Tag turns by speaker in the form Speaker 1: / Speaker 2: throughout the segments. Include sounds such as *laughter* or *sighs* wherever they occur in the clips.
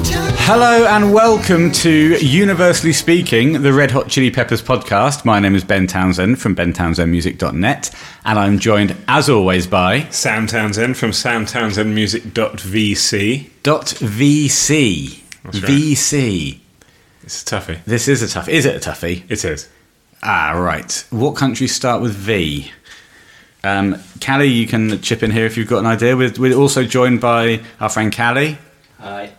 Speaker 1: Hello and welcome to Universally Speaking, the Red Hot Chili Peppers podcast. My name is Ben Townsend from bentownsendmusic.net, and I'm joined, as always, by
Speaker 2: Sam Townsend from samtownsendmusic.vc.
Speaker 1: .vc.
Speaker 2: right.
Speaker 1: VC.
Speaker 2: It's a toughie.
Speaker 1: This is a toughie. Is it a toughie?
Speaker 2: It is.
Speaker 1: Ah, right. What countries start with V? Um, Callie, you can chip in here if you've got an idea. We're, we're also joined by our friend Callie,
Speaker 3: Hi.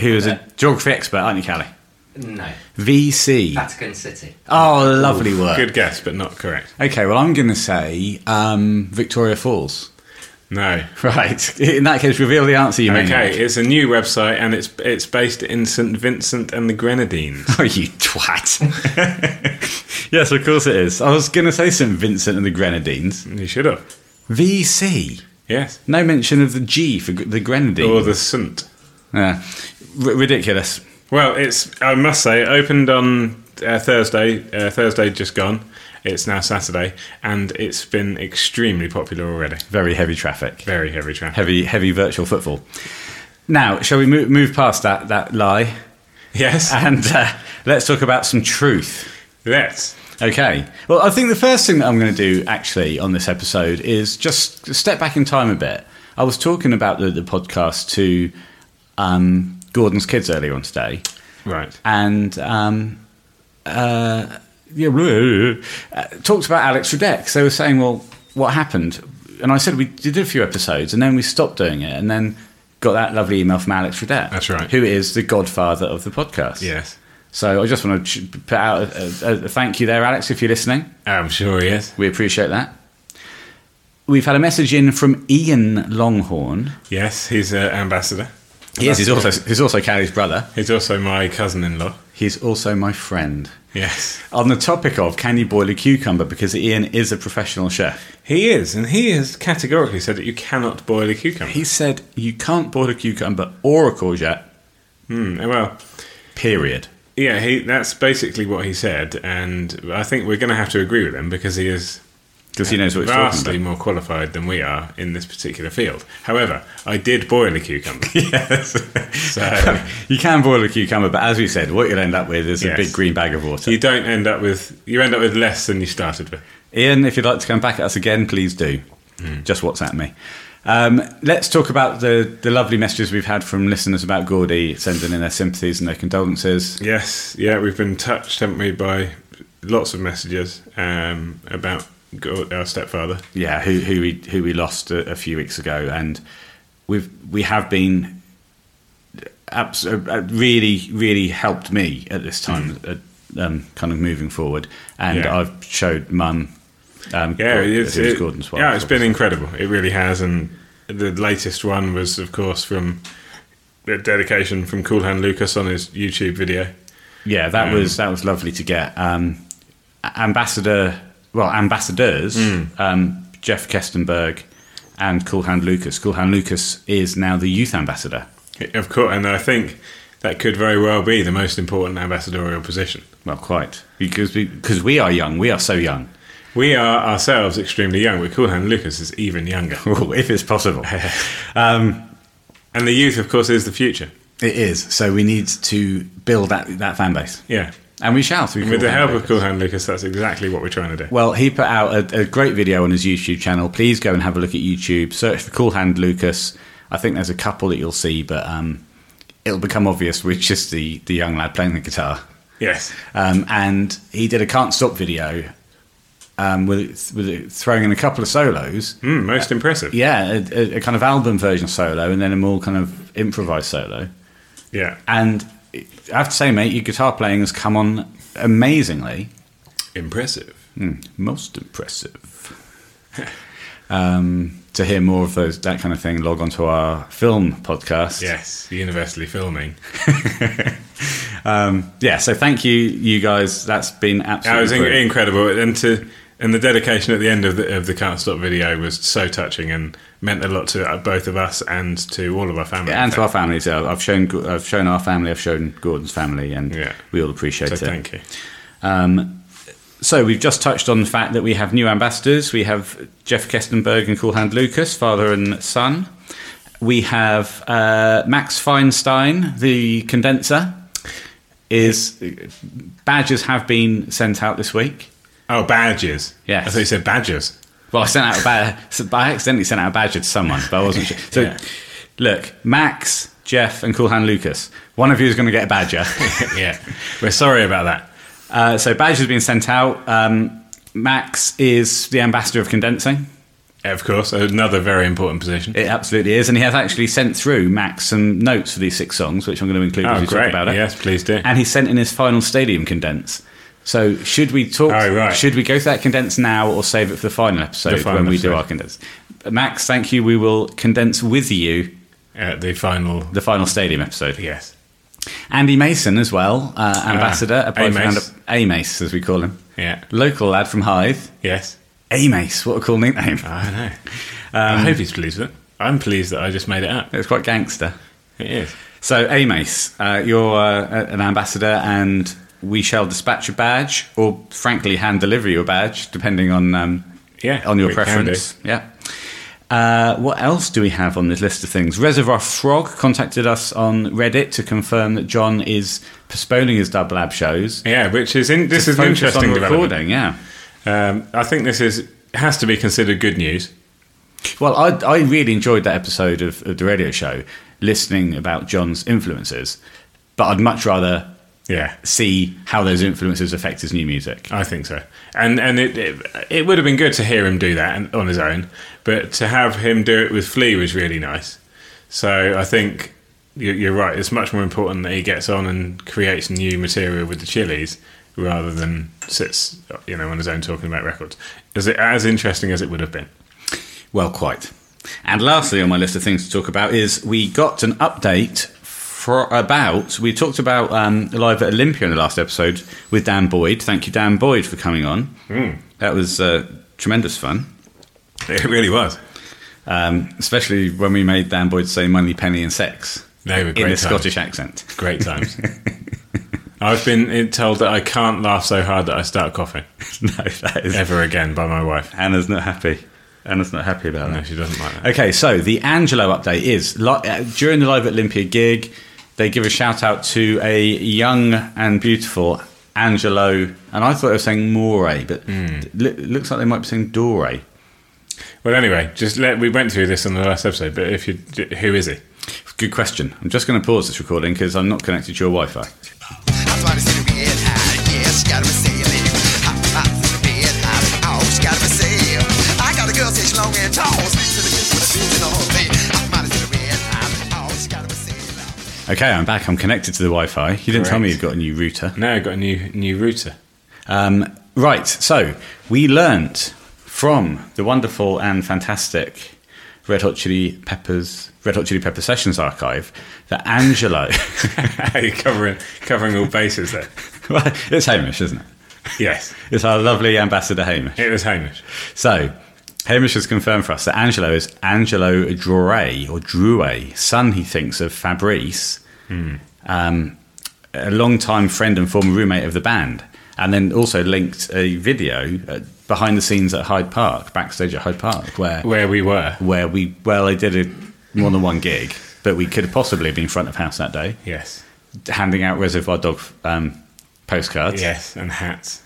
Speaker 1: who is
Speaker 3: Okay.
Speaker 1: a geography expert, aren't you, Callie?
Speaker 3: No.
Speaker 1: VC.
Speaker 3: Vatican City.
Speaker 1: Oh, lovely work.
Speaker 2: Good guess, but not correct.
Speaker 1: Okay, well, I'm going to say um, Victoria
Speaker 2: *laughs*
Speaker 1: Falls.
Speaker 2: No.
Speaker 1: Right. In that case, reveal the answer you
Speaker 2: Okay,
Speaker 1: made.
Speaker 2: it's a new website and it's it's based in St Vincent and the Grenadines.
Speaker 1: *laughs* Oh, you
Speaker 2: *laughs*
Speaker 1: twat. yes, of course it is. I was going to say St. Vincent and the Grenadines.
Speaker 2: You should have.
Speaker 1: VC.
Speaker 2: Yes.
Speaker 1: No mention of the G for gr- the
Speaker 2: Or
Speaker 1: Grenadines.
Speaker 2: the Sunt.
Speaker 1: Yeah. R- ridiculous.
Speaker 2: Well, it's I must say it opened on uh, Thursday. Uh, Thursday just gone. It's now Saturday, and it's been extremely popular already.
Speaker 1: Very heavy traffic.
Speaker 2: Very heavy traffic.
Speaker 1: Heavy, heavy virtual footfall. Now, shall we move, move past that, that lie *laughs*
Speaker 2: Yes.
Speaker 1: and uh, let's talk about some truth.
Speaker 2: Let's.
Speaker 1: Okay. Well, I think the first thing that I'm going to do actually on this episode is just step back in time a bit. I was talking about the, the podcast to um, Gordon's kids earlier on today,
Speaker 2: Right.
Speaker 1: and um, uh, yeah, uh, talked about Alex Radex. They were saying, "Well, what happened?" And I said we did a few episodes, and then we stopped doing it, and then got that lovely email from Alex Radex.
Speaker 2: That's right.
Speaker 1: Who is the godfather of the podcast?
Speaker 2: Yes.
Speaker 1: So I just want to ch- put out a, a, a thank you there, Alex, if you're listening.
Speaker 2: I'm sure he is.
Speaker 1: We appreciate that. We've had a message in from Ian Longhorn.
Speaker 2: Yes, he's an ambassador.
Speaker 1: Yes, he's also he's also Carrie's brother.
Speaker 2: He's also my cousin-in-law.
Speaker 1: He's also my friend.
Speaker 2: Yes,
Speaker 1: On the topic of can you boil a cucumber, because Ian is a professional chef.
Speaker 2: he is, and he has categorically said that you cannot boil a cucumber.
Speaker 1: He said you can't boil a cucumber or a courgette.
Speaker 2: Hmm, well,
Speaker 1: Period.
Speaker 2: yeah, he, that's basically what he said, and I think we're going to have to agree with him because he is
Speaker 1: Because he knows what he's talking
Speaker 2: vastly
Speaker 1: about.
Speaker 2: more qualified than we are in this particular field. However, I did boil a cucumber.
Speaker 1: *laughs* Yes.
Speaker 2: So-
Speaker 1: *laughs* you can boil a cucumber, but as we said, what you'll end up with is a
Speaker 2: Yes.
Speaker 1: big green bag of water.
Speaker 2: you don't end up with you end up with less than you started with.
Speaker 1: Ian, if you'd like to come back at us again, please do.
Speaker 2: Hmm.
Speaker 1: Just WhatsApp me. Um, let's talk about the, the lovely messages we've had from listeners about Gordy sending in their sympathies and their condolences.
Speaker 2: Yes, yeah, we've been touched, haven't we, by lots of messages um, about Gord- our stepfather.
Speaker 1: Yeah, who, who we who we lost a, a few weeks ago, and we've we have been abs- uh, really really helped me at this time, uh, um, kind of moving forward, and
Speaker 2: Hmm. Yeah.
Speaker 1: I've showed Mum. Um,
Speaker 2: Yeah,
Speaker 1: Gordon,
Speaker 2: it's,
Speaker 1: who was
Speaker 2: it-
Speaker 1: Gordon's wife,
Speaker 2: yeah, it's been
Speaker 1: obviously.
Speaker 2: incredible. It really has, and the latest one was, of course, from the dedication from Cool Hand Lucas on his YouTube video.
Speaker 1: Yeah, that
Speaker 2: Um,
Speaker 1: was that was lovely to get. Um, a- ambassador, well, ambassadors,
Speaker 2: Mm.
Speaker 1: um, Jeff Kestenberg and Cool Hand Lucas. Cool Hand Lucas is now the youth ambassador.
Speaker 2: Of course, and I think that could very well be the most important ambassadorial position.
Speaker 1: Well, quite because we, cause we are young. We are so
Speaker 2: *laughs*
Speaker 1: young,
Speaker 2: We are ourselves extremely young, but Cool Hand Lucas is
Speaker 1: *laughs*
Speaker 2: even younger.
Speaker 1: if it's
Speaker 2: *laughs*
Speaker 1: possible. um,
Speaker 2: And the youth, of course, is the future.
Speaker 1: it is. So we need to build that that fan base,
Speaker 2: Yeah.
Speaker 1: and we shall through Cool
Speaker 2: With the
Speaker 1: Hand
Speaker 2: help
Speaker 1: Lucas.
Speaker 2: of Cool Hand Lucas, that's exactly what we're trying to do.
Speaker 1: Well, he put out a, a great video on his YouTube channel. Please go and have a look at YouTube. Search for Cool Hand Lucas. I think there's a couple that you'll see, but um, it'll become obvious which is the, the young lad playing the guitar.
Speaker 2: Yes.
Speaker 1: Um, and he did a Can't Stop video um, with, with throwing in a couple of solos.
Speaker 2: Mm, most impressive.
Speaker 1: Uh, Yeah, a, a- a kind of album version solo and then a more kind of improvised solo.
Speaker 2: Yeah.
Speaker 1: And I have to say, mate, your guitar playing has come on amazingly.
Speaker 2: Impressive.
Speaker 1: Most impressive. um, to hear more of those that kind of thing, log onto our film podcast.
Speaker 2: Yes. Universally filming.
Speaker 1: Um, yeah. So thank you, you guys. That's been
Speaker 2: That was
Speaker 1: absolutely.
Speaker 2: in-
Speaker 1: brilliant.
Speaker 2: incredible, and to and the dedication at the end of the of the can't stop video was so touching and meant a lot to uh, both of us and to all of our family.
Speaker 1: and to our families, uh, I've shown Go- I've shown our family, I've shown Gordon's family, and
Speaker 2: Yeah.
Speaker 1: we all appreciate
Speaker 2: so
Speaker 1: it.
Speaker 2: thank you.
Speaker 1: So we've just touched on the fact that we have new ambassadors. We have Jeff Kestenberg and Cool Hand Lucas, father and son. we have uh, Max Feinstein, the condenser. Is badges have been sent out this week?
Speaker 2: Oh, badges.
Speaker 1: Yes.
Speaker 2: I thought you said badgers. *laughs*
Speaker 1: Well, I sent out a badge. *laughs* I accidentally sent out a badger to someone, but I wasn't sure. So,
Speaker 2: Yeah.
Speaker 1: look, Max, Jeff, and Cool Hand Lucas. One of you is going to get a badger.
Speaker 2: yeah. We're sorry about that.
Speaker 1: uh, so, badger's been sent out. Um, Max is the ambassador of condensing.
Speaker 2: Of course, another very important position.
Speaker 1: It absolutely is, and he has actually sent through Max some notes for these six songs, which I'm going to include as
Speaker 2: oh,
Speaker 1: we
Speaker 2: great.
Speaker 1: talk about it.
Speaker 2: Yes, please do.
Speaker 1: And he sent in his final stadium condense. So should we talk?
Speaker 2: Oh, right.
Speaker 1: Should we go through that condense now, or save it for the final episode
Speaker 2: The final
Speaker 1: when we do
Speaker 2: episode.
Speaker 1: our condense? Max, thank you. We will condense with you
Speaker 2: Uh, the final.
Speaker 1: the final stadium episode.
Speaker 2: yes.
Speaker 1: Andy Mason as well, uh, ambassador,
Speaker 2: Ah,
Speaker 1: applied for
Speaker 2: A-Mace.
Speaker 1: round- A-Mace as we call him,
Speaker 2: Yeah.
Speaker 1: local lad from Hythe.
Speaker 2: Yes.
Speaker 1: A-Mace, what a cool nickname. *laughs*
Speaker 2: I know.
Speaker 1: Um,
Speaker 2: I hope he's pleased with it. I'm pleased that I just made it up.
Speaker 1: It's quite gangster.
Speaker 2: It is.
Speaker 1: So, Amace, uh, you're uh, an ambassador, and we shall dispatch a badge, or frankly, hand deliver you a badge, depending on um,
Speaker 2: Yeah,
Speaker 1: on your
Speaker 2: we can
Speaker 1: preference. Yeah. Uh, what else do we have on this list of things? Reservoir Frog contacted us on Reddit to confirm that John is postponing his double lab shows.
Speaker 2: Yeah, which is in, this
Speaker 1: to
Speaker 2: is an
Speaker 1: focus
Speaker 2: interesting
Speaker 1: on
Speaker 2: development.
Speaker 1: recording. Yeah.
Speaker 2: Um, I think this is has to be considered good news.
Speaker 1: Well, I, I really enjoyed that episode of, of the radio show, listening about John's influences, but I'd much rather
Speaker 2: Yeah,
Speaker 1: see how those influences affect his new music.
Speaker 2: I think so. And and it, it it would have been good to hear him do that and- on his own, but to have him do it with Flea was really nice. So I think you- you're right. It's much more important that he gets on and creates new material with the Chili's rather than sits you know on his own talking about records. Is it as interesting as it would have been?
Speaker 1: Well, quite. And lastly, on my list of things to talk about is we got an update for about we talked about um, live at Olympia in the last episode with Dan Boyd. Thank you, Dan Boyd, for coming on.
Speaker 2: Mm.
Speaker 1: That was uh, tremendous fun,
Speaker 2: It really was.
Speaker 1: um, especially when we made Dan Boyd say "money, penny, and sex"
Speaker 2: They were
Speaker 1: in a
Speaker 2: great. times.
Speaker 1: Scottish accent. *laughs*
Speaker 2: Great times. *laughs* I've been told that I can't laugh so hard that I start coughing
Speaker 1: no, that is
Speaker 2: ever again by my wife.
Speaker 1: Anna's not happy. Anna's not happy about
Speaker 2: No,
Speaker 1: that.
Speaker 2: she doesn't like that.
Speaker 1: Okay, so the Angelo update is li- uh, during the Live at Olympia gig, they give a shout out to a young and beautiful Angelo, and I thought they were saying More, but it loo- looks like they might be saying Dore.
Speaker 2: Well, anyway, just let we went through this on the last episode, but if you, who is he?
Speaker 1: Good question. I'm just going to pause this recording because I'm not connected to your Wi Fi.
Speaker 3: I'm trying to see the red eye. Yes, gotta be sailing. Hop, hop to the bed. Hop, oh, she gotta be sailing. I got a girl, she's long and tall. Speaks to the bitch with a beard and a whole thing. I'm trying to see the red eye. Oh, she gotta be sailing.
Speaker 1: Okay, I'm back. I'm connected to the Wi Fi. You didn't tell me
Speaker 2: Correct.
Speaker 1: you've got a new router.
Speaker 2: No, I got a new new router. *laughs*
Speaker 1: Um, right, so we learnt from the wonderful and fantastic Red Hot Chili Peppers Red Hot Chili Pepper Sessions archive that Angelo *laughs*
Speaker 2: You're covering covering all bases there.
Speaker 1: Well, it's Hamish, isn't it?
Speaker 2: Yes,
Speaker 1: It's our lovely ambassador Hamish.
Speaker 2: it was Hamish.
Speaker 1: So Hamish has confirmed for us that Angelo is Angelo Drouet or Drouet, son he thinks of Fabrice, um, a long-time friend and former roommate of the band, and then also linked a video uh, behind the scenes at Hyde Park, backstage at Hyde Park, where
Speaker 2: Where we were.
Speaker 1: where we well they did a, more than one gig, but we could have possibly been front of house that day,
Speaker 2: Yes,
Speaker 1: handing out Reservoir Dog um, postcards
Speaker 2: yes, and hats.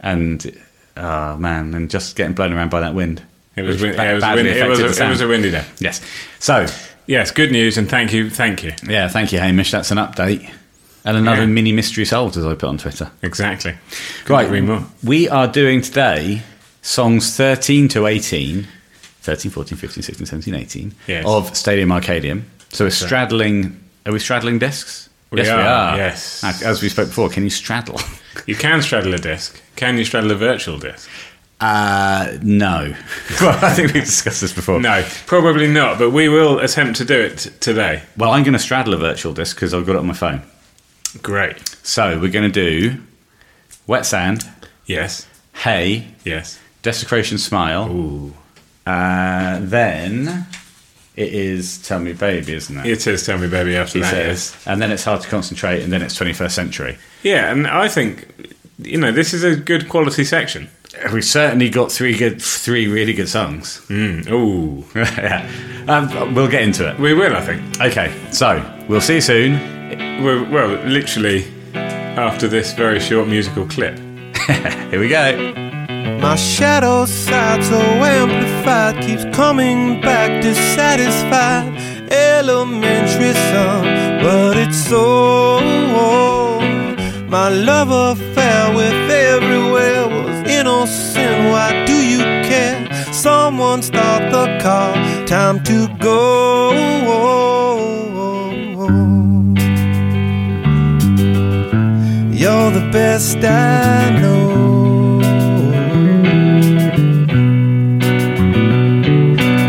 Speaker 1: and oh man, and just getting blown around by that wind.
Speaker 2: It was,
Speaker 1: Which
Speaker 2: win-
Speaker 1: ba-
Speaker 2: it, was
Speaker 1: badly
Speaker 2: win- it,
Speaker 1: affected
Speaker 2: was
Speaker 1: the
Speaker 2: a, it
Speaker 1: sound.
Speaker 2: was a windy day.
Speaker 1: Yes. So
Speaker 2: Yes, good news, and thank you, thank you.
Speaker 1: yeah, thank you, Hamish. That's an update. And another
Speaker 2: Yeah.
Speaker 1: mini mystery solved as I put on Twitter.
Speaker 2: Exactly. agree
Speaker 1: Right.
Speaker 2: more.
Speaker 1: We are doing today songs 13 to 18, 13, 14, 15, 16, 17, 18
Speaker 2: Yes.
Speaker 1: of Stadium Arcadium. So we're straddling, are we straddling discs?
Speaker 2: We
Speaker 1: yes, we
Speaker 2: are,
Speaker 1: are.
Speaker 2: yes.
Speaker 1: As- As we spoke before, can you straddle?
Speaker 2: You can straddle a disc. Can you straddle a virtual disc?
Speaker 1: Uh, no. *laughs* well, I think we've discussed this before.
Speaker 2: No, probably not. But we will attempt to do it t- today.
Speaker 1: Well, I'm going to straddle a virtual disc because I've got it on my phone.
Speaker 2: Great.
Speaker 1: So we're going to do Wet Sand,
Speaker 2: Yes.
Speaker 1: Hay,
Speaker 2: Yes.
Speaker 1: Desecration Smile.
Speaker 2: Ooh.
Speaker 1: Uh, then it is Tell Me Baby, isn't it?
Speaker 2: It is. Tell me, baby. After
Speaker 1: He
Speaker 2: that,
Speaker 1: says. And then it's Hard to Concentrate, and then it's 21st Century.
Speaker 2: yes. Yeah, and I think you know this is a good quality section.
Speaker 1: we certainly got three good, three really good songs.
Speaker 2: Mm, Ooh.
Speaker 1: *laughs* yeah. um, we'll get into it.
Speaker 2: We will, I think.
Speaker 1: Okay, so we'll see you soon.
Speaker 2: We're, well, literally after this very short musical clip.
Speaker 1: Here we go.
Speaker 4: My shadow side so amplified keeps coming back dissatisfied. Elementary sum, but it's so old. My love affair with everywhere was innocent. Why do you care? Someone start the car, time to go. You're the best I know.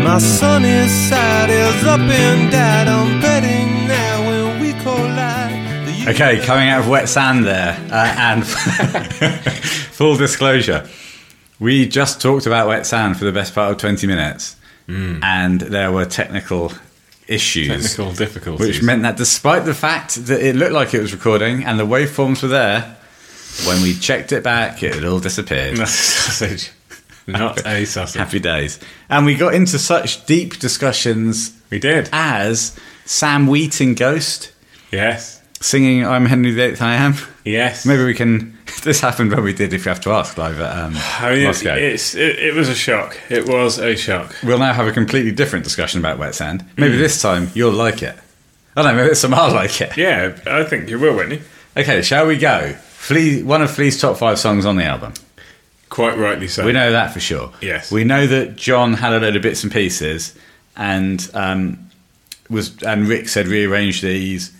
Speaker 4: My sunny side is up and down. I'm betting now when we collide. the universe-
Speaker 1: Okay, coming out of wet sand there, uh, and *laughs* full disclosure, we just talked about wet sand for the best part of twenty minutes, and there were technical issues,
Speaker 2: Mm. Technical difficulties.
Speaker 1: which
Speaker 2: *laughs*
Speaker 1: meant that despite the fact that it looked like it was recording and the waveforms were there, when we checked it back, it had all disappeared.
Speaker 2: *laughs* Not a sausage. Not a sausage.
Speaker 1: Happy days, and we got into such deep discussions
Speaker 2: We did.
Speaker 1: as Sam Wheaton Ghost
Speaker 2: Yes.
Speaker 1: singing "I'm Henry VIII, I Am." *laughs*
Speaker 2: Yes.
Speaker 1: Maybe we can. *laughs* This happened when we did. If you have to ask live at um,
Speaker 2: *sighs* I mean, it's,
Speaker 1: Moscow,
Speaker 2: it's, it, it was a shock. It was a shock.
Speaker 1: we'll now have a completely different discussion about wet sand. Maybe
Speaker 2: Hmm.
Speaker 1: this time you'll like it. I don't know. Maybe some are *laughs* like it.
Speaker 2: Yeah, I think you will, Whitney.
Speaker 1: Okay, shall we go? Flea, one of Flea's top five songs on the album.
Speaker 2: Quite rightly so.
Speaker 1: We know that for sure.
Speaker 2: Yes.
Speaker 1: We know that John had a load of bits and pieces, and um, was and Rick said rearrange these.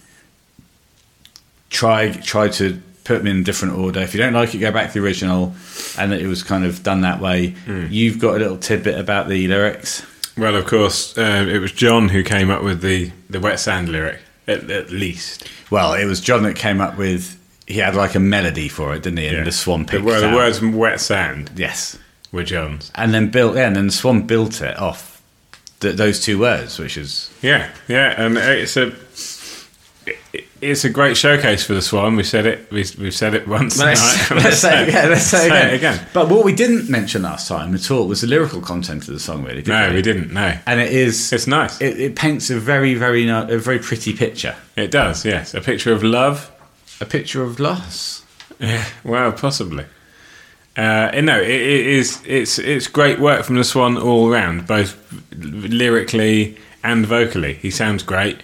Speaker 1: Try try to put them in different order. If you don't like it, go back to the original, and that it was kind of done that way. You've got a little tidbit about the lyrics.
Speaker 2: Well, of course, um, it was John who came up with the, the wet sand lyric, at, at least.
Speaker 1: Well, it was John that came up with. He had like a melody for it, didn't he? And the Swan
Speaker 2: The,
Speaker 1: picked
Speaker 2: wo- the
Speaker 1: out-
Speaker 2: words wet sand
Speaker 1: Yes,
Speaker 2: were John's.
Speaker 1: and then built yeah, and then the Swan built it off th- those two words, which is
Speaker 2: Yeah, yeah, and it's a. it- It's a great showcase for the Swan. We said it. We, we've said it once.
Speaker 1: Let's, *laughs*
Speaker 2: tonight.
Speaker 1: let's say it again. Let's say it again.
Speaker 2: it again.
Speaker 1: But what we didn't mention last time at all was the lyrical content of the song, really. Did
Speaker 2: No, we didn't. No,
Speaker 1: And it is.
Speaker 2: it's nice.
Speaker 1: it, it paints a very, very, ni- a very pretty picture.
Speaker 2: It does, yes. A picture of love.
Speaker 1: A picture of loss.
Speaker 2: Well, possibly. Uh, no, it, it is. It's it's great work from the Swan all round, both lyrically and vocally. He sounds great.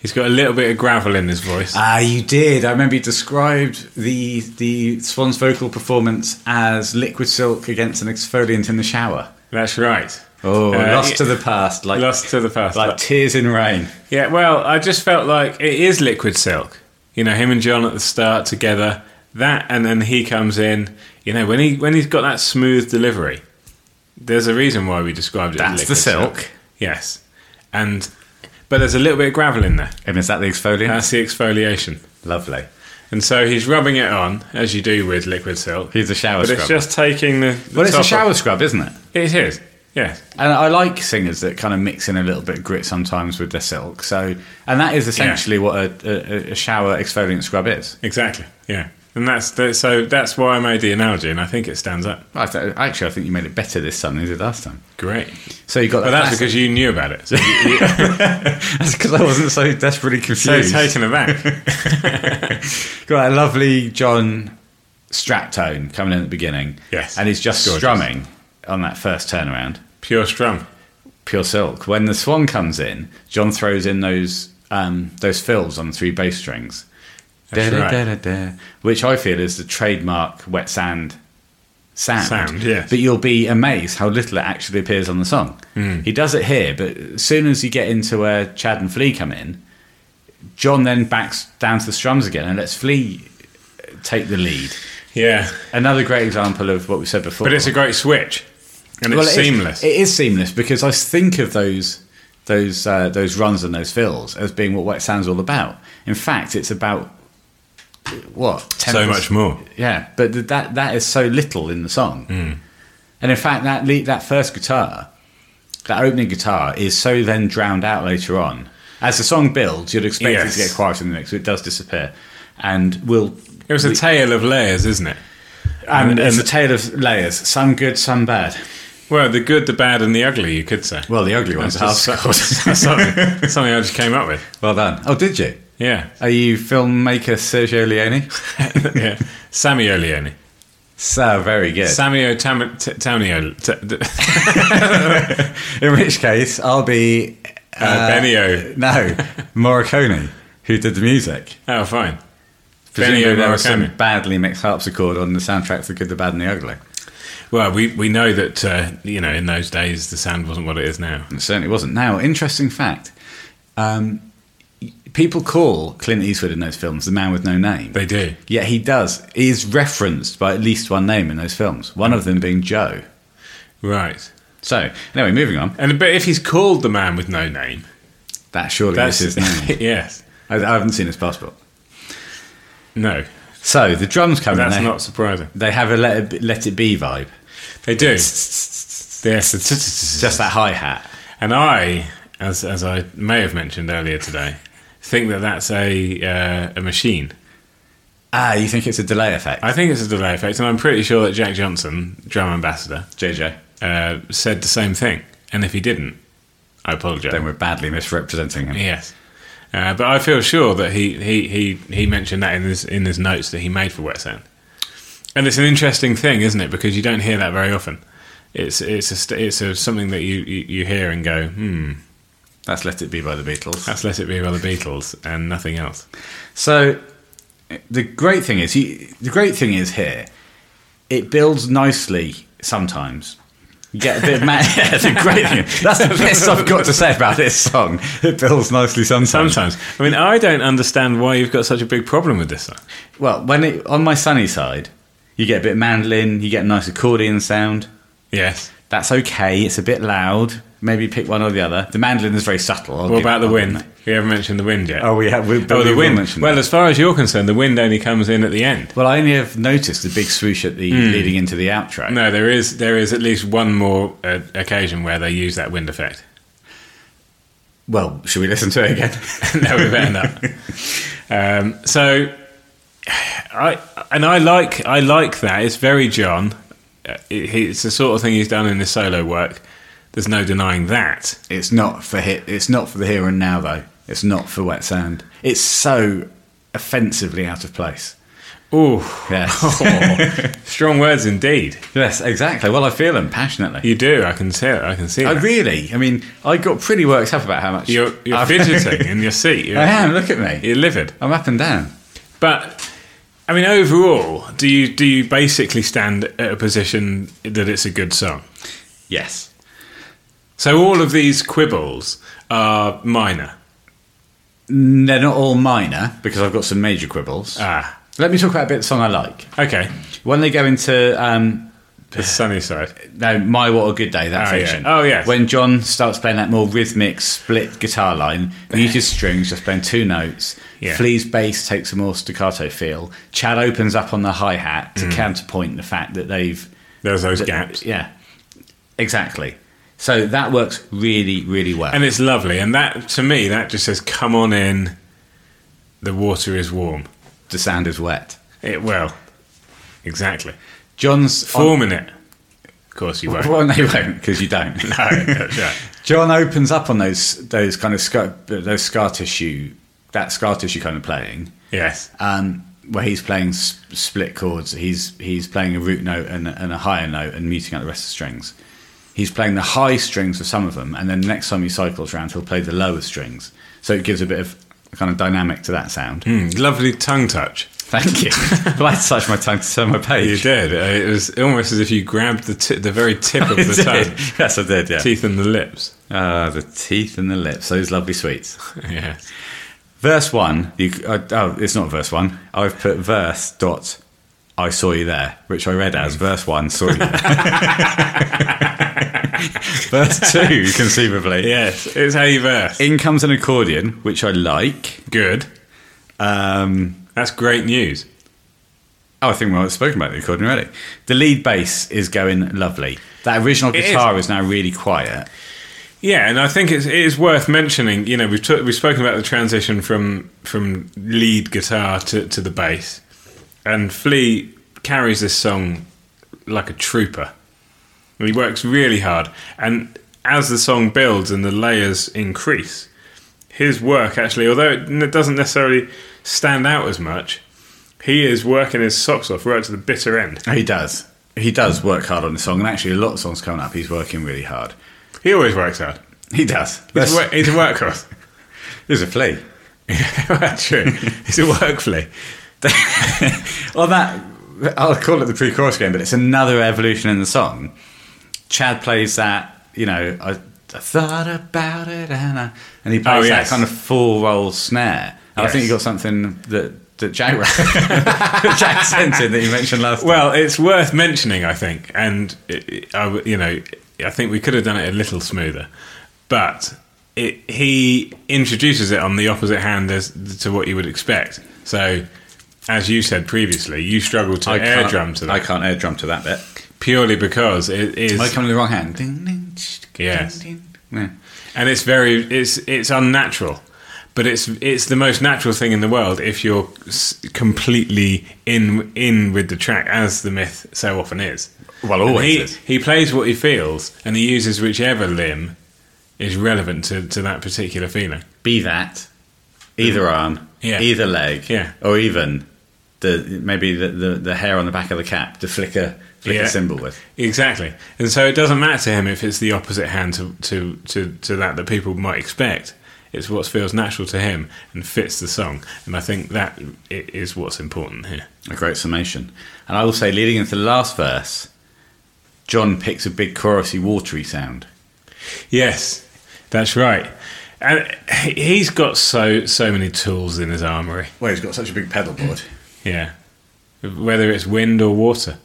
Speaker 2: He's got a little bit of gravel in his voice.
Speaker 1: Ah, you did. I remember you described the the Swan's vocal performance as liquid silk against an exfoliant in the shower.
Speaker 2: That's right.
Speaker 1: Oh,
Speaker 2: Uh,
Speaker 1: lost
Speaker 2: yeah,
Speaker 1: to the past, like
Speaker 2: lost to the past.
Speaker 1: like tears in rain.
Speaker 2: yeah. Well, I just felt like it is liquid silk. You know, him and John at the start together. That and then he comes in. You know, when he when he's got that smooth delivery, there's a reason why we described it.
Speaker 1: That's
Speaker 2: as
Speaker 1: the
Speaker 2: liquid
Speaker 1: silk.
Speaker 2: Yes, and but there's a little bit of gravel in there.
Speaker 1: And is that the exfoliant?
Speaker 2: That's the exfoliation,
Speaker 1: Lovely.
Speaker 2: and so he's rubbing it on as you do with liquid silk.
Speaker 1: He's a shower
Speaker 2: but
Speaker 1: scrub.
Speaker 2: it's just taking the. the
Speaker 1: well, it's a
Speaker 2: top
Speaker 1: shower
Speaker 2: Off.
Speaker 1: scrub, isn't it?
Speaker 2: It is. Yes.
Speaker 1: And I like singers that kind of mix in a little bit of grit sometimes with their silk. So, and that is essentially what a, a, a shower exfoliant scrub is.
Speaker 2: Exactly. Yeah. And that's the, so that's why I made the analogy, and I think it stands up.
Speaker 1: I th- actually, I think you made it better this time than you did last time.
Speaker 2: Great.
Speaker 1: So you got
Speaker 2: But
Speaker 1: that.
Speaker 2: that's because you knew about it. *laughs* So
Speaker 1: *laughs*
Speaker 2: you
Speaker 1: that's because I wasn't so desperately
Speaker 2: so
Speaker 1: confused.
Speaker 2: taken *laughs* aback.
Speaker 1: got a lovely John Strat tone coming in at the beginning.
Speaker 2: Yes.
Speaker 1: and he's just
Speaker 2: Gorgeous.
Speaker 1: strumming on that first turnaround.
Speaker 2: Pure strum.
Speaker 1: Pure silk. When the swan comes in, John throws in those um, those fills on three bass strings.
Speaker 2: That's
Speaker 1: Da- da-
Speaker 2: right.
Speaker 1: da- da- da. Which I feel is the trademark wet sand sound.
Speaker 2: Sound, yes.
Speaker 1: But you'll be amazed how little it actually appears on the song.
Speaker 2: Hmm.
Speaker 1: He does it here, but as soon as you get into where Chad and Flea come in, John then backs down to the strums again and lets Flea take the lead.
Speaker 2: Yeah.
Speaker 1: Another great example of what we said before.
Speaker 2: But it's a great switch, and it's
Speaker 1: it is-
Speaker 2: seamless.
Speaker 1: it is seamless because I think of those those uh, those runs and those fills as being what wet sound's all about. In fact, it's about what 10
Speaker 2: so much more.
Speaker 1: Yeah, but th- that that is so little in the song.
Speaker 2: Hmm.
Speaker 1: And in fact, that le- that first guitar, that opening guitar, is so then drowned out later on. As the song builds, you'd expect
Speaker 2: Yes.
Speaker 1: it to get quieter in the mix, but it does disappear, and will
Speaker 2: It was a tale of layers, isn't it?
Speaker 1: And,
Speaker 2: And-
Speaker 1: it's
Speaker 2: and-
Speaker 1: a tale of layers, some good, some bad.
Speaker 2: Well, the good, the bad, and the ugly, you could say.
Speaker 1: Well, the ugly one's half
Speaker 2: *laughs* That's
Speaker 1: scored.
Speaker 2: just so- *laughs* something, something I just came up with.
Speaker 1: well done. Oh, did you?
Speaker 2: Yeah. *laughs*
Speaker 1: Are you filmmaker Sergio Leone?
Speaker 2: yeah. Sammy Olioni.
Speaker 1: so very good.
Speaker 2: Sammy Otam- T- Townio. T- d-
Speaker 1: In which case, I'll be
Speaker 2: uh, Benio. *laughs*
Speaker 1: no Morricone, who did the music.
Speaker 2: Oh, fine.
Speaker 1: Presumably
Speaker 2: Benio
Speaker 1: there was some
Speaker 2: Morricone.
Speaker 1: badly mixed harpsichord on the soundtrack for Good, the Bad, and the Ugly.
Speaker 2: Well, we, we know that, uh, you know, in those days, the sound wasn't what it is now.
Speaker 1: It certainly wasn't. Now, interesting fact: um, people call Clint Eastwood in those films the man with no name.
Speaker 2: They do.
Speaker 1: Yet he does he is referenced by at least one name in those films. One of them being Joe.
Speaker 2: Right.
Speaker 1: So anyway, moving on.
Speaker 2: And But if he's called the man with no name,
Speaker 1: That surely
Speaker 2: that's
Speaker 1: is his name.
Speaker 2: *laughs* yes.
Speaker 1: I, I haven't seen his passport.
Speaker 2: No.
Speaker 1: So the drums come
Speaker 2: That's
Speaker 1: in. They,
Speaker 2: not surprising.
Speaker 1: they have a let it, let it be
Speaker 2: *laughs*
Speaker 1: vibe.
Speaker 2: They do.
Speaker 1: *laughs*
Speaker 2: yes. it's-
Speaker 1: Just that hi hat.
Speaker 2: And I, as as I may have mentioned earlier today, think that that's a uh, a machine.
Speaker 1: Ah, you think it's a delay effect?
Speaker 2: I think it's a delay effect, and I'm pretty sure that Jack Johnson, drum ambassador,
Speaker 1: JJ.
Speaker 2: uh, said the same thing. And if he didn't, I
Speaker 1: *laughs*
Speaker 2: apologise.
Speaker 1: Then we're badly misrepresenting him.
Speaker 2: Yes. Uh, but I feel sure that he, he, he, he mentioned that in his, in his notes that he made for Wet Sand. And it's an interesting thing, isn't it? Because you don't hear that very often. It's, it's, a, st- it's a, something that you, you, you hear and go, hmm,
Speaker 1: That's Let It Be by the Beatles.
Speaker 2: that's Let It Be by the Beatles and nothing else.
Speaker 1: So the great thing is, you, the great thing is here, it builds nicely sometimes. You get a bit mad. *laughs* yeah, the great thing. That's the best I've got to say about this song. It builds nicely sometimes.
Speaker 2: Sometimes. I mean, I don't understand why you've got such a big problem with this song.
Speaker 1: Well, when it on my sunny side, you get a bit of mandolin, you get a nice accordion sound.
Speaker 2: Yes.
Speaker 1: That's okay. It's a bit loud. Maybe pick one or the other. The mandolin is very subtle. I'll
Speaker 2: What
Speaker 1: give-
Speaker 2: about the
Speaker 1: I'll give
Speaker 2: wind?
Speaker 1: that.
Speaker 2: We haven't mentioned the wind yet.
Speaker 1: Oh, we have. We,
Speaker 2: Oh,
Speaker 1: we
Speaker 2: the
Speaker 1: will
Speaker 2: wind.
Speaker 1: mention that.
Speaker 2: Well, as far as you're concerned, the wind only comes in at the end.
Speaker 1: Well, I only have noticed the big swoosh at the leading into the outro.
Speaker 2: Hmm. No, there is there is at least one more uh, occasion where they use that wind effect.
Speaker 1: Well, should we listen to it again? *laughs*
Speaker 2: *laughs* no, we better not. Um, so, I and I like I like that. It's very John. Uh, it- it's the sort of thing he's done in his solo work. There's no denying that.
Speaker 1: it's not for hit. It's not for the here and now, though. It's not for wet sand. It's so offensively out of place.
Speaker 2: Ooh,
Speaker 1: Yes, *laughs*
Speaker 2: *laughs* strong words indeed.
Speaker 1: yes, exactly. Well, I feel them passionately.
Speaker 2: You do. I can see it. I can see
Speaker 1: I
Speaker 2: it.
Speaker 1: really. I mean, I got pretty worked up about how much
Speaker 2: You're,
Speaker 1: *laughs*
Speaker 2: you're
Speaker 1: I've-
Speaker 2: fidgeting in your seat. You're,
Speaker 1: I am. Look at me.
Speaker 2: You're livid.
Speaker 1: I'm up and down.
Speaker 2: But I mean, overall, do you do you basically stand at a position that it's a good song?
Speaker 1: Yes.
Speaker 2: So all of these quibbles are minor.
Speaker 1: They're not all minor because I've got some major quibbles.
Speaker 2: Ah,
Speaker 1: Let me talk about a bit of the song I like.
Speaker 2: okay.
Speaker 1: When they go into um,
Speaker 2: The sunny side.
Speaker 1: No, my what a good day that
Speaker 2: Oh,
Speaker 1: section.
Speaker 2: yeah. Oh, yes.
Speaker 1: When John starts playing that more rhythmic split guitar line, muted strings, just playing two notes.
Speaker 2: Yeah.
Speaker 1: Flea's bass takes a more staccato feel. Chad opens up on the hi hat to counterpoint the fact that they've
Speaker 2: There's those Mm. gaps,
Speaker 1: yeah, exactly. So that works really, really well.
Speaker 2: and it's lovely. And that to me, that just says, "Come on in." The water is warm.
Speaker 1: the sound is wet.
Speaker 2: It well, exactly.
Speaker 1: John's on-
Speaker 2: Forming it. Of course you
Speaker 1: *laughs*
Speaker 2: won't.
Speaker 1: well, no, you won't because you don't.
Speaker 2: No, *laughs* that's right.
Speaker 1: John opens up on those those kind of scar, those scar tissue that scar tissue kind of playing.
Speaker 2: Yes.
Speaker 1: um, where he's playing s- split chords. He's he's playing a root note and, and a higher note and muting out the rest of the strings. He's playing the high strings of some of them, and then the next time he cycles around, he'll play the lower strings. So it gives a bit of kind of dynamic to that sound.
Speaker 2: Mm, lovely tongue touch.
Speaker 1: *laughs* Thank
Speaker 2: *laughs*
Speaker 1: you. But I touched my tongue to turn my
Speaker 2: You
Speaker 1: page.
Speaker 2: did. Uh, It was almost as if you grabbed the tip, the very
Speaker 1: *laughs*
Speaker 2: tip of the tongue,
Speaker 1: yes, I did. Yeah.
Speaker 2: teeth and the lips.
Speaker 1: Ah, the teeth and the lips. Those lovely sweets.
Speaker 2: Yes.
Speaker 1: Verse one. You, uh, oh, it's not verse one. I've put verse dot. I saw you there, which I read as verse one. Saw you. There. *laughs* verse two, conceivably.
Speaker 2: Yes. It's a verse.
Speaker 1: In comes an accordion, which I like.
Speaker 2: Good.
Speaker 1: Um,
Speaker 2: That's great news.
Speaker 1: oh, I think we've spoken about the accordion already. The lead bass is going lovely. That original
Speaker 2: It is.
Speaker 1: guitar is. now really quiet.
Speaker 2: Yeah, and I think it's, it is worth mentioning. You know, we've t- we've spoken about the transition from from lead guitar to, to the bass, and Flea carries this song like a trooper. And he works really hard. And as the song builds and the layers increase, his work actually, although it n- doesn't necessarily stand out as much, he is working his socks off right to the bitter end.
Speaker 1: He does. He does work hard on the song, and actually, a lot of songs coming up, he's working really hard.
Speaker 2: He always works hard.
Speaker 1: He does.
Speaker 2: He's,
Speaker 1: That's,
Speaker 2: a wor- he's a workhorse.
Speaker 1: *laughs* there's a
Speaker 2: *laughs*
Speaker 1: flea.
Speaker 2: True. He's a work flea.
Speaker 1: well, that I'll call it the pre-chorus game, but it's another evolution in the song. Chad plays that, you know, I, I thought about it, and I, and he plays
Speaker 2: Oh,
Speaker 1: that
Speaker 2: yes.
Speaker 1: kind of full roll snare. And I think
Speaker 2: Yes.
Speaker 1: you got something that that Jack *laughs* Jack sent in that you mentioned last. time.
Speaker 2: Well, it's worth mentioning, I think, and it, it- I w- you know, I think we could have done it a little smoother, but it, he introduces it on the opposite hand as to what you would expect. So, as you said previously, you struggle to air
Speaker 1: can't-
Speaker 2: drum to that
Speaker 1: I can't air drum to that bit.
Speaker 2: purely because it is,
Speaker 1: I come in the wrong hand. Ding, ding, tsh, ding,
Speaker 2: Yes.
Speaker 1: ding. Yeah.
Speaker 2: and it's very it's it's unnatural. But it's it's the most natural thing in the world if you're s- completely in in with the track, as the myth so often is.
Speaker 1: Well,
Speaker 2: And
Speaker 1: always
Speaker 2: he,
Speaker 1: is.
Speaker 2: he plays what he feels and he uses whichever limb is relevant to, to that particular feeling.
Speaker 1: be that either arm,
Speaker 2: Mm. Yeah.
Speaker 1: either leg,
Speaker 2: Yeah.
Speaker 1: or even the maybe the, the, the hair on the back of the cap, the flicker flicker
Speaker 2: Yeah.
Speaker 1: symbol with.
Speaker 2: Exactly. And so it doesn't matter to him if it's the opposite hand to, to, to, to that that people might expect. It's what feels natural to him and fits the song. And I think that i- is what's important here.
Speaker 1: A great summation. And I will say, leading into the last verse, John picks a big chorusy, watery sound.
Speaker 2: Yes, that's right. And he- he's got so so many tools in his armory.
Speaker 1: Well, he's got such a big pedal board.
Speaker 2: Yeah. Whether it's wind or water.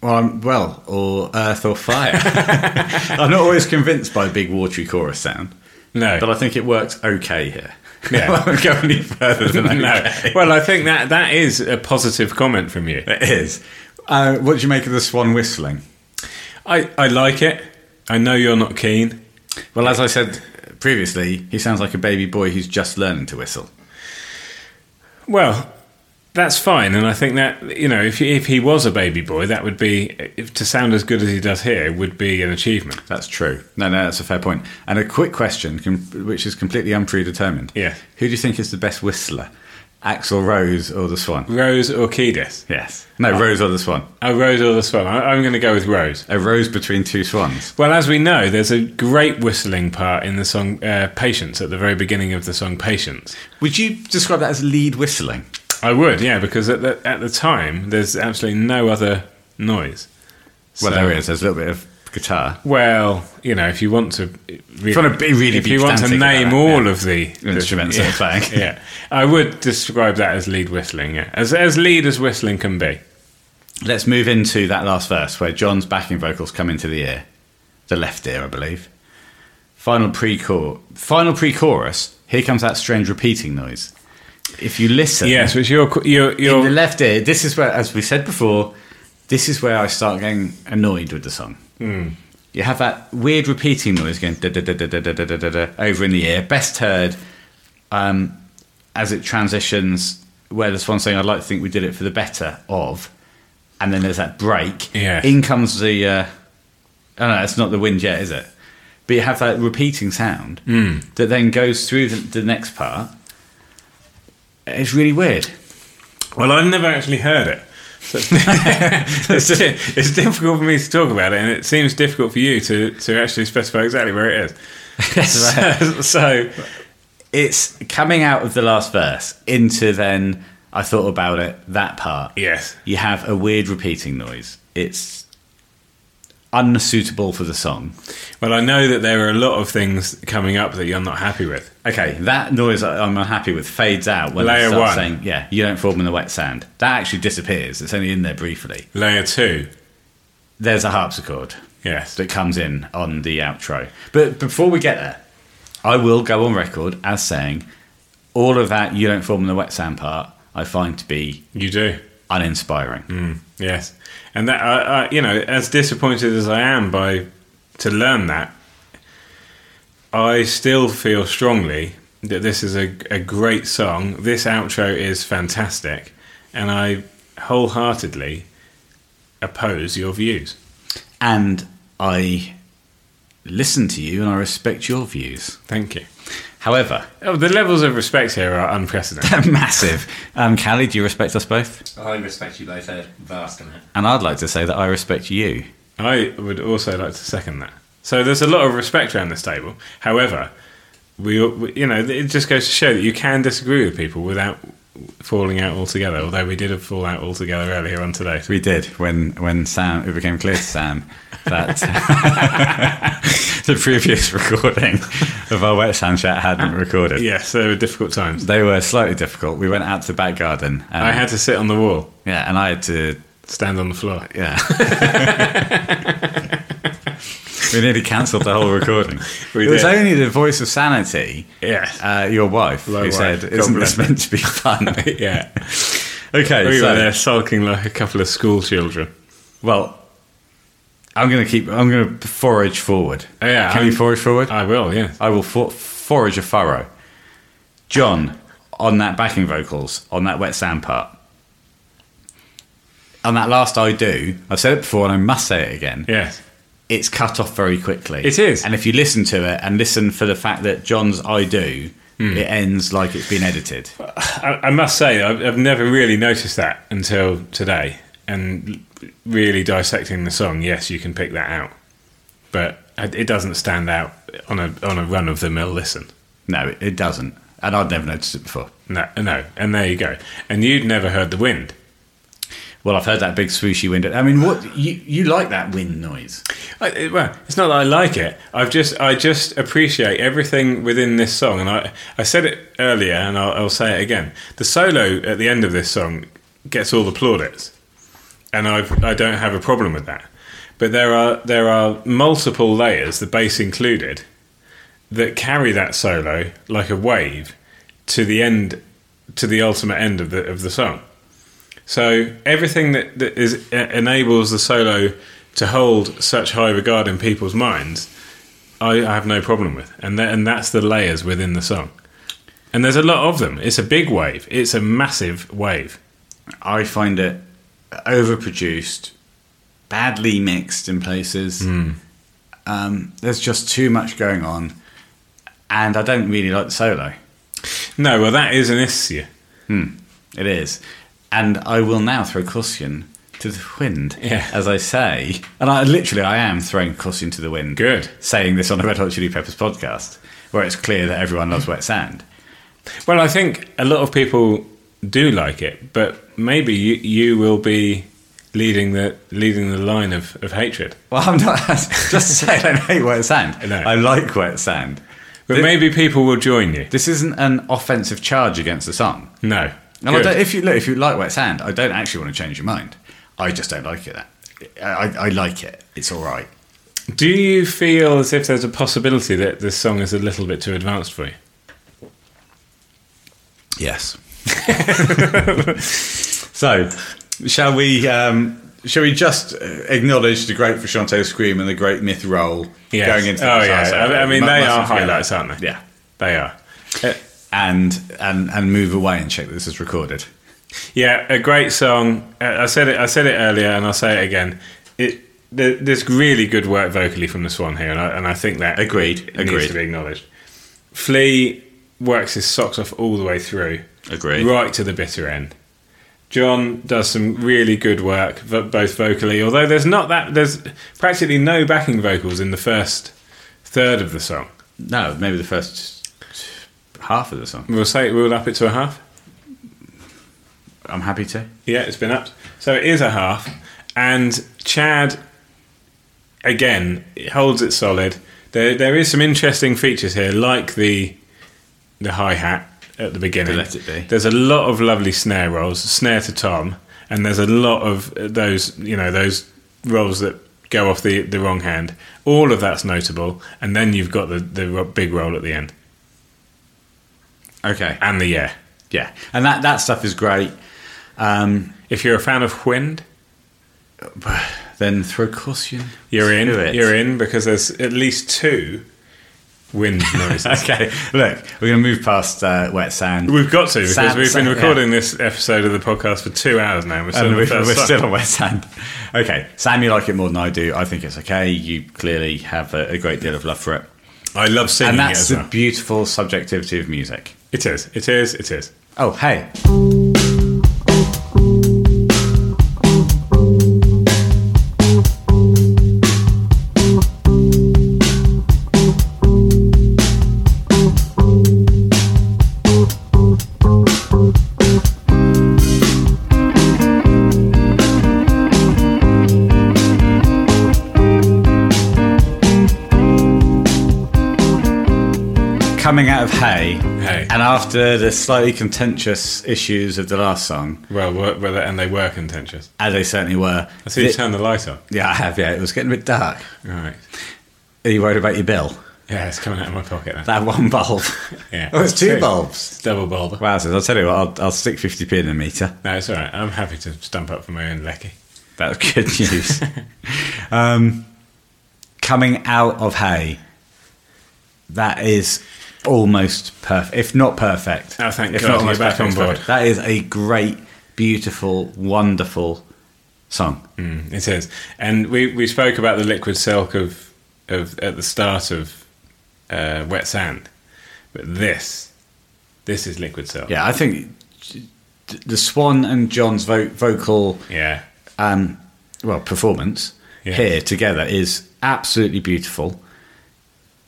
Speaker 1: Well, I'm, well, or earth or fire. *laughs* I'm not always convinced by a big watery chorus sound,
Speaker 2: No.
Speaker 1: but I think it works okay here.
Speaker 2: Yeah.
Speaker 1: *laughs* I won't go any further than okay.
Speaker 2: *laughs* no. Well, I think that that is a positive comment from you.
Speaker 1: it is. Uh, what do you make of the swan whistling?
Speaker 2: I, I like it. I know you're not keen.
Speaker 1: Well, as I said previously, he sounds like a baby boy who's just learning to whistle.
Speaker 2: Well, that's fine, and I think that you know if if he was a baby boy, that would be if, to sound as good as he does here would be an achievement.
Speaker 1: That's true. No, no, that's a fair point. And a quick question, com- which is completely unpredetermined.
Speaker 2: Yeah.
Speaker 1: Who do you think is the best whistler, Axel Rose or the Swan?
Speaker 2: Rose or Kiedis?
Speaker 1: Yes. No, Rose or the Swan.
Speaker 2: Oh, Rose or the Swan? I, I'm going to go with Rose.
Speaker 1: A rose between two swans.
Speaker 2: Well, as we know, there's a great whistling part in the song uh, "Patience" at the very beginning of the song "Patience."
Speaker 1: Would you describe that as lead whistling?
Speaker 2: I would, yeah, because at the, at the time there's absolutely no other noise.
Speaker 1: Well,
Speaker 2: So-
Speaker 1: there is. There's a little bit of guitar.
Speaker 2: Well, you know, if you want to, really,
Speaker 1: wanna be really
Speaker 2: if you want to
Speaker 1: pedantic about
Speaker 2: name
Speaker 1: that,
Speaker 2: all
Speaker 1: yeah.
Speaker 2: of the
Speaker 1: Instruments
Speaker 2: yeah,
Speaker 1: that are *laughs* playing.
Speaker 2: *laughs* yeah, I would describe that as lead whistling, yeah, as as lead as whistling can be.
Speaker 1: Let's move into that last verse where John's backing vocals come into the ear, the left ear, I believe. Final pre-chorus. Final pre-chorus. Here comes that strange repeating noise. If you listen,
Speaker 2: Yes, which you're you're,
Speaker 1: in the
Speaker 2: you're
Speaker 1: left ear. This is where, as we said before, this is where I start getting annoyed with the song. You have that weird repeating noise going da da da da da da da da da da over in the ear, best heard um, as it transitions. Where the swan saying, "I'd like to think we did it for the better of," and then there's that break.
Speaker 2: Yes.
Speaker 1: In comes the. Uh, oh no, it's not the wind yet, is it? But you have that repeating sound that then goes through the, the next part. It's really weird.
Speaker 2: well, I've never actually heard it. So *laughs* it's, it's difficult for me to talk about it, and it seems difficult for you to, to actually specify exactly where it is. *laughs* so, so
Speaker 1: it's coming out of the last verse into then I thought about it that part.
Speaker 2: yes,
Speaker 1: You have a weird repeating noise. It's unsuitable for the song.
Speaker 2: well, I know that there are a lot of things coming up that you're not happy with.
Speaker 1: Okay, that noise I- I'm unhappy with fades out when
Speaker 2: Layer
Speaker 1: they start
Speaker 2: one.
Speaker 1: saying, "Yeah, you don't form in the wet sand." That actually disappears. It's only in there briefly.
Speaker 2: Layer two,
Speaker 1: There's a harpsichord
Speaker 2: yes,
Speaker 1: that comes in on the outro. But before we get there, I will go on record as saying all of that "you don't form in the wet sand" part I find to be
Speaker 2: you do.
Speaker 1: uninspiring.
Speaker 2: Mm, Yes, and that I, I, you know, as disappointed as I am by to learn that, I still feel strongly that this is a, a great song. This outro is fantastic, and I wholeheartedly oppose your views.
Speaker 1: And I listen to you and I respect your views.
Speaker 2: Thank you.
Speaker 1: However,
Speaker 2: Oh, the levels of respect here are unprecedented.
Speaker 1: *laughs* massive. Um, Callie, do you respect us both?
Speaker 5: I respect you both a vast amount.
Speaker 1: And I'd like to say that I respect you.
Speaker 2: I would also like to second that. So there's a lot of respect around this table. However, we, we- you know, it just goes to show that you can disagree with people without falling out altogether. Although we did fall out altogether earlier on today.
Speaker 1: We did when when Sam. It became clear to Sam *laughs* that the previous recording of our wet sand chat hadn't recorded.
Speaker 2: Yes, there were difficult times.
Speaker 1: They were slightly difficult. We went out to the back garden. And,
Speaker 2: I had to sit on the wall,
Speaker 1: yeah, and I had to
Speaker 2: stand on the floor.
Speaker 1: yeah. *laughs* we nearly cancelled the whole recording.
Speaker 2: *laughs* We
Speaker 1: it was
Speaker 2: did.
Speaker 1: only the voice of sanity,
Speaker 2: Yes.
Speaker 1: uh, your wife, who
Speaker 2: My wife.
Speaker 1: said,
Speaker 2: God
Speaker 1: "Isn't
Speaker 2: bless
Speaker 1: this meant to be fun?"
Speaker 2: yeah.
Speaker 1: okay,
Speaker 2: We
Speaker 1: so
Speaker 2: were there sulking like a couple of school children.
Speaker 1: *laughs* well, I'm going to keep. I'm going to forage forward.
Speaker 2: Oh, yeah,
Speaker 1: can
Speaker 2: I'm-
Speaker 1: you forage forward?
Speaker 2: I will, yes.
Speaker 1: I will for- forage a furrow. John, on that backing vocals, on that wet sand part. On that last I do, I've said it before and I must say it again.
Speaker 2: Yes.
Speaker 1: It's cut off very quickly.
Speaker 2: It is.
Speaker 1: And if you listen to it and listen for the fact that John's I do,
Speaker 2: Hmm.
Speaker 1: it ends like it's been edited.
Speaker 2: I, I must say, I've, I've never really noticed that until today. And l- really dissecting the song, yes, you can pick that out. But it it doesn't stand out on a, on a run of the mill listen.
Speaker 1: No, it, it doesn't. And I'd never noticed it before.
Speaker 2: No, no. And there you go. And you'd never heard the wind.
Speaker 1: Well, I've heard that big swooshy wind. I mean, what you, you like that wind noise?
Speaker 2: I, it- well, it's not that I like it. I've just I just appreciate everything within this song, and I I said it earlier, and I'll, I'll say it again. The solo at the end of this song gets all the plaudits, and I've I don't have a problem with that. But there are there are multiple layers, the bass included, that carry that solo like a wave to the end to the ultimate end of the of the song. So everything that, that is e- enables the solo to hold such high regard in people's minds, I, I have no problem with, and tha- and that's the layers within the song. And there's a lot of them. It's a big wave. It's a massive wave.
Speaker 1: I find it overproduced, badly mixed in places.
Speaker 2: Hmm.
Speaker 1: Um, there's just too much going on, and I don't really like the solo.
Speaker 2: No, well, that is an issue.
Speaker 1: It is, and I will now throw caution to the wind,
Speaker 2: Yeah.
Speaker 1: as I say, and I literally I am throwing caution to the wind.
Speaker 2: Good.
Speaker 1: saying this on the Red Hot Chili Peppers podcast, where it's clear that everyone loves wet sand.
Speaker 2: Well, I think a lot of people do like it, but maybe you, you will be leading the leading the line of, of hatred.
Speaker 1: Well, I'm not *laughs* just to say I don't hate wet sand.
Speaker 2: No.
Speaker 1: I like wet sand.
Speaker 2: But
Speaker 1: Thi-
Speaker 2: maybe people will join you.
Speaker 1: This isn't an offensive charge against the song.
Speaker 2: No.
Speaker 1: And I
Speaker 2: Good.
Speaker 1: don't, if you look, if you like wet sand, I don't actually want to change your mind. I just don't like it. I, I like it. It's all right.
Speaker 2: Do you feel as if there's a possibility that this song is a little bit too advanced for you?
Speaker 1: Yes. *laughs* so, shall we? Um, shall we just uh, acknowledge the great Frusciante scream and the great myth roll
Speaker 2: Yes.
Speaker 1: going into?
Speaker 2: Oh,
Speaker 1: the
Speaker 2: yeah.
Speaker 1: Sasso?
Speaker 2: I- I mean,
Speaker 1: Mu-
Speaker 2: they
Speaker 1: mustn't
Speaker 2: are
Speaker 1: forget
Speaker 2: highlights,
Speaker 1: that.
Speaker 2: aren't they?
Speaker 1: Yeah.
Speaker 2: They are.
Speaker 1: And and and move away and check that this is recorded.
Speaker 2: Yeah, a great song. Uh, I said it. I said it earlier, and I'll say it again. It th- there's really good work vocally from the Swan here, and I, and I think that
Speaker 1: Agreed,
Speaker 2: it
Speaker 1: agreed.
Speaker 2: needs to be acknowledged. Flea works his socks off all the way through.
Speaker 1: Agreed.
Speaker 2: Right to the bitter end. John does some really good work, vo- both vocally. Although there's not that there's practically no backing vocals in the first third of the song.
Speaker 1: No, maybe the first half of the song.
Speaker 2: We'll say we'll up it to a half.
Speaker 1: I'm happy to.
Speaker 2: Yeah, it's been up. So it is a half. And Chad, again, it holds it solid. There, there is some interesting features here, like the the hi hat at the beginning.
Speaker 1: The let it be.
Speaker 2: There's a lot of lovely snare rolls, snare to Tom, and there's a lot of those, you know, those rolls that go off the, the wrong hand. All of that's notable, and then you've got the, the ro- big roll at the end
Speaker 1: Okay.
Speaker 2: and the yeah.
Speaker 1: Yeah, and that that stuff is great. Um,
Speaker 2: If you're a fan of Wind,
Speaker 1: then throw caution.
Speaker 2: You're in.
Speaker 1: to it.
Speaker 2: You're in because there's at least two
Speaker 1: *laughs*
Speaker 2: wind
Speaker 1: *laughs*
Speaker 2: noises.
Speaker 1: Okay, look, we're going to move past uh, wet sand.
Speaker 2: We've got to because
Speaker 1: Sad-
Speaker 2: we've
Speaker 1: sad,
Speaker 2: been
Speaker 1: yeah.
Speaker 2: recording this episode of the podcast for two hours now. and We're still,
Speaker 1: and
Speaker 2: on the
Speaker 1: we're,
Speaker 2: first
Speaker 1: we're
Speaker 2: song.
Speaker 1: still on West Ham. Okay, Sam, you like it more than I do. I think it's okay. You clearly have a, a great deal of love for it,
Speaker 2: I love singing
Speaker 1: and
Speaker 2: it
Speaker 1: that's
Speaker 2: as
Speaker 1: the
Speaker 2: well.
Speaker 1: beautiful subjectivity of music.
Speaker 2: It is. It is. It is.
Speaker 1: Oh, hey, coming out of hay,
Speaker 2: Hey.
Speaker 1: and after the slightly contentious issues of the last song,
Speaker 2: Well, were, were they, and they were contentious.
Speaker 1: as they certainly were.
Speaker 2: I see you
Speaker 1: thi-
Speaker 2: turn the light on.
Speaker 1: yeah, I have. Yeah, it was getting a bit dark.
Speaker 2: All right.
Speaker 1: Are you worried about your bill?
Speaker 2: Yeah, it's coming out of my pocket now.
Speaker 1: That one bulb.
Speaker 2: *laughs* Yeah.
Speaker 1: oh, it's two,
Speaker 2: Two.
Speaker 1: bulbs.
Speaker 2: It's double bulb.
Speaker 1: Wowzers! I'll tell you what. I'll, I'll stick 50p in the meter.
Speaker 2: No, it's all right. I'm happy to stump up for my own lecky.
Speaker 1: That's
Speaker 2: *laughs*
Speaker 1: good news. um, coming out of hay, that is almost perfect, if not perfect.
Speaker 2: Oh, thank
Speaker 1: if
Speaker 2: God, you're
Speaker 1: almost
Speaker 2: back
Speaker 1: perfect,
Speaker 2: on
Speaker 1: it's
Speaker 2: board.
Speaker 1: perfect. That is a great, beautiful, wonderful song.
Speaker 2: Mm, it is, and we, we spoke about the liquid silk of of at the start of uh, wet sand, but this this is liquid silk.
Speaker 1: Yeah, I think the Swan and John's vo- vocal,
Speaker 2: yeah,
Speaker 1: um, well, performance
Speaker 2: Yeah.
Speaker 1: here together is absolutely beautiful.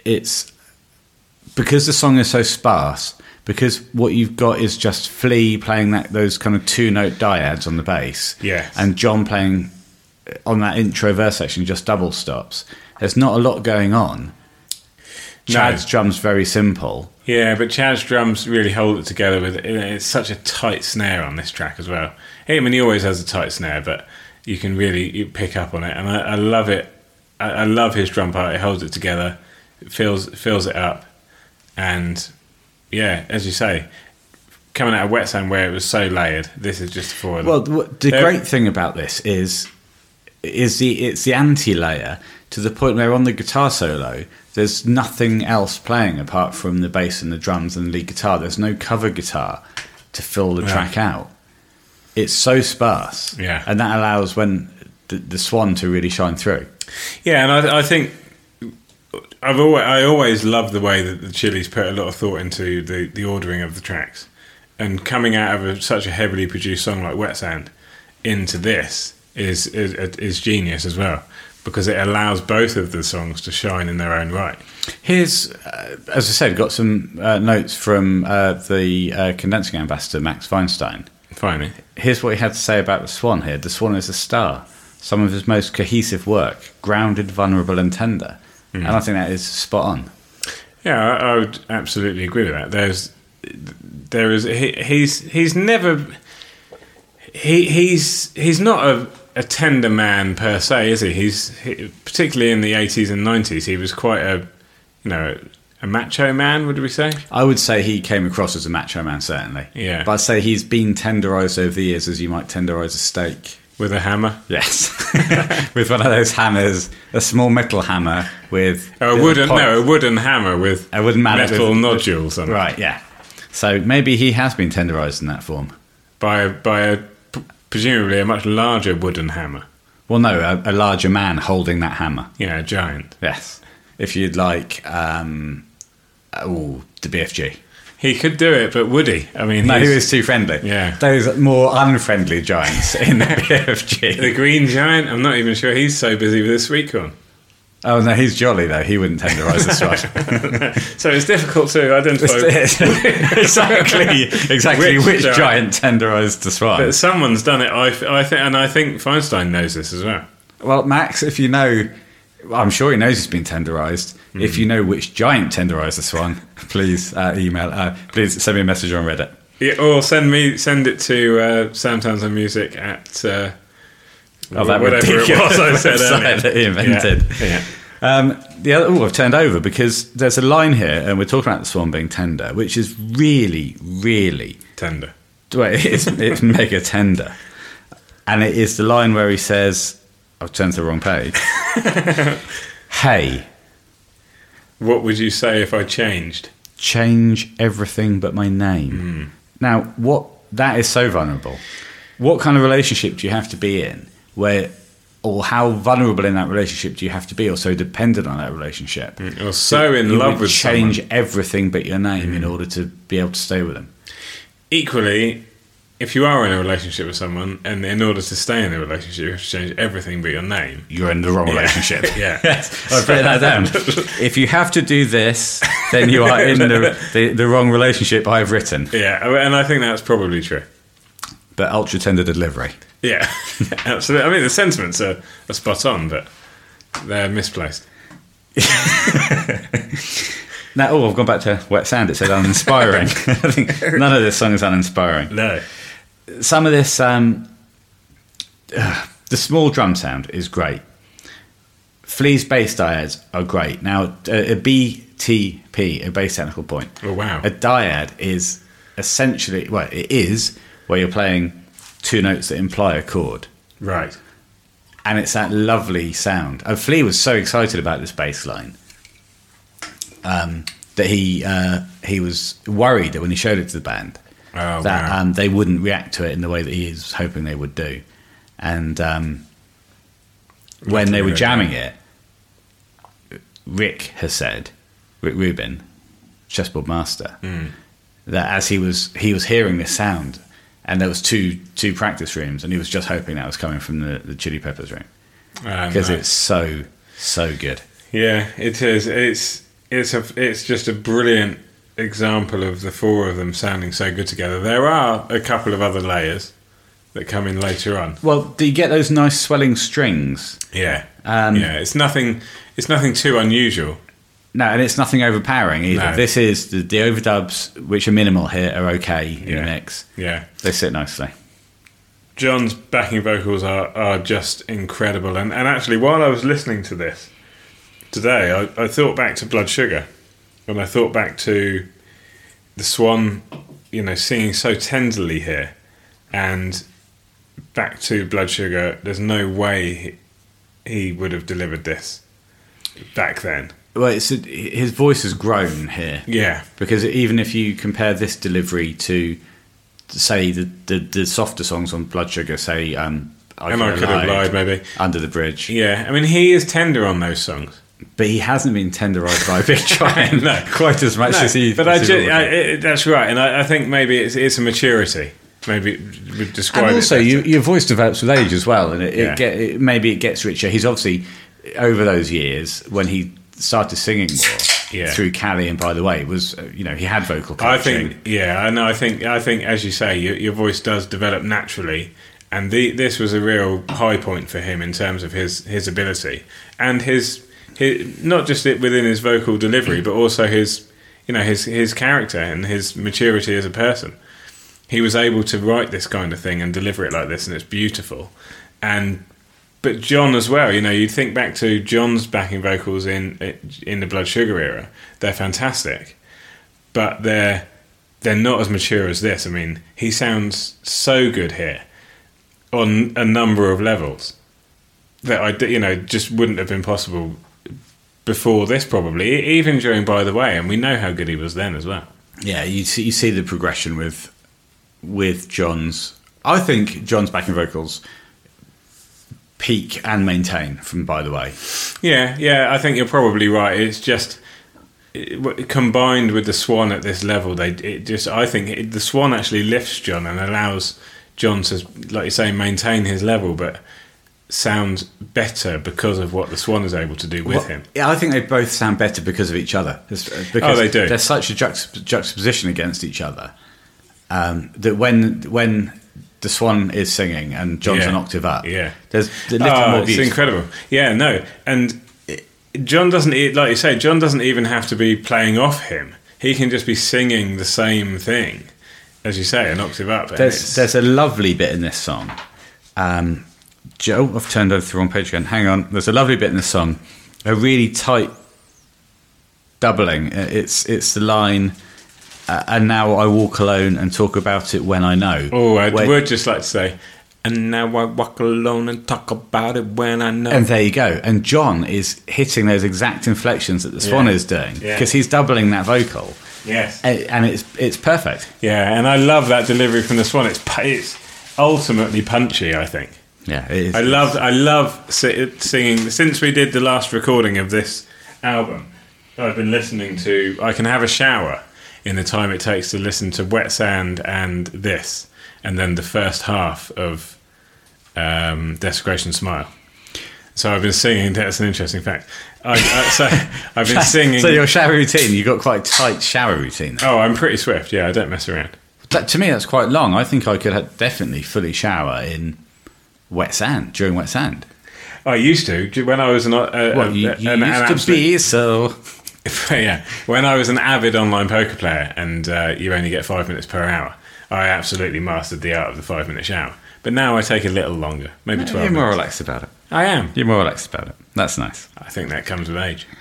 Speaker 1: It's because the song is so sparse. Because what you've got is just Flea playing that those kind of two note dyads on the bass,
Speaker 2: Yes.
Speaker 1: and John playing uh, on that intro verse section just double stops. There's not a lot going on.
Speaker 2: No.
Speaker 1: Chad's drums very simple.
Speaker 2: yeah. But Chad's drums really hold it together with it's such a tight snare on this track as well. I mean, he always has a tight snare, but you can really you pick up on it, and I, I love it. I, I love his drum part. It holds it together, it fills fills it up, and yeah, as you say. Coming out of wet sand where it was so layered, this is just for
Speaker 1: Well, the, what- the
Speaker 2: They're-
Speaker 1: great thing about this is is the it's the anti layer to the point where on the guitar solo there's nothing else playing apart from the bass and the drums and the lead guitar. There's no cover guitar to fill the
Speaker 2: Yeah.
Speaker 1: track out. It's so sparse,
Speaker 2: Yeah.
Speaker 1: and that allows when the, the Swan to really shine through.
Speaker 2: Yeah, and I, I think I've always I always love the way that the Chili's put a lot of thought into the the ordering of the tracks, and coming out of a, such a heavily produced song like Wet Sand into this is is, is genius as well because it allows both of the songs to shine in their own right.
Speaker 1: Here's, uh, as I said, got some uh, notes from uh, the uh, condensing ambassador Max Feinstein.
Speaker 2: Finally,
Speaker 1: Here's what he had to say about the Swan here. The Swan is a star, some of his most cohesive work, grounded, vulnerable, and tender. And I think that is spot on.
Speaker 2: Yeah, I, I would absolutely agree with that. There's, there is he, he's he's never he he's he's not a, a tender man per se, is he? He's he, particularly in the eighties and nineties, he was quite a you know a macho man. Would we say?
Speaker 1: I would say he came across as a macho man, certainly.
Speaker 2: Yeah.
Speaker 1: But I'd say he's been tenderized over the years as you might tenderize a steak.
Speaker 2: With a hammer,
Speaker 1: Yes. *laughs* with one of those hammers, a small metal hammer with.
Speaker 2: a
Speaker 1: little
Speaker 2: wooden
Speaker 1: point.
Speaker 2: no, a wooden hammer with
Speaker 1: A wooden mallet
Speaker 2: metal
Speaker 1: with-
Speaker 2: nodules on it
Speaker 1: Right, yeah. So maybe he has been tenderized in that form.
Speaker 2: by a, by a p- presumably a much larger wooden hammer.
Speaker 1: Well, no, a, a larger man holding that hammer.
Speaker 2: You know, a giant.
Speaker 1: Yes. If you'd like, um, oh, the BFG.
Speaker 2: He could do it, but would he? I mean,
Speaker 1: No,
Speaker 2: he's-
Speaker 1: he was too friendly.
Speaker 2: Yeah.
Speaker 1: Those more unfriendly giants in the *laughs*
Speaker 2: The
Speaker 1: BFG.
Speaker 2: Green Giant, I'm not even sure he's so busy with his sweet corn.
Speaker 1: Oh, no, he's jolly, though. He wouldn't tenderise this *laughs*
Speaker 2: *laughs*
Speaker 1: one.
Speaker 2: So it's difficult to identify.
Speaker 1: *laughs* exactly exactly
Speaker 2: Which
Speaker 1: which,
Speaker 2: giant?
Speaker 1: giant tenderised the swan.
Speaker 2: But someone's done it, I, I think, and I think Feinstein knows this as well.
Speaker 1: Well, Max, if you know, well, I'm sure he knows he's been tenderized. If
Speaker 2: Hmm.
Speaker 1: you know which giant tenderized the swan, please uh, email, uh, please send me a message on Reddit.
Speaker 2: Yeah, or send me, send it to uh, Sam Townsend Music at uh,
Speaker 1: Oh, that ridiculous *laughs* website that he invented.
Speaker 2: Yeah, yeah.
Speaker 1: Um, the other, oh, I've turned over because there's a line here, and we're talking about the swan being tender, which is really, really,
Speaker 2: Tender.
Speaker 1: well, *laughs* it's, it's mega tender. And it is the line where he says, I've turned to the wrong page. hey,
Speaker 2: What would you say if I changed?
Speaker 1: change everything but my name. Now, what that is so vulnerable. What kind of relationship do you have to be in where or how vulnerable in that relationship do you have to be or so dependent on that relationship?
Speaker 2: Or so in
Speaker 1: you
Speaker 2: love
Speaker 1: would
Speaker 2: with
Speaker 1: change
Speaker 2: someone. Mm.
Speaker 1: everything but your name in order to be able to stay with them.
Speaker 2: Equally, if you are in a relationship with someone, and in order to stay in the relationship, you have to change everything but your name.
Speaker 1: You're in the wrong
Speaker 2: *laughs*
Speaker 1: relationship.
Speaker 2: yeah.
Speaker 1: I've written that down. *laughs* if you have to do this, then you are in the, the, the wrong relationship I've written.
Speaker 2: Yeah, and I think that's probably true.
Speaker 1: But ultra tender delivery.
Speaker 2: Yeah, *laughs* absolutely. I mean, the sentiments are, are spot on, but they're misplaced.
Speaker 1: Now, oh, I've gone back to Wet Sand. It said uninspiring. *laughs* I think none of this song is uninspiring.
Speaker 2: No.
Speaker 1: Some of this, um, ugh, the small drum sound is great. Flea's bass dyads are great. Now, uh, a, a BTP, a bass technical point.
Speaker 2: Oh, wow.
Speaker 1: A dyad is essentially, well, it is where you're playing two notes that imply a chord.
Speaker 2: Right.
Speaker 1: And it's that lovely sound. And Flea was so excited about this bass line um, that he uh, he was worried that when he showed it to the band,
Speaker 2: Oh,
Speaker 1: that
Speaker 2: wow.
Speaker 1: um, they wouldn't react to it in the way that he is hoping they would do. And um, when they were jamming it, Rick has said, Rick Rubin, chessboard master, that as he was he was hearing this sound, and there was two two practice rooms, and he was just hoping that was coming from the, the Chili Peppers room
Speaker 2: Um,
Speaker 1: because
Speaker 2: right.
Speaker 1: it's so so good.
Speaker 2: Yeah, it is. It's it's a it's just a brilliant example of the four of them sounding so good together. There are a couple of other layers that come in later on.
Speaker 1: Well, do you get those nice swelling strings?
Speaker 2: Yeah,
Speaker 1: Um,
Speaker 2: yeah. It's nothing. It's nothing too unusual.
Speaker 1: No, and it's nothing overpowering either.
Speaker 2: No.
Speaker 1: This is the, the overdubs, which are minimal here, are okay in the
Speaker 2: Yeah.
Speaker 1: mix.
Speaker 2: Yeah,
Speaker 1: They sit nicely.
Speaker 2: John's backing vocals are are just incredible. And and actually, while I was listening to this today, I, I thought back to Blood Sugar, and I thought back to the Swan, you know, singing so tenderly here, and back to Blood Sugar. There's no way he, he would have delivered this back then.
Speaker 1: Well, it's his voice has grown here
Speaker 2: Yeah,
Speaker 1: because even if you compare this delivery to, say, the, the, the softer songs on Blood Sugar, say, um, I,
Speaker 2: and I could have lied maybe.
Speaker 1: Under the Bridge,
Speaker 2: Yeah, I mean he is tender on those songs.
Speaker 1: but he hasn't been tenderized by Big *laughs* Giant
Speaker 2: No.
Speaker 1: quite as much
Speaker 2: No,
Speaker 1: as he.
Speaker 2: but I
Speaker 1: as he
Speaker 2: ju-
Speaker 1: would
Speaker 2: I,
Speaker 1: have.
Speaker 2: it, that's right, and I, I think maybe it's, it's a maturity. Maybe we've described
Speaker 1: and also
Speaker 2: it.
Speaker 1: you, your voice develops with age as well and it,
Speaker 2: Yeah.
Speaker 1: it, get, it maybe it gets richer he's obviously over those years when he started singing more
Speaker 2: Yeah.
Speaker 1: through Cali and by the way was uh, you know he had vocal
Speaker 2: I
Speaker 1: coaching
Speaker 2: think, yeah, I know. I think, I think, as you say, your, your voice does develop naturally, and the, this was a real high point for him in terms of his his ability and his, his not just it within his vocal delivery, but also his, you know, his his character and his maturity as a person. He was able to write this kind of thing and deliver it like this, and it's beautiful. And but John as well. You know, you think back to John's backing vocals in in the Blood Sugar era; they're fantastic, but they're they're not as mature as this. I mean, he sounds so good here on a number of levels that I, d- you know, just wouldn't have been possible before this probably. E- Even during By the Way, and we know how good he was then as well.
Speaker 1: yeah you see, you see the progression with with John's I think John's backing vocals peak and maintain from by the way
Speaker 2: Yeah, yeah, I think you're probably right. It's just it, w- combined with the Swan at this level, they it just I think it, the Swan actually lifts John and allows John to, like you say, maintain his level, but sound better because of what the Swan is able to do with
Speaker 1: Well,
Speaker 2: him. Oh,
Speaker 1: Yeah, I think they both sound better because of each other. It's- uh, Because
Speaker 2: they do.
Speaker 1: They're such a juxtap- juxtaposition against each other um, that when when the Swan is singing and John's
Speaker 2: Yeah.
Speaker 1: an octave up,
Speaker 2: Yeah.
Speaker 1: there's a little
Speaker 2: Oh,
Speaker 1: more
Speaker 2: it's
Speaker 1: beauty.
Speaker 2: incredible. Yeah, no, and it- John doesn't e- like you say. John doesn't even have to be playing off him. He can just be singing the same thing, as you say, an octave up. and
Speaker 1: There's
Speaker 2: it's-
Speaker 1: there's a lovely bit in this song. Um, Joe, I've turned over to the wrong page again. Hang on. There's a lovely bit in this song. A really tight doubling. Uh, It's it's the line. Uh, and now I walk alone and talk about it when I know.
Speaker 2: Oh, I
Speaker 1: Where-
Speaker 2: would just like to say, And now I walk alone and talk about it when I know.
Speaker 1: And there you go. And John is hitting those exact inflections that the Swan
Speaker 2: Yeah.
Speaker 1: is doing
Speaker 2: Yeah.
Speaker 1: because he's doubling that vocal,
Speaker 2: yes.
Speaker 1: and, and it's it's perfect.
Speaker 2: Yeah, and I love that delivery from the Swan. It's pu- it's ultimately punchy. I think
Speaker 1: Yeah, it is.
Speaker 2: I
Speaker 1: *laughs*
Speaker 2: love I love si- singing. Since we did the last recording of this album, I've been listening to. I can have a shower in the time it takes to listen to Wet Sand and this, and then the first half of um, Desecration Smile. So I've been singing. That's an interesting fact. I, I, so *laughs* I've been
Speaker 1: *laughs*
Speaker 2: singing.
Speaker 1: So your shower routine, you have got quite a tight shower routine.
Speaker 2: oh, I'm pretty swift. Yeah, I don't mess around.
Speaker 1: That, to me, that's quite long. I think I could ha definitely fully shower in wet sand during wet sand.
Speaker 2: I used to ju- when I was an, uh,
Speaker 1: Well, you, you used to be so.
Speaker 2: yeah when I was an avid online poker player, and uh, you only get five minutes per hour. I absolutely mastered the art of the five minute shower, but now I take a little longer, maybe
Speaker 1: You're
Speaker 2: twelve.
Speaker 1: more
Speaker 2: Minutes.
Speaker 1: relaxed about it.
Speaker 2: I am.
Speaker 1: You're more relaxed about it. That's nice.
Speaker 2: I think that comes with age. *laughs*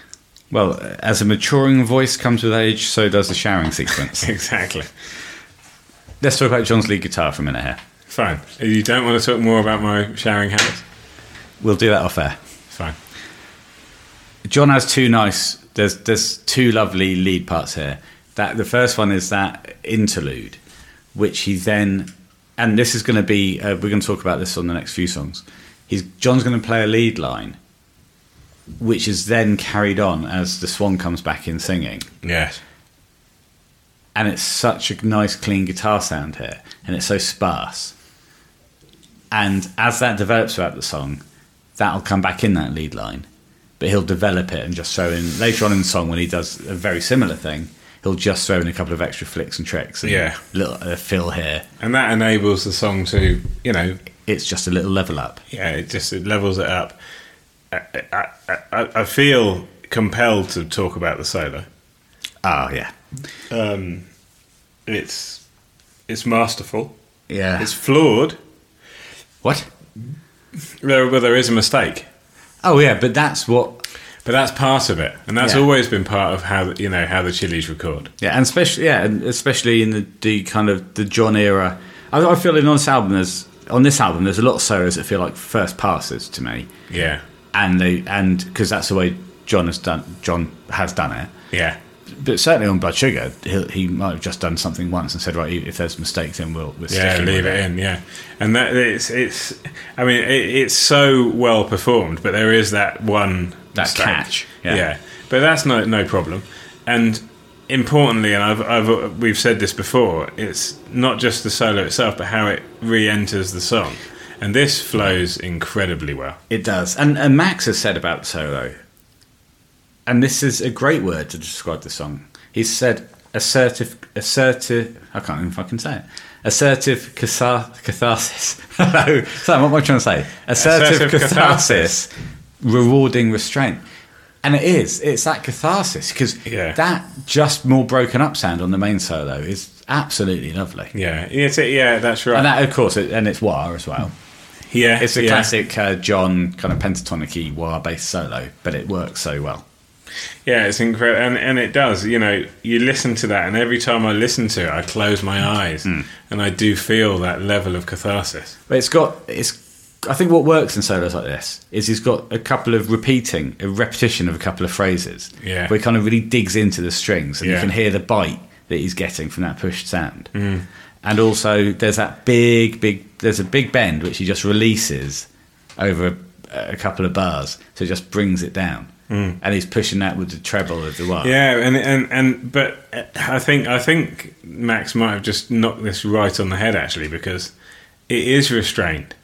Speaker 1: Well, as a maturing voice comes with age, so does the showering sequence.
Speaker 2: *laughs* Exactly.
Speaker 1: Let's talk about John's lead guitar for a minute here.
Speaker 2: Fine. You don't want to talk more about my showering habits.
Speaker 1: We'll do that off air.
Speaker 2: Fine.
Speaker 1: John has two nice. There's there's two lovely lead parts here. That the first one is that interlude, which he then, and this is going to be. Uh, we're going to talk about this on the next few songs. He's John's going to play a lead line, which is then carried on as the Swan comes back in singing,
Speaker 2: Yes.
Speaker 1: and it's such a nice clean guitar sound here, and it's so sparse. And as that develops throughout the song, that'll come back in that lead line. But he'll develop it and just throw in later on in the song when he does a very similar thing. He'll just throw in a couple of extra flicks and tricks and
Speaker 2: Yeah.
Speaker 1: little uh, fill here.
Speaker 2: And that enables the song to, you know,
Speaker 1: It's just a little level up.
Speaker 2: yeah, it just it levels it up. I, I, I, I feel compelled to talk about the solo.
Speaker 1: Oh yeah,
Speaker 2: It's it's masterful.
Speaker 1: yeah.
Speaker 2: It's flawed.
Speaker 1: what?
Speaker 2: There, well, there is a mistake,
Speaker 1: Oh yeah, but that's what.
Speaker 2: but that's part of it, and that's
Speaker 1: Yeah.
Speaker 2: always been part of how you know how the Chili's record.
Speaker 1: Yeah, and especially yeah, and especially in the, the kind of the John era. I, I feel in on this album, there's on this album, there's a lot of solos that feel like first passes to me,
Speaker 2: Yeah,
Speaker 1: and they and because that's the way John has done. John has done it.
Speaker 2: yeah,
Speaker 1: but certainly on Blood Sugar, he, he might have just done something once and said, right, if there's mistakes, then we'll we're
Speaker 2: yeah.
Speaker 1: sticking
Speaker 2: Leave
Speaker 1: with
Speaker 2: it in, yeah. And that it's it's. I mean, it, it's so well performed, but there is that one
Speaker 1: That
Speaker 2: mistake.
Speaker 1: catch, yeah.
Speaker 2: Yeah. but that's no no problem. And importantly, and I've, I've we've said this before, it's not just the solo itself, but how it re-enters the song, and this flows incredibly well.
Speaker 1: It does, and and Max has said about solo, and this is a great word to describe the song. He's said assertive, assertive. I can't even fucking say it. Assertive cathar- catharsis. *laughs* Hello, Sam. What am I trying to say? Assertive,
Speaker 2: Assertive
Speaker 1: catharsis, rewarding restraint, and it is. It's that catharsis because
Speaker 2: Yeah.
Speaker 1: that just more broken up sound on the main solo is absolutely lovely.
Speaker 2: Yeah, it's, yeah, that's right.
Speaker 1: And that, of course, it, and it's wah as well.
Speaker 2: yeah,
Speaker 1: It's a
Speaker 2: yeah.
Speaker 1: classic uh, John kind of pentatonic wah bass solo, but it works so well.
Speaker 2: Yeah, it's incredible, and, and it does. You know, you listen to that, and every time I listen to it, I close my eyes, and I do feel that level of catharsis.
Speaker 1: But it's got it's. I think what works in solos like this is he's got a couple of repeating, a repetition of a couple of phrases.
Speaker 2: Yeah.
Speaker 1: where he kind of really digs into the strings, and you
Speaker 2: Yeah. Mm.
Speaker 1: can hear the bite that he's getting from that pushed sound. And also, there's that big, big. There's a big bend which he just releases over a, a couple of bars, so it just brings it down. And he's pushing that with the treble of the wah.
Speaker 2: Mm. Yeah, and and and but uh, I think I think Max might have just knocked this right on the head actually because it is restrained.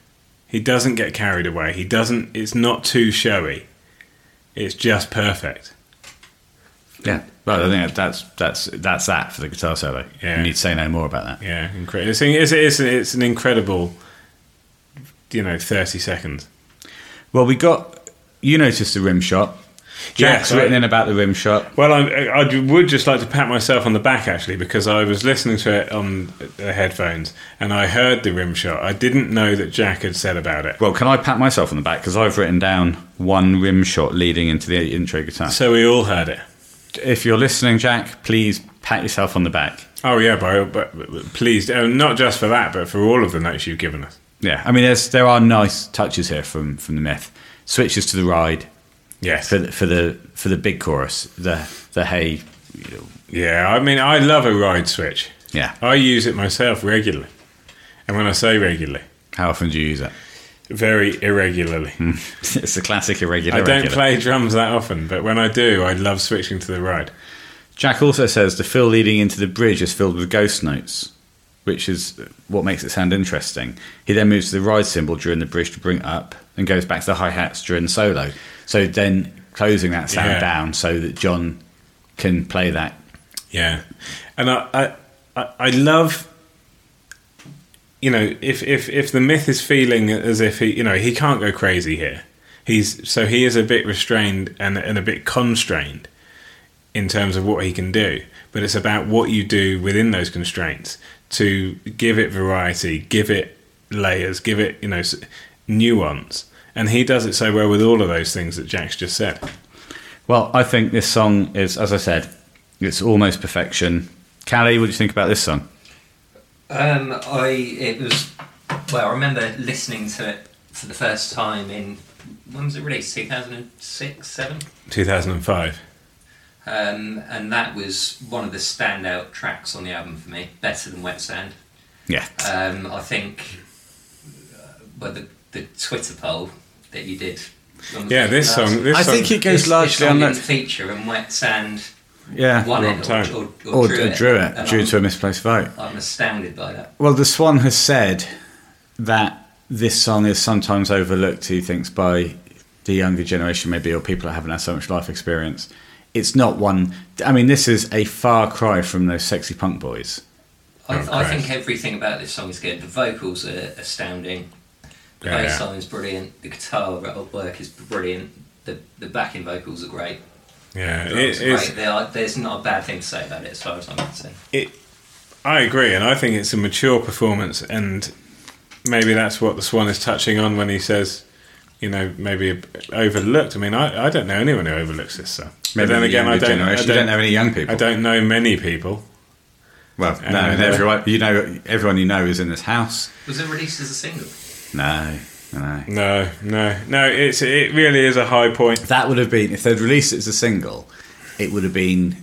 Speaker 2: He doesn't get carried away. He doesn't. It's not too showy. It's just perfect.
Speaker 1: Yeah. Well, I think that's that's that's that for the guitar solo.
Speaker 2: Yeah.
Speaker 1: You need to say no more about that.
Speaker 2: Yeah, incredible. It's, it's, it's, it's an incredible, you know, thirty seconds.
Speaker 1: Well, we got you noticed the rim shot. Jack's
Speaker 2: Yes, I-
Speaker 1: written in about the rim shot.
Speaker 2: Well, I, I I would just like to pat myself on the back actually because I was listening to it on the headphones and I heard the rim shot. I didn't know that Jack had said about it.
Speaker 1: Well, can I pat myself on the back because I've written down one rim shot leading into the intro guitar.
Speaker 2: So we all heard it.
Speaker 1: If you're listening, Jack, please pat yourself on the back.
Speaker 2: Oh yeah, by, but but please, uh, not just for that, but for all of the notes you've given us.
Speaker 1: Yeah, I mean, there's there are nice touches here from from the myth. Switches to the ride
Speaker 2: Yes.
Speaker 1: for the, for the for the big chorus. The the hey, you know,
Speaker 2: Yeah, I mean, I love a ride switch.
Speaker 1: yeah.
Speaker 2: I use it myself regularly. And when I say regularly,
Speaker 1: How often do you use it?
Speaker 2: very irregularly.
Speaker 1: *laughs* it's a classic Mm-hmm. irregular.
Speaker 2: I don't
Speaker 1: regular.
Speaker 2: play drums that often, but when I do, I love switching to the ride.
Speaker 1: Jack also says the fill leading into the bridge is filled with ghost notes, which is what makes it sound interesting. He then moves to the ride cymbal during the bridge to bring it up and goes back to the hi hats during the solo. So then closing that sound
Speaker 2: Yeah.
Speaker 1: down so that John can play that.
Speaker 2: Yeah, and I, I- I, I love. You know, if, if if the myth is feeling as if he, you know, he can't go crazy here. He's so he is a bit restrained and and a bit constrained in terms of what he can do. But it's about what you do within those constraints to give it variety, give it layers, give it you know s- nuance. And he does it so well with all of those things that Jack's just said.
Speaker 1: Well, I think this song is, as I said, it's almost perfection. Callie, what do you think about this song?
Speaker 6: Um, I it was well. I remember listening to it for the first time in when was it released? Two thousand and six, seven.
Speaker 2: Two thousand and five.
Speaker 6: Um, and that was one of the standout tracks on the album for me. Better than Wet Sand.
Speaker 1: Yeah.
Speaker 6: Um, I think. uh, Well, the, the Twitter poll that you did. on the
Speaker 2: Yeah, this
Speaker 6: last-
Speaker 2: song. This
Speaker 1: I
Speaker 2: song,
Speaker 1: think it
Speaker 6: this-
Speaker 1: goes
Speaker 6: this
Speaker 1: largely
Speaker 6: song
Speaker 1: on
Speaker 6: didn't
Speaker 1: that.
Speaker 6: feature and Wet Sand
Speaker 1: Yeah.
Speaker 6: won
Speaker 2: wrong
Speaker 6: it
Speaker 2: time.
Speaker 6: or, or, or,
Speaker 1: Or
Speaker 6: drew it.
Speaker 1: drew it
Speaker 6: And
Speaker 1: due
Speaker 6: I'm-
Speaker 1: to a misplaced vote.
Speaker 6: I'm astounded by that.
Speaker 1: Well, the Swan has said that this song is sometimes overlooked. He thinks by the younger generation, maybe, or people that haven't had so much life experience. It's not one. I mean, this is a far cry from those sexy punk boys.
Speaker 6: I,
Speaker 2: Oh,
Speaker 6: I
Speaker 2: Christ.
Speaker 6: think everything about this song is good. The vocals are astounding. The
Speaker 2: Yeah,
Speaker 6: bass
Speaker 2: yeah.
Speaker 6: line is brilliant. The guitar at work is brilliant. The the backing vocals are great.
Speaker 2: Yeah,
Speaker 6: The drums
Speaker 2: it
Speaker 6: are
Speaker 2: is.
Speaker 6: great. They are, there's not a bad thing to say about it as far as I'm concerned.
Speaker 2: I agree, and I think it's a mature performance, and maybe that's what the Swan is touching on when he says, you know, maybe overlooked. I mean, I, I don't know anyone who overlooks this song.
Speaker 1: Maybe
Speaker 2: but then
Speaker 1: the
Speaker 2: again, I
Speaker 1: younger
Speaker 2: don't, I
Speaker 1: generation. You don't know any young people.
Speaker 2: I don't know many people.
Speaker 1: Well, no,
Speaker 2: Uh,
Speaker 1: and everyone you know, everyone you know is in this house.
Speaker 6: Was it released as a single?
Speaker 1: No, no.
Speaker 2: No, no, no. It's it really is a high point.
Speaker 1: That would have been if they'd released it as a single. It would have been,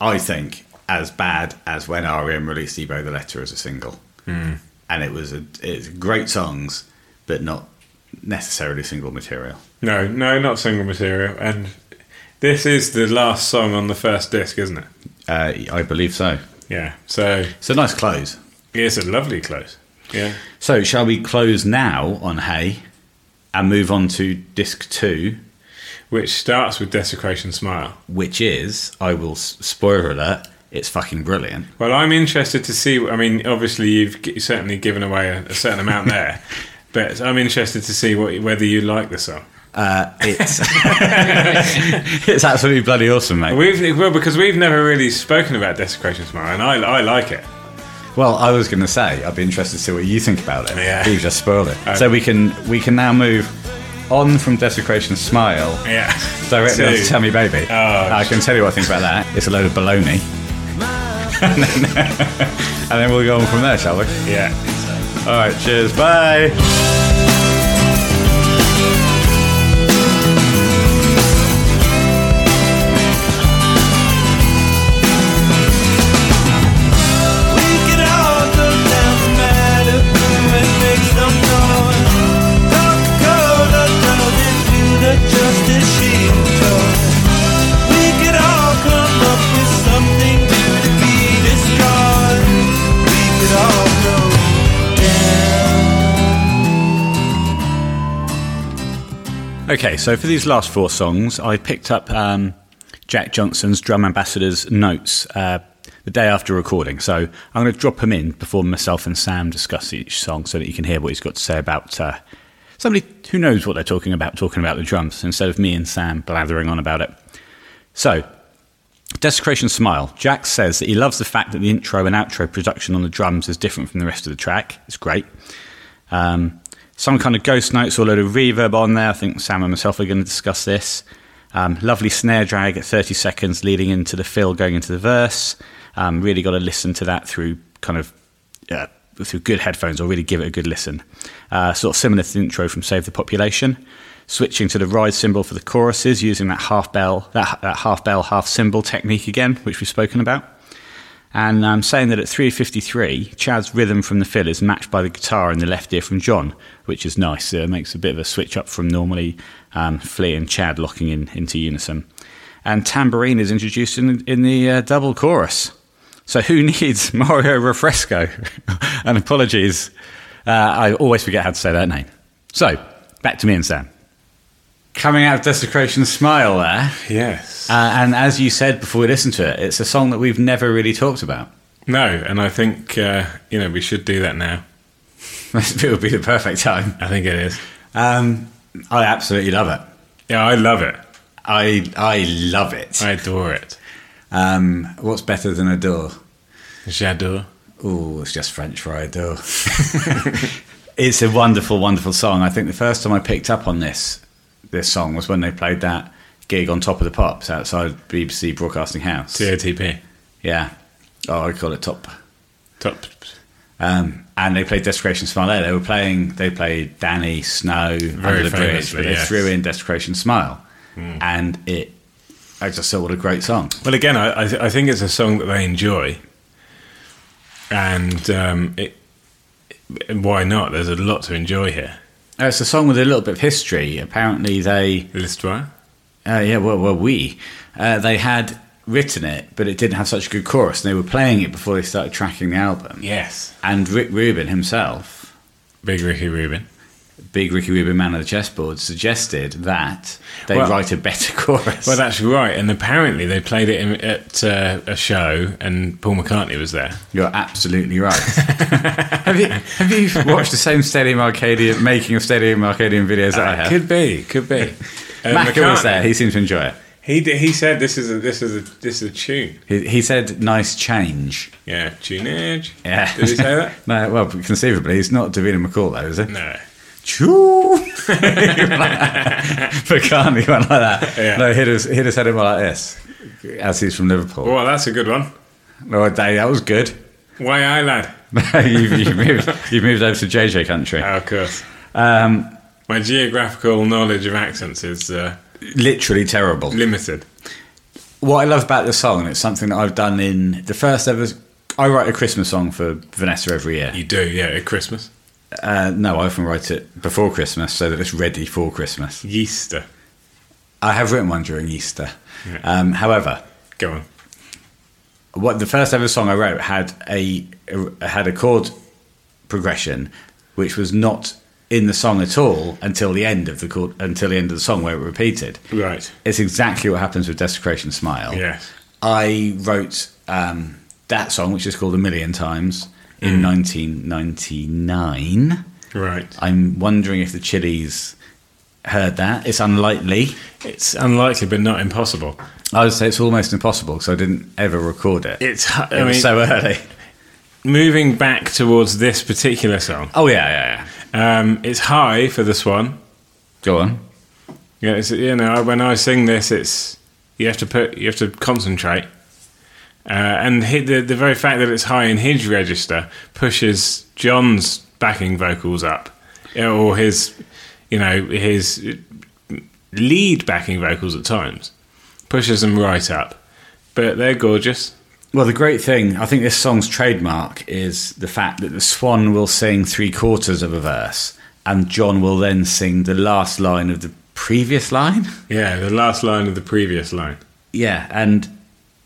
Speaker 1: I think, as bad as when REM released "Ebo the Letter" as a single. And it was a it's great songs, but not necessarily single material.
Speaker 2: No, no, not single material. And this is the last song on the first disc, isn't it?
Speaker 1: Uh, I believe so.
Speaker 2: Yeah. So
Speaker 1: It's a nice close.
Speaker 2: it's a lovely close. Yeah.
Speaker 1: So, shall we close now on Hay and move on to disc two,
Speaker 2: Which starts with Desecration Smile.
Speaker 1: which is, I will s- spoiler alert, it's fucking brilliant.
Speaker 2: Well, I'm interested to see. I mean, obviously, you've g- certainly given away a, a certain amount there, but I'm interested to see what, whether you like the song.
Speaker 1: Uh, it's *laughs* it's absolutely bloody awesome, mate.
Speaker 2: We've well because we've never really spoken about Desecration Smile, and I, I like it.
Speaker 1: Well, I was going to say I'd be interested to see what you think about it.
Speaker 2: Yeah.
Speaker 1: You've just spoiled it.
Speaker 2: Oh.
Speaker 1: So we can we can now move on from Desecration Smile
Speaker 2: Yeah,
Speaker 1: directly
Speaker 2: So-
Speaker 1: on to Tell Me Baby.
Speaker 2: Oh.
Speaker 1: I can tell you what I think about that. It's a load of baloney. *laughs* and then we'll go on from there, shall we?
Speaker 2: Yeah.
Speaker 1: All right. Cheers. Bye.
Speaker 4: We can all go down the matter and make some noise. Coca-Cola doesn't do the justice she enjoys. We could all come up with something new to be destroyed. We could all go down.
Speaker 1: Okay, so for these last four songs, I picked up um, Jack Johnson's Drum Ambassador's notes uh, the day after recording. So I'm going to drop them in before myself and Sam discuss each song so that you can hear what he's got to say about uh, somebody who knows what they're talking about, talking about the drums, instead of me and Sam blathering on about it. So, Desecration Smile. Jack says that he loves the fact that the intro and outro production on the drums is different from the rest of the track. It's great some kind of ghost notes or a load of reverb on there. I think Sam and myself are going to discuss this. Um, lovely snare drag at 30 seconds leading into the fill going into the verse. Um, really got to listen to that through kind of uh, through good headphones, I'll really give it a good listen. Uh, sort of similar to the intro from Save the Population. Switching to the rise symbol for the choruses, using that half bell, that, that half bell, half symbol technique again, which we've spoken about. And I'm saying that at 3:53, Chad's rhythm from the fill is matched by the guitar in the left ear from John, which is nice. Uh, It makes a bit of a switch up from normally um, Flea and Chad locking in into unison. And tambourine is introduced in, in the uh, double chorus. So who *laughs* needs Mario Refresco? *laughs* and apologies, uh, I always forget how to say that name. So back to me and Sam. Coming out of Desecration Smile there.
Speaker 2: Yes.
Speaker 1: Uh, and as you said before we listened to it, it's a song that we've never really talked about.
Speaker 2: no, and I think uh, you know we should do that now.
Speaker 1: *laughs* it would be the perfect time.
Speaker 2: I think it is.
Speaker 1: Um, I absolutely love it.
Speaker 2: Yeah, I love it.
Speaker 1: I I love it.
Speaker 2: I adore it.
Speaker 1: Um, what's better than a door?
Speaker 2: J'adore.
Speaker 1: Oh, it's just French fry door. *laughs* it's a wonderful, wonderful song. I think the first time I picked up on this this song was when they played that gig on Top of the Pops outside BBC Broadcasting House.
Speaker 2: TOTP.
Speaker 1: Yeah. Oh, I call it Top.
Speaker 2: Top.
Speaker 1: Um, and they played Desecration Smile there. They were playing, they played Danny, Snow, Under the Bridge,
Speaker 2: famously,
Speaker 1: but they
Speaker 2: yes. Hmm.
Speaker 1: threw in Desecration Smile. And it, I just thought, what a great song.
Speaker 2: Well, again, I I, th- I think it's a song that they enjoy, and um, it, it- why not? There's a lot to enjoy here.
Speaker 1: Uh, It's a song with a little bit of history. Apparently, they,
Speaker 2: L'histoire.
Speaker 1: uh, yeah, well, well we, uh, they had written it, but it didn't have such a good chorus. And they were playing it before they started tracking the album.
Speaker 2: Yes.
Speaker 1: And Rick Rubin himself,
Speaker 2: Big Ricky Rubin.
Speaker 1: big Ricky Rubin man of the chessboard, suggested that they
Speaker 2: Well-
Speaker 1: write a better *laughs* chorus.
Speaker 2: Well, that's right. And apparently, they played it in, at uh, a show, and Paul McCartney was there.
Speaker 1: You're absolutely
Speaker 2: *laughs*
Speaker 1: right. have you have you *laughs* watched the same Stadium Arcadian making of Stadium Arcadian videos that I have?
Speaker 2: Uh, Could be,
Speaker 1: *laughs*
Speaker 2: could be.
Speaker 1: Macca
Speaker 2: Uh,
Speaker 1: was
Speaker 2: McCartney,
Speaker 1: there. He seemed to enjoy it.
Speaker 2: He d- he said this is a this is a this is a tune.
Speaker 1: He, he said, "Nice change."
Speaker 2: Yeah, tunage.
Speaker 1: Yeah.
Speaker 2: Did he say that?
Speaker 1: *laughs* No, well, conceivably, he's not Davina McCall though, is he?
Speaker 2: No.
Speaker 1: Choo!
Speaker 2: *laughs*
Speaker 1: McCartney went like that.
Speaker 2: Yeah.
Speaker 1: No, he'd have, he'd have said it more like this, as he's from Liverpool.
Speaker 2: Well, that's a good one.
Speaker 1: Lord Day, that was good. *laughs*
Speaker 2: Why I lad?
Speaker 1: you've, you've, moved, you've moved over to JJ country.
Speaker 2: Oh, of course. Um, My geographical knowledge of accents is uh,
Speaker 1: Literally terrible.
Speaker 2: limited.
Speaker 1: what I love about the song, and it's something that I've done in the first ever. I write a Christmas song for Vanessa every year.
Speaker 2: You do, yeah, at Christmas.
Speaker 1: Uh, no, I often write it before Christmas so that it's ready for Christmas.
Speaker 2: Yeaster.
Speaker 1: I have written one during Easter.
Speaker 2: Yeah.
Speaker 1: Um, however,
Speaker 2: Go on.
Speaker 1: what the first ever song I wrote had a had a chord progression which was not in the song at all until the end of the chord, until the end of the song where it repeated.
Speaker 2: Right.
Speaker 1: It's exactly what happens with Desecration Smile.
Speaker 2: Yes.
Speaker 1: I wrote um, that song, which is called A Million Times, in 1999.
Speaker 2: Right.
Speaker 1: I'm wondering if the Chili's heard that. It's unlikely.
Speaker 2: It's unlikely, but not impossible.
Speaker 1: I would say it's almost impossible because I didn't ever record it.
Speaker 2: It's. hu- I
Speaker 1: it
Speaker 2: mean,
Speaker 1: was so early.
Speaker 2: moving back towards this particular song,
Speaker 1: Oh, yeah, yeah, yeah.
Speaker 2: um, it's high for the swan.
Speaker 1: Go on.
Speaker 2: Yeah, it's, you know, when I sing this, it's you have to put, you have to concentrate, uh, and hit the the very fact that it's high in his register pushes John's backing vocals up, yeah, or his, you know, his lead backing vocals at times pushes them right up, but they're gorgeous.
Speaker 1: Well, the great thing, I think this song's trademark is the fact that the swan will sing three quarters of a verse and John will then sing the last line of the previous line.
Speaker 2: Yeah, the last line of the previous line.
Speaker 1: Yeah, and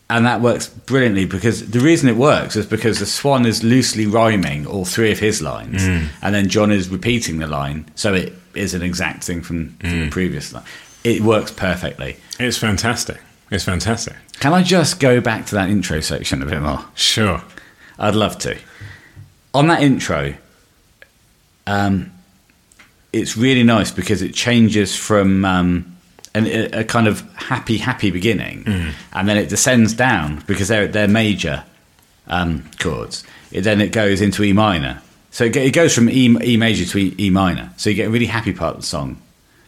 Speaker 1: and that works brilliantly because the reason it works is because the swan is loosely rhyming all three of his lines, and then John is repeating the line, so it is an exact thing from, from the previous line. It works perfectly.
Speaker 2: It's fantastic. It's fantastic.
Speaker 1: Can I just go back to that intro section a bit more?
Speaker 2: Sure.
Speaker 1: I'd love to. On that intro, um, it's really nice because it changes from um, an, a, a kind of happy, happy beginning, and then it descends down because they're they're major um, chords. It, then it goes into E minor, so it, go- it goes from e, e major to e, e minor. So you get a really happy part of the song,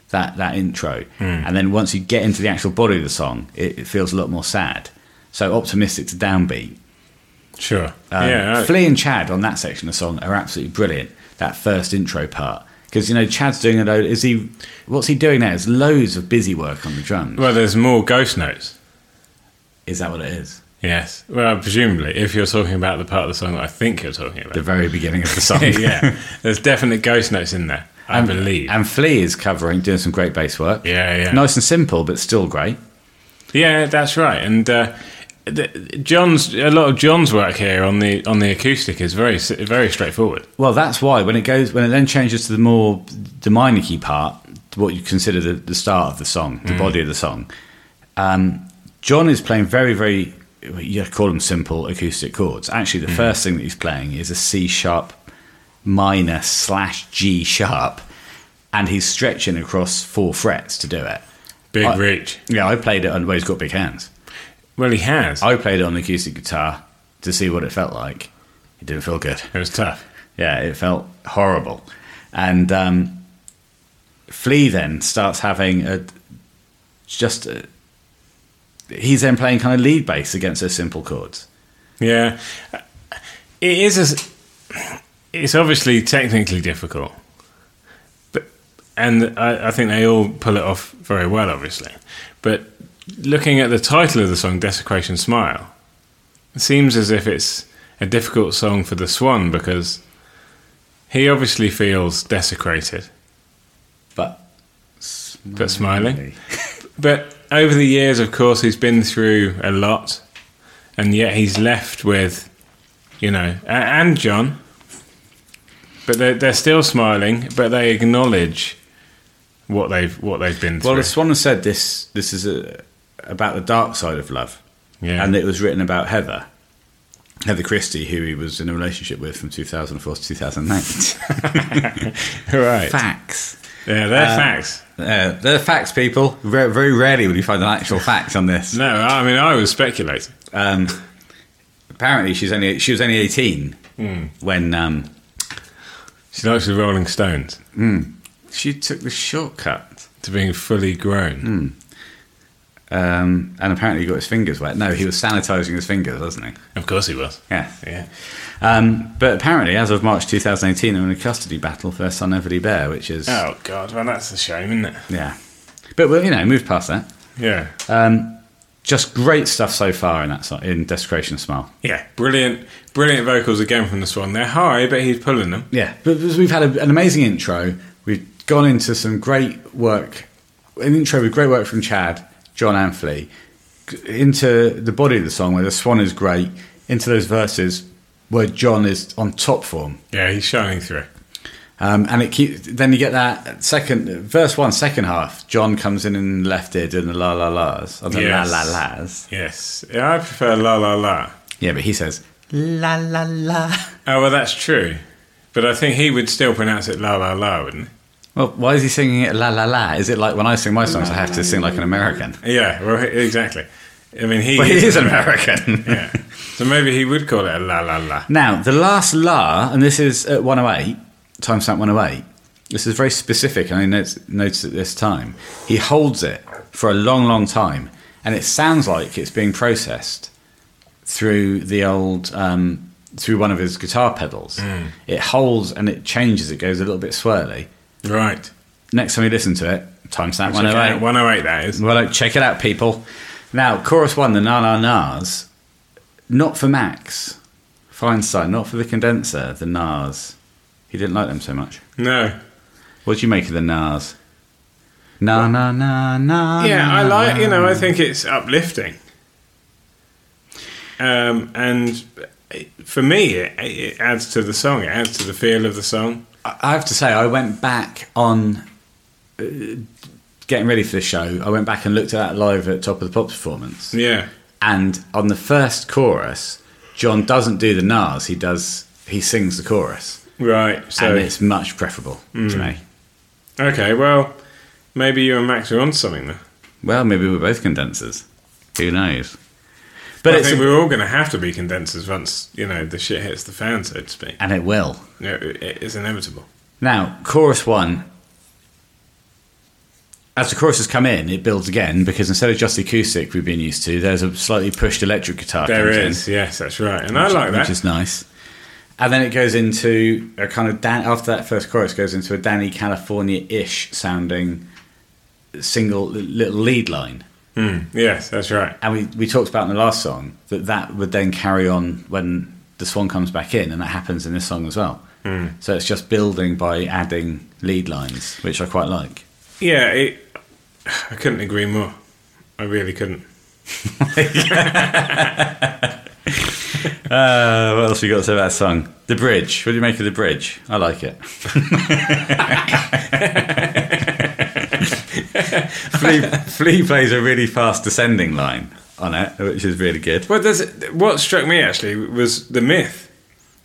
Speaker 1: that that intro, and then once you get into the actual body of the song, it, it feels a lot more sad. So optimistic to downbeat
Speaker 2: Sure.
Speaker 1: Um,
Speaker 2: yeah. I-
Speaker 1: Flea and Chad on that section of the song are absolutely brilliant. That first intro part. Because, you know, Chad's doing a load. Is he. What's he doing now? There's loads of busy work on the drums.
Speaker 2: well, there's more ghost notes.
Speaker 1: Is that what it is?
Speaker 2: Yes. Well, presumably, if you're talking about the part of the song that I think you're talking
Speaker 1: The
Speaker 2: about. *laughs*
Speaker 1: very beginning of the song.
Speaker 2: yeah. There's definite ghost notes in there. I
Speaker 1: and,
Speaker 2: believe.
Speaker 1: And Flea is covering, doing some great bass work.
Speaker 2: yeah, yeah.
Speaker 1: Nice and simple, but still great.
Speaker 2: Yeah, that's right. And uh, the, John's a lot of John's work here on the on the acoustic is very s- very straightforward.
Speaker 1: Well, that's why when it goes when it then changes to the more the minor key part, what you consider the, the start of the song, the body of the song. Um, John is playing very very you could call them simple acoustic chords. Actually, the first thing that he's playing is a C sharp minor slash G sharp, and he's stretching across four frets to do it.
Speaker 2: Big
Speaker 1: I-
Speaker 2: reach.
Speaker 1: Yeah, I played it on. Well, he's got big hands.
Speaker 2: Well, he has.
Speaker 1: I played it on the acoustic guitar to see what it felt like. It didn't feel good.
Speaker 2: it was tough.
Speaker 1: Yeah, it felt horrible. And um, Flea then starts having a just a, he's then playing kind of lead bass against those simple chords.
Speaker 2: Yeah, it is. A, s- it's obviously technically difficult, but and I, I think they all pull it off very well, obviously. But looking at the title of the song, "Desecration Smile," it seems as if it's a difficult song for the Swan because he obviously feels desecrated,
Speaker 1: But
Speaker 2: but smiling. But over the years, of course, he's been through a lot, and yet he's left with, you know, a- and John. But they're, they're still smiling, but they acknowledge what they've what they've been through.
Speaker 1: well, the Swan has said this. This is a, about the dark side of love,
Speaker 2: yeah, *laughs*
Speaker 1: and it was written about Heather. Heather Christie, who he was in a relationship with from 2004 to 2008.
Speaker 2: right.
Speaker 1: Facts.
Speaker 2: Yeah, they're facts.
Speaker 1: Uh, they're facts, people. Very, very rarely will you find an actual fact on this.
Speaker 2: No, I mean I was speculating.
Speaker 1: um, apparently she's only she was only 18 when um,
Speaker 2: She likes the Rolling Stones
Speaker 1: she took the shortcut
Speaker 2: to being fully grown.
Speaker 1: Hmm. um, and apparently he got his fingers wet no he was sanitizing his fingers wasn't he
Speaker 2: Of course, he was.
Speaker 1: yeah
Speaker 2: Yeah.
Speaker 1: um, but apparently as of March 2018 they're in a custody battle for her son Everly Bear which is
Speaker 2: Oh God, well that's a shame, isn't it?
Speaker 1: yeah but well you know moved past that
Speaker 2: Yeah.
Speaker 1: Uh, just great stuff so far in that so- in Desecration Smile
Speaker 2: Yeah, brilliant, brilliant vocals again from the Swan. They're high, but he's pulling them.
Speaker 1: Yeah, but because we've had a, an amazing intro. We've gone into some great work, an intro with great work from Chad, John Anfley, into the body of the song where the swan is great, into those verses where John is on top form.
Speaker 2: Yeah, he's shining through.
Speaker 1: Um, and it keep, then you get that second verse one, second half. John comes in and left it and the la la las. Or the
Speaker 2: Yes.
Speaker 1: la la las.
Speaker 2: Yes, yeah, I prefer La La La.
Speaker 1: Yeah, but he says la la la.
Speaker 2: Oh well, that's true, but I think he would still pronounce it La La La, wouldn't
Speaker 1: Well, why is he singing it la la la? Is it like when I sing my songs, I have to sing like an American?
Speaker 2: he? Yeah, well, he- exactly. I mean,
Speaker 1: *laughs*
Speaker 2: he
Speaker 1: But he is
Speaker 2: an
Speaker 1: American.
Speaker 2: American. yeah, so maybe he would call it a La La La.
Speaker 1: Now, the last la, and this is at 108, timestamp 108. This is very specific, and I notice, notice at this time. He holds it for a long, long time, and it sounds like it's being processed through the old, um, through one of his guitar pedals. It holds and it changes, it goes a little bit swirly.
Speaker 2: Right,
Speaker 1: Next time you listen to it, timestamp 108.
Speaker 2: One oh eight. That is.
Speaker 1: Well, like, check it out, people. Now, chorus one, the na na nas, not for Max Feinstein, not for the condenser, the nas. He didn't like them so much.
Speaker 2: No.
Speaker 1: What do you make of the nas? Na na na na.
Speaker 2: Yeah,
Speaker 1: na,
Speaker 2: I like.
Speaker 1: na.
Speaker 2: You know, I think it's uplifting. Um, and for me, it, it adds to the song. It adds to the feel of the song.
Speaker 1: I I have to say, I went back on uh, getting ready for the show. I went back and looked at that live at Top of the Pops performance.
Speaker 2: Yeah.
Speaker 1: And on the first chorus, John doesn't do the nas. He does. He sings the chorus.
Speaker 2: Right.
Speaker 1: and
Speaker 2: So Hmm.
Speaker 1: it's much preferable to me.
Speaker 2: okay. Well, maybe you and Max are on something there.
Speaker 1: Well, maybe we're both condensers. Who knows? But
Speaker 2: I
Speaker 1: it's
Speaker 2: think
Speaker 1: a-
Speaker 2: we're all going to have to be condensers once you know the shit hits the fan, so to speak.
Speaker 1: and it will.
Speaker 2: No, it- it's inevitable.
Speaker 1: Now, chorus one. as the choruses come in, it builds again because instead of just the acoustic we've been used to, there's a slightly pushed electric guitar.
Speaker 2: There
Speaker 1: comes in,
Speaker 2: is, yes, that's right, and I like that.
Speaker 1: which is nice. And then it goes into a kind of Dan- after that first chorus goes into a Danny California-ish sounding single little lead line.
Speaker 2: yes, that's right.
Speaker 1: And we, we talked about in the last song that that would then carry on when the swan comes back in, and that happens in this song as well. So it's just building by adding lead lines, which I quite like.
Speaker 2: Yeah, it, I couldn't agree more. I really couldn't.
Speaker 1: Uh, what else we got to say about that song? The bridge. What do you make of the bridge? I like *laughs* it. Flea, Flea plays a really fast descending line on it, which is really good.
Speaker 2: But there's, what struck me actually was the myth.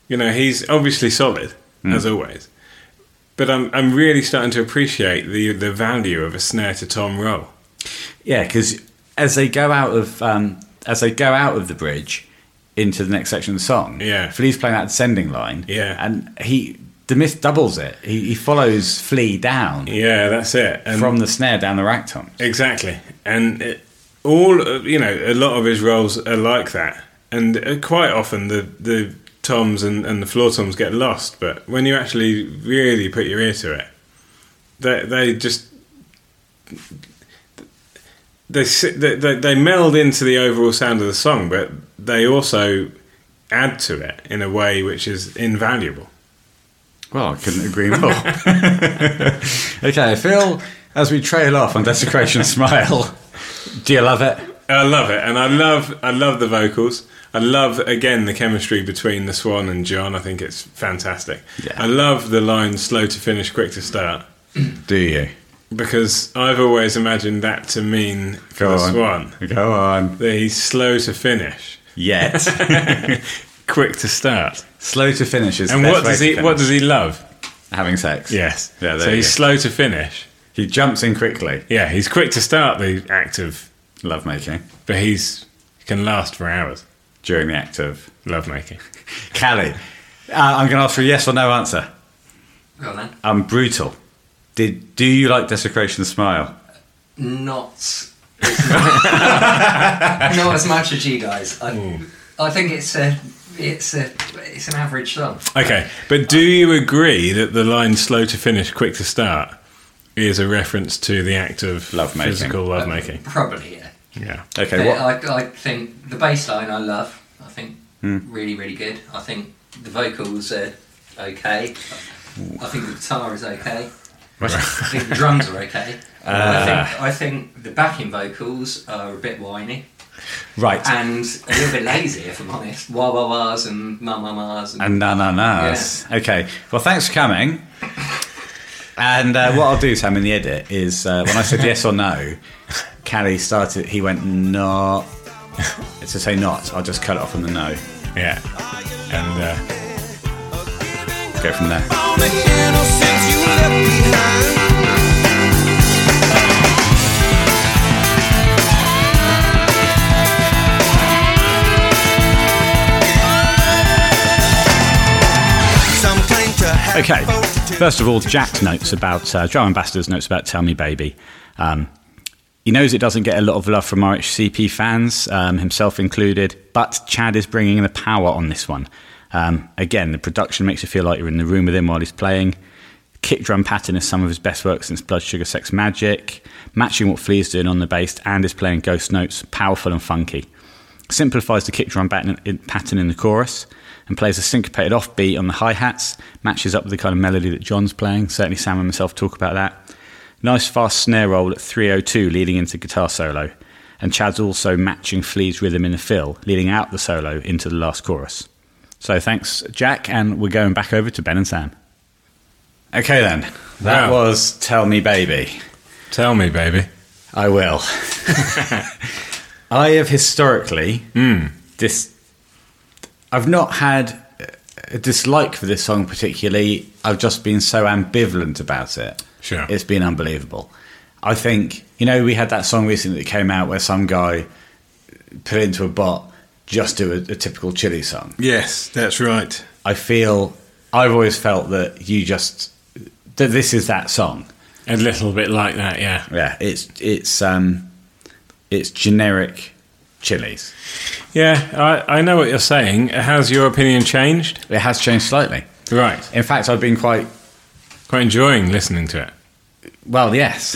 Speaker 2: You know, he's obviously solid
Speaker 1: Hmm.
Speaker 2: as always, but I'm I'm really starting to appreciate the the value of a snare to tom roll.
Speaker 1: Yeah, because as they go out of um, as they go out of the bridge into the next section of the song,
Speaker 2: Yeah.
Speaker 1: Flea's playing that descending line,
Speaker 2: Yeah.
Speaker 1: and he the myth doubles it. He, he follows Flea down
Speaker 2: Yeah, that's it. And
Speaker 1: from the snare down the ragtime.
Speaker 2: Exactly, and it, all of- you know, a lot of his roles are like that, and uh, quite often the the toms and, and the floor toms get lost. But when you actually really put your ear to it, they they just they si- they they, they meld into the overall sound of the song, but they also add to it in a way which is invaluable.
Speaker 1: Well, I couldn't agree more. *laughs* okay, Phil, as we trail off on Desecration Smile, *laughs* do you love it?
Speaker 2: I love it, and I love I love the vocals. I love again the chemistry between the Swan and John. I think it's fantastic.
Speaker 1: Yeah.
Speaker 2: I love the line "slow to finish, quick to start"
Speaker 1: Do you?
Speaker 2: because I've always imagined that to mean for
Speaker 1: Go
Speaker 2: the
Speaker 1: on.
Speaker 2: Swan
Speaker 1: Go on.
Speaker 2: that he's slow to finish,
Speaker 1: *laughs* Yet.
Speaker 2: quick to start.
Speaker 1: Slow to finish is
Speaker 2: And
Speaker 1: the best
Speaker 2: what
Speaker 1: way
Speaker 2: does
Speaker 1: to
Speaker 2: he what
Speaker 1: finish.
Speaker 2: does he love?
Speaker 1: Having sex.
Speaker 2: Yes,
Speaker 1: Yeah, there
Speaker 2: so
Speaker 1: you
Speaker 2: he's
Speaker 1: go.
Speaker 2: slow to finish.
Speaker 1: He jumps in quickly.
Speaker 2: Yeah, he's quick to start the act of,
Speaker 1: Love making.
Speaker 2: but he's he can last for hours.
Speaker 1: During the act of.
Speaker 2: Love making.
Speaker 1: Callie, uh, I'm going to ask for a yes or no answer.
Speaker 6: Go on then.
Speaker 1: I'm brutal. Did, do you like Desecration Smile?
Speaker 6: *laughs* not not as much as you guys. I, I think it's a it's a it's an average song.
Speaker 2: Okay, but do you agree that the line "slow to finish, quick to start" is a reference to the act of
Speaker 1: Lovemaking.
Speaker 2: physical lovemaking?
Speaker 6: Probably yeah.
Speaker 2: Yeah,
Speaker 1: Okay, what?
Speaker 6: But I, I think the bass line I love. I think really really good. I think the vocals are okay. I think the guitar is okay. I think the drums are okay. I, think, I think the backing vocals are a bit whiny
Speaker 1: right. And,
Speaker 6: and a little bit lazy, if I'm honest. Wah wah wahs and ma ma ma's and
Speaker 1: na na na's. Okay, well, thanks for coming. And uh, what I'll do, Sam, in the edit is uh, when I said yes or no, Callie started, he went, no. *laughs* It's to say not, I'll just cut it off on the no.
Speaker 2: yeah, and uh,
Speaker 1: Go from there.
Speaker 3: all the innocence you left behind. Some claim to have
Speaker 1: Okay.
Speaker 3: fortitude.
Speaker 1: First of all, Jack's notes about uh, Drum Ambassador's notes about "Tell Me, Baby." Um, he knows it doesn't get a lot of love from RHCP fans, um, himself included. But Chad is bringing the power on this one. Um, again, the production makes you feel like you're in the room with him while he's playing. Kick drum pattern is some of his best work since Blood Sugar Sex Magic, matching what Flea is doing on the bass and is playing ghost notes, powerful and funky simplifies the kick drum pattern pattern in the chorus and plays a syncopated offbeat on the hi hats, matches up with the kind of melody that John's playing. Certainly, Sam and myself talk about that. Nice fast snare roll at 302 leading into guitar solo, and Chad's also matching Flea's rhythm in the fill, leading out the solo into the last chorus. So, thanks, Jack, and we're going back over to Ben and Sam. Okay, then. That
Speaker 2: Wow.
Speaker 1: was Tell Me Baby.
Speaker 2: tell me, baby.
Speaker 1: I will. *laughs* I have historically dis. I've not had a dislike for this song particularly. I've just been so ambivalent about it.
Speaker 2: Sure.
Speaker 1: it's been unbelievable. I think you know we had that song recently that came out where some guy put it into a bot just do a, a typical chili song.
Speaker 2: Yes, that's right.
Speaker 1: I feel I've always felt that you just that this is that song.
Speaker 2: A little bit like that, yeah.
Speaker 1: Yeah, it's it's um, it's generic chilies.
Speaker 2: Yeah, I, I know what you're saying. Has your opinion changed?
Speaker 1: It has changed slightly.
Speaker 2: Right.
Speaker 1: In fact, I've been quite
Speaker 2: Quite enjoying listening to it.
Speaker 1: well. Yes,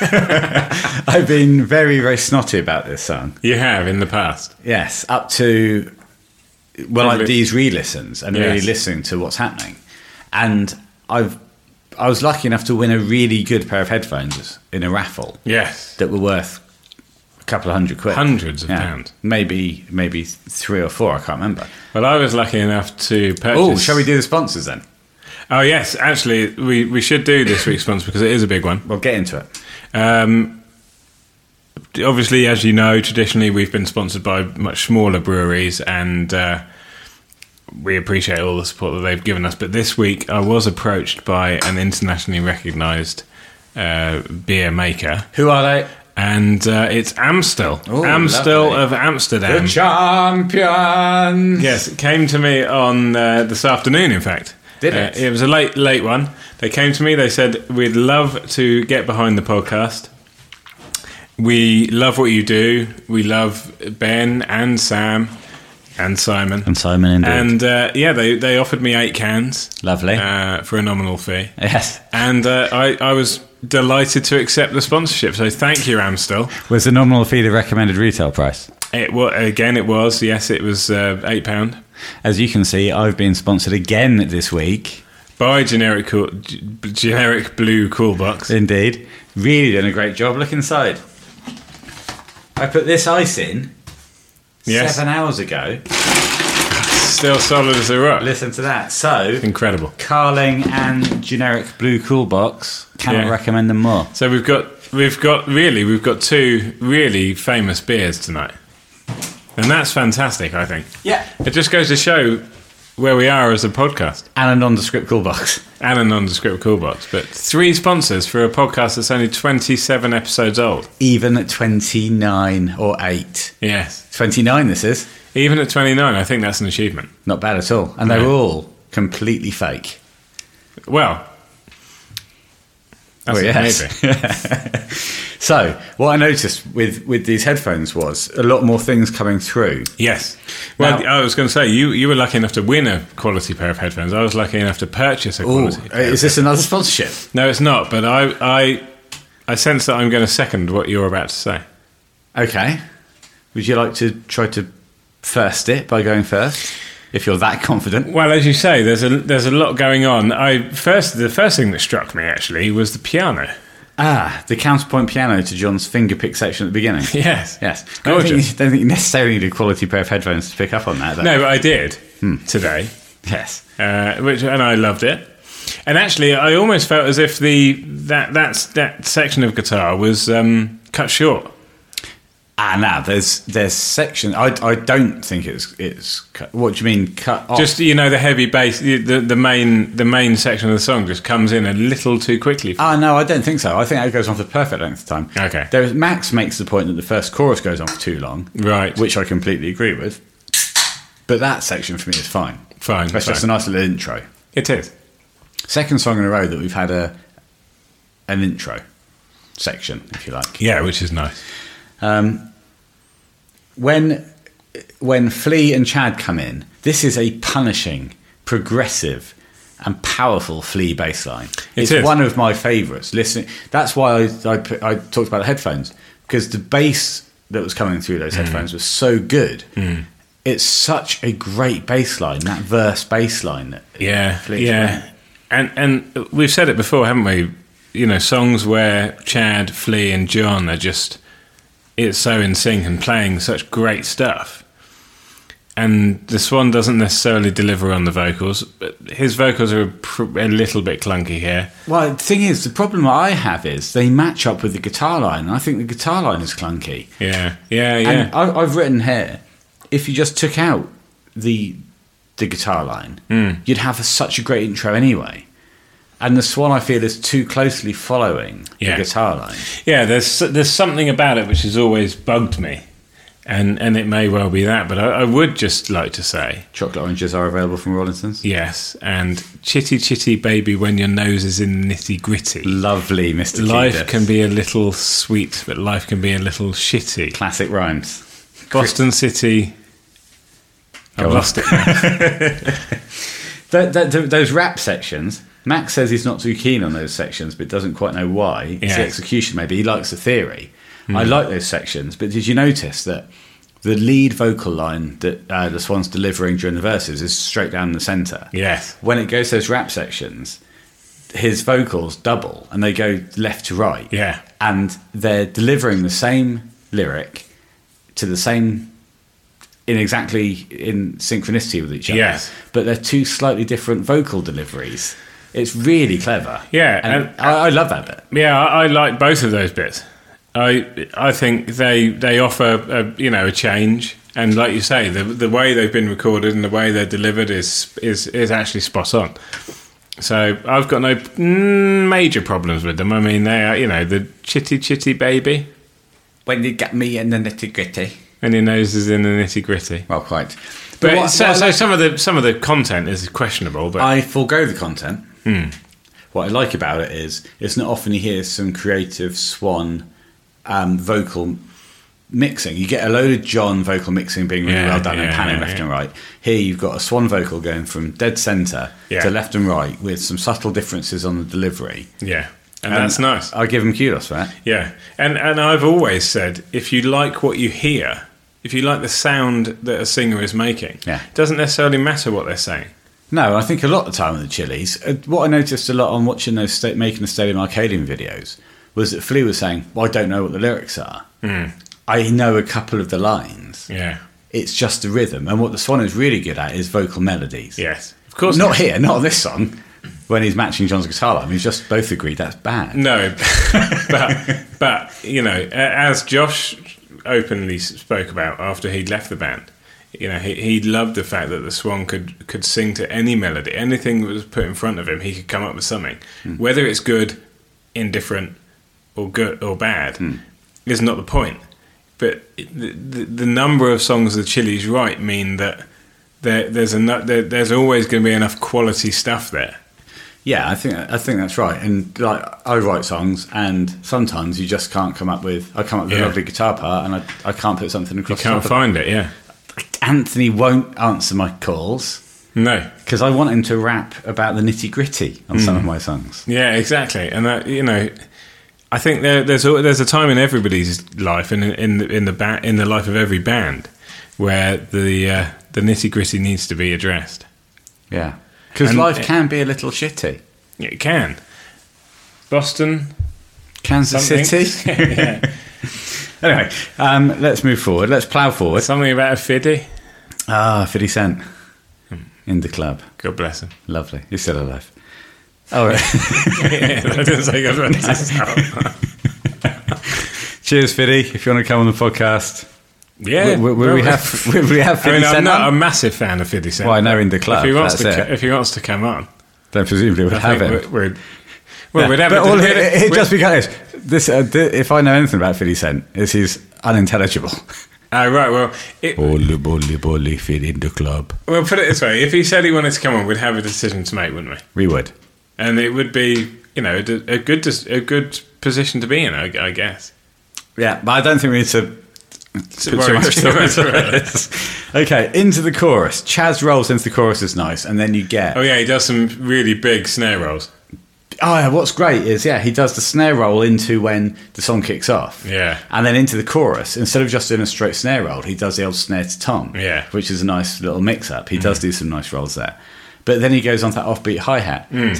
Speaker 1: *laughs* I've been very very snotty about this song.
Speaker 2: You have in the past.
Speaker 1: Yes, up to well, like
Speaker 2: Probably-
Speaker 1: these re-listens and really
Speaker 2: Yes.
Speaker 1: listening to what's happening. And I've I was lucky enough to win a really good pair of headphones in a raffle
Speaker 2: Yes.
Speaker 1: that were worth a couple of hundred quid,
Speaker 2: Hundreds of pounds.
Speaker 1: maybe maybe three or four. I can't remember.
Speaker 2: Well, I was lucky enough to purchase.
Speaker 1: Oh, shall we do the sponsors then?
Speaker 2: Oh, yes. Actually, we, we should do this week's sponsor because it is a big one.
Speaker 1: We'll get into it.
Speaker 2: Um, obviously, as you know, traditionally we've been sponsored by much smaller breweries, and uh, we appreciate all the support that they've given us. But this week, I was approached by an internationally recognised uh, beer maker,
Speaker 1: Who are they?
Speaker 2: and uh, it's Amstel,
Speaker 1: Oh,
Speaker 2: Amstel
Speaker 1: lovely.
Speaker 2: of Amsterdam.
Speaker 1: The champions.
Speaker 2: Yes, it came to me on uh, this afternoon. In fact,
Speaker 1: Did it?
Speaker 2: Uh, it was a late, late one. They came to me. They said, "We'd love to get behind the podcast. We love what you do. We love Ben and Sam and Simon."
Speaker 1: And Simon indeed.
Speaker 2: And uh, yeah, they, they offered me eight cans.
Speaker 1: Lovely.
Speaker 2: Uh, for a nominal fee.
Speaker 1: yes.
Speaker 2: And uh, I, I was delighted to accept the sponsorship. So thank you, Amstel.
Speaker 1: Was the nominal fee the recommended retail price?
Speaker 2: It, wa again, it was, yes, it was uh, £8.
Speaker 1: As you can see, I've been sponsored again this week.
Speaker 2: Buy generic cool, g- generic blue cool box.
Speaker 1: Indeed. Really done a great job. Look inside. I put this ice in
Speaker 2: Yes.
Speaker 1: seven hours ago.
Speaker 2: Still solid as a rock.
Speaker 1: Listen to that. So,
Speaker 2: Incredible.
Speaker 1: Carling and generic blue cool box. Cannot
Speaker 2: Yeah.
Speaker 1: recommend them more.
Speaker 2: So we've got we've got really we've got two really famous beers tonight, and that's fantastic. I think
Speaker 1: Yeah.
Speaker 2: it just goes to show where we are as a podcast
Speaker 1: And a nondescript cool box.
Speaker 2: and a nondescript cool box. But three sponsors for a podcast that's only twenty seven episodes old.
Speaker 1: Even at 29 or 8.
Speaker 2: Yes,
Speaker 1: 29 this is.
Speaker 2: even at twenty nine, I think that's an achievement.
Speaker 1: Not bad at all. And they
Speaker 2: No.
Speaker 1: were all completely fake.
Speaker 2: Well, that's
Speaker 1: Oh, yes.
Speaker 2: amazing.
Speaker 1: *laughs* So, what I noticed with, with these headphones was a lot more things coming through.
Speaker 2: Yes. Well,
Speaker 1: Now-
Speaker 2: I was going to say you you were lucky enough to win a quality pair of headphones. I was lucky enough to purchase a
Speaker 1: Ooh,
Speaker 2: quality. pair of
Speaker 1: is this another sponsorship?
Speaker 2: headphones. No, it's not. But I I I sense that I'm going to second what you're about to say.
Speaker 1: Okay. Would you like to try to first it by going first? If you're that confident.
Speaker 2: Well, as you say, there's a there's a lot going on. I first the first thing that struck me actually was the piano.
Speaker 1: Ah, the counterpoint piano to John's finger pick section at the beginning.
Speaker 2: *laughs* Yes.
Speaker 1: Yes. I don't think,
Speaker 2: Gorgeous.
Speaker 1: you, don't think you necessarily need a quality pair of headphones to pick up on that. Though.
Speaker 2: No, but I did
Speaker 1: Hmm.
Speaker 2: today.
Speaker 1: Yes.
Speaker 2: uh, which and I loved it. And actually, I almost felt as if the that that's that section of guitar was um, cut short.
Speaker 1: Ah, now there's there's section. I, I don't think it's it's. Cut, what do you mean cut off?
Speaker 2: Just you know, the heavy bass, the, the the main the main section of the song just comes in a little too quickly.
Speaker 1: Ah, no, I don't think so. I think that goes on for perfect length of time.
Speaker 2: Okay.
Speaker 1: There is, Max makes the point that the first chorus goes on for too long,
Speaker 2: Right.
Speaker 1: which I completely agree with. But that section for me is fine.
Speaker 2: Fine,
Speaker 1: That's just a
Speaker 2: fine.
Speaker 1: nice little intro.
Speaker 2: It is.
Speaker 1: Second song in a row that we've had a an intro section, if you like.
Speaker 2: Yeah, which is nice.
Speaker 1: When when Flea and Chad come in, this is a punishing, progressive, and powerful Flea bass line.
Speaker 2: It
Speaker 1: it's
Speaker 2: is.
Speaker 1: one of my favourites. Listening, that's why I, I, put, I talked about the headphones because the bass that was coming through those
Speaker 2: Mm.
Speaker 1: headphones was so good. It's such a great bass line, that verse bass line. That
Speaker 2: Yeah,
Speaker 1: Fleetwood Mac.
Speaker 2: yeah. And and we've said it before, haven't we? You know, songs where Chad, Flea, and John are just it's so in sync and playing such great stuff. And the Swan doesn't necessarily deliver on the vocals. but His vocals are pr- a little bit clunky here.
Speaker 1: Well, the thing is, the problem I have is they match up with the guitar line, and I think the guitar line is clunky.
Speaker 2: Yeah, yeah, yeah.
Speaker 1: And I, I've written here, if you just took out the the guitar line,
Speaker 2: Hmm.
Speaker 1: you'd have a, such a great intro anyway. And the Swan, I feel, is too closely following
Speaker 2: Yeah.
Speaker 1: the guitar line.
Speaker 2: Yeah, there's there's something about it which has always bugged me, and and it may well be that. But I, I would just like to say
Speaker 1: Chocolate oranges are available from Rollinson's.
Speaker 2: yes, and chitty chitty baby, when your nose is in nitty gritty,
Speaker 1: Lovely, Mr.
Speaker 2: life
Speaker 1: Cupid.
Speaker 2: can be a little sweet, but life can be a little shitty.
Speaker 1: classic rhymes.
Speaker 2: Boston City.
Speaker 1: Go
Speaker 2: I've
Speaker 1: on.
Speaker 2: lost it.
Speaker 1: Th th th those rap sections. Max says he's not too keen on those sections, but doesn't quite know why. It's the
Speaker 2: Yeah.
Speaker 1: execution, maybe. He likes the theory. I like those sections, but did you notice that the lead vocal line that uh, the Swans delivering during the verses is straight down the centre?
Speaker 2: Yes.
Speaker 1: When it goes to those rap sections, his vocals double and they go left to right.
Speaker 2: Yeah.
Speaker 1: And they're delivering the same lyric to the same in exactly in synchronicity with each other.
Speaker 2: Yes.
Speaker 1: But they're two slightly different vocal deliveries. It's really clever.
Speaker 2: Yeah,
Speaker 1: And,
Speaker 2: and-
Speaker 1: I, I love that bit.
Speaker 2: Yeah, I, I like both of those bits. I I think they they offer a, you know a change, and like you say, the the way they've been recorded and the way they're delivered is is is actually spot on. So I've got no mm, major problems with them. I mean, they are you know the chitty chitty baby,
Speaker 1: When you get me in the nitty gritty.
Speaker 2: and your nose is in the nitty gritty.
Speaker 1: Well, quite.
Speaker 2: But,
Speaker 1: what-
Speaker 2: so,
Speaker 1: what I
Speaker 2: so
Speaker 1: like-
Speaker 2: some of the some of the content is questionable, but Hmm.
Speaker 1: I forego the content. What I like about it is it's not often you hear some creative swan um, vocal mixing. You get a load of John vocal mixing being really
Speaker 2: Yeah,
Speaker 1: well done and
Speaker 2: yeah,
Speaker 1: panning
Speaker 2: yeah,
Speaker 1: left
Speaker 2: yeah.
Speaker 1: and right. Here you've got a swan vocal going from dead centre
Speaker 2: Yeah.
Speaker 1: to left and right with some subtle differences on the delivery. Um,
Speaker 2: yeah, and that's nice.
Speaker 1: I give him kudos for that.
Speaker 2: Yeah, and and I've always said if you like what you hear, if you like the sound that a singer is making,
Speaker 1: Yeah.
Speaker 2: it doesn't necessarily matter what they're saying.
Speaker 1: No, I think a lot of the time with the Chili's, uh, what I noticed a lot on watching those sta- making the Stadium Arcadium videos was that Flea was saying, well, I don't know what the lyrics are.
Speaker 2: Hmm.
Speaker 1: I know a couple of the lines.
Speaker 2: Yeah.
Speaker 1: It's just the rhythm. And what the Swan is really good at is vocal melodies.
Speaker 2: Yes. Of course.
Speaker 1: Not here, not on this song. When he's matching John's guitar line, we've just both agreed that's bad.
Speaker 2: No, *laughs* but but you know, a- as Josh openly s- spoke about after he'd left the band, you know, he he loved the fact that the Swan could could sing to any melody, anything that was put in front of him, he could come up with something, whether it's good, indifferent, or good or bad, is not the point. But it- the, the, the number of songs the Chili's write mean that there, there's enough, there, there's always going to be enough quality stuff there.
Speaker 1: Yeah, I think I think that's right. And like I write songs, and sometimes you just can't come up with. I come up with a
Speaker 2: Yeah.
Speaker 1: lovely guitar part, and I, I can't put something
Speaker 2: You
Speaker 1: across. the
Speaker 2: can't
Speaker 1: top of
Speaker 2: find it, yeah.
Speaker 1: it. Anthony won't answer my calls.
Speaker 2: No,
Speaker 1: because I want him to rap about the nitty gritty on
Speaker 2: Hmm.
Speaker 1: some of my songs.
Speaker 2: Yeah, exactly, and that you know, I think there, there's a, there's a time in everybody's life, and in in the in the, ba- in the life of every band, where the uh, the nitty gritty needs to be addressed.
Speaker 1: Yeah, because
Speaker 2: And-
Speaker 1: life can be a little shitty.
Speaker 2: It can. Boston,
Speaker 1: Kansas
Speaker 2: something,
Speaker 1: City.
Speaker 2: *laughs* Yeah.
Speaker 1: *laughs* Anyway, um, let's move forward. Let's plough forward.
Speaker 2: something about a fiddy.
Speaker 1: Ah, 50 Cent
Speaker 2: Hmm.
Speaker 1: in the club.
Speaker 2: God bless him. *laughs*
Speaker 1: Lovely. He's still alive. All right. *laughs*
Speaker 2: yeah, I didn't say God bless him.
Speaker 1: Cheers, Fiddy. If you want to come on the podcast,
Speaker 2: yeah,
Speaker 1: will, will we
Speaker 2: well,
Speaker 1: have will we have
Speaker 2: *laughs* I
Speaker 1: 50
Speaker 2: mean, I'm
Speaker 1: Cent?
Speaker 2: not a
Speaker 1: on?
Speaker 2: massive fan of Fiddy Cent.
Speaker 1: well, I know in the
Speaker 2: if
Speaker 1: club.
Speaker 2: he wants
Speaker 1: That's
Speaker 2: to, co-
Speaker 1: it.
Speaker 2: if he wants to come on,
Speaker 1: Then presumably we'll
Speaker 2: I
Speaker 1: have
Speaker 2: think
Speaker 1: him.
Speaker 2: we're, we're well,
Speaker 1: Yeah,
Speaker 2: we'd have
Speaker 1: but
Speaker 2: a-
Speaker 1: all,
Speaker 2: we'd-
Speaker 1: it, it, it
Speaker 2: we'd-
Speaker 1: just because this, uh, thi- if I know anything about 50 Cent, is he's unintelligible.
Speaker 2: Oh, right. Well, it,
Speaker 1: Bully, bully, bully, fit in the club.
Speaker 2: Well, put it this way: if he said he wanted to come on, we'd have a decision to make, wouldn't we?
Speaker 1: We would.
Speaker 2: And it would be, you know, a, a good dis- a good position to be in, I, I guess.
Speaker 1: Yeah, but I don't think we need to put too
Speaker 2: Worry
Speaker 1: much
Speaker 2: too
Speaker 1: *laughs*
Speaker 2: much *laughs* about it.
Speaker 1: this. Okay, into the chorus. Chaz rolls into the chorus is nice, and then you get.
Speaker 2: Oh yeah, he does some really big snare rolls.
Speaker 1: Oh, yeah, what's great is, yeah, he does the snare roll into when the song kicks off.
Speaker 2: Yeah.
Speaker 1: And then into the chorus. Instead of just doing a straight snare roll, he does the old snare to Tom.
Speaker 2: Yeah.
Speaker 1: Which is a nice little mix up. He does do some nice rolls there. But then he goes on to that offbeat hi hat.
Speaker 2: And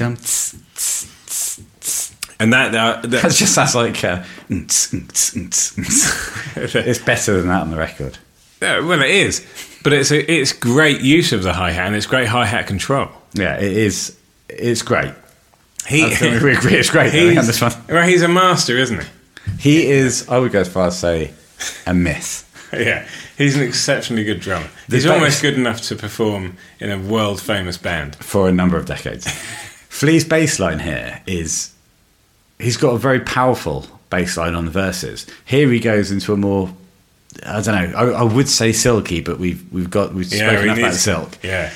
Speaker 2: that that,
Speaker 1: That
Speaker 2: that
Speaker 1: just sounds like. Uh, mm, *laughs*
Speaker 2: *laughs*
Speaker 1: it's better than that on the record.
Speaker 2: uh, well, it is, but it's a, it's great use of the hi hat and it's great hi hat control.
Speaker 1: Yeah, it is. It's great.
Speaker 2: He,
Speaker 1: I *laughs* think we agree it's great, I think, on this one.
Speaker 2: Well, he's a master, isn't he? *laughs*
Speaker 1: He is, I would go as far as say, a myth.
Speaker 2: Yeah, he's an exceptionally good drummer.
Speaker 1: The
Speaker 2: he's
Speaker 1: bass- *laughs*
Speaker 2: almost good enough to perform in a world famous band.
Speaker 1: for a number of decades. Flea's bass line here is he's got a very powerful bass line on the verses. Here he goes into a more I don't know. I, I would say silky, but we've we've got we've
Speaker 2: Yeah,
Speaker 1: spoken
Speaker 2: we
Speaker 1: enough about
Speaker 2: need-
Speaker 1: silk.
Speaker 2: Yeah.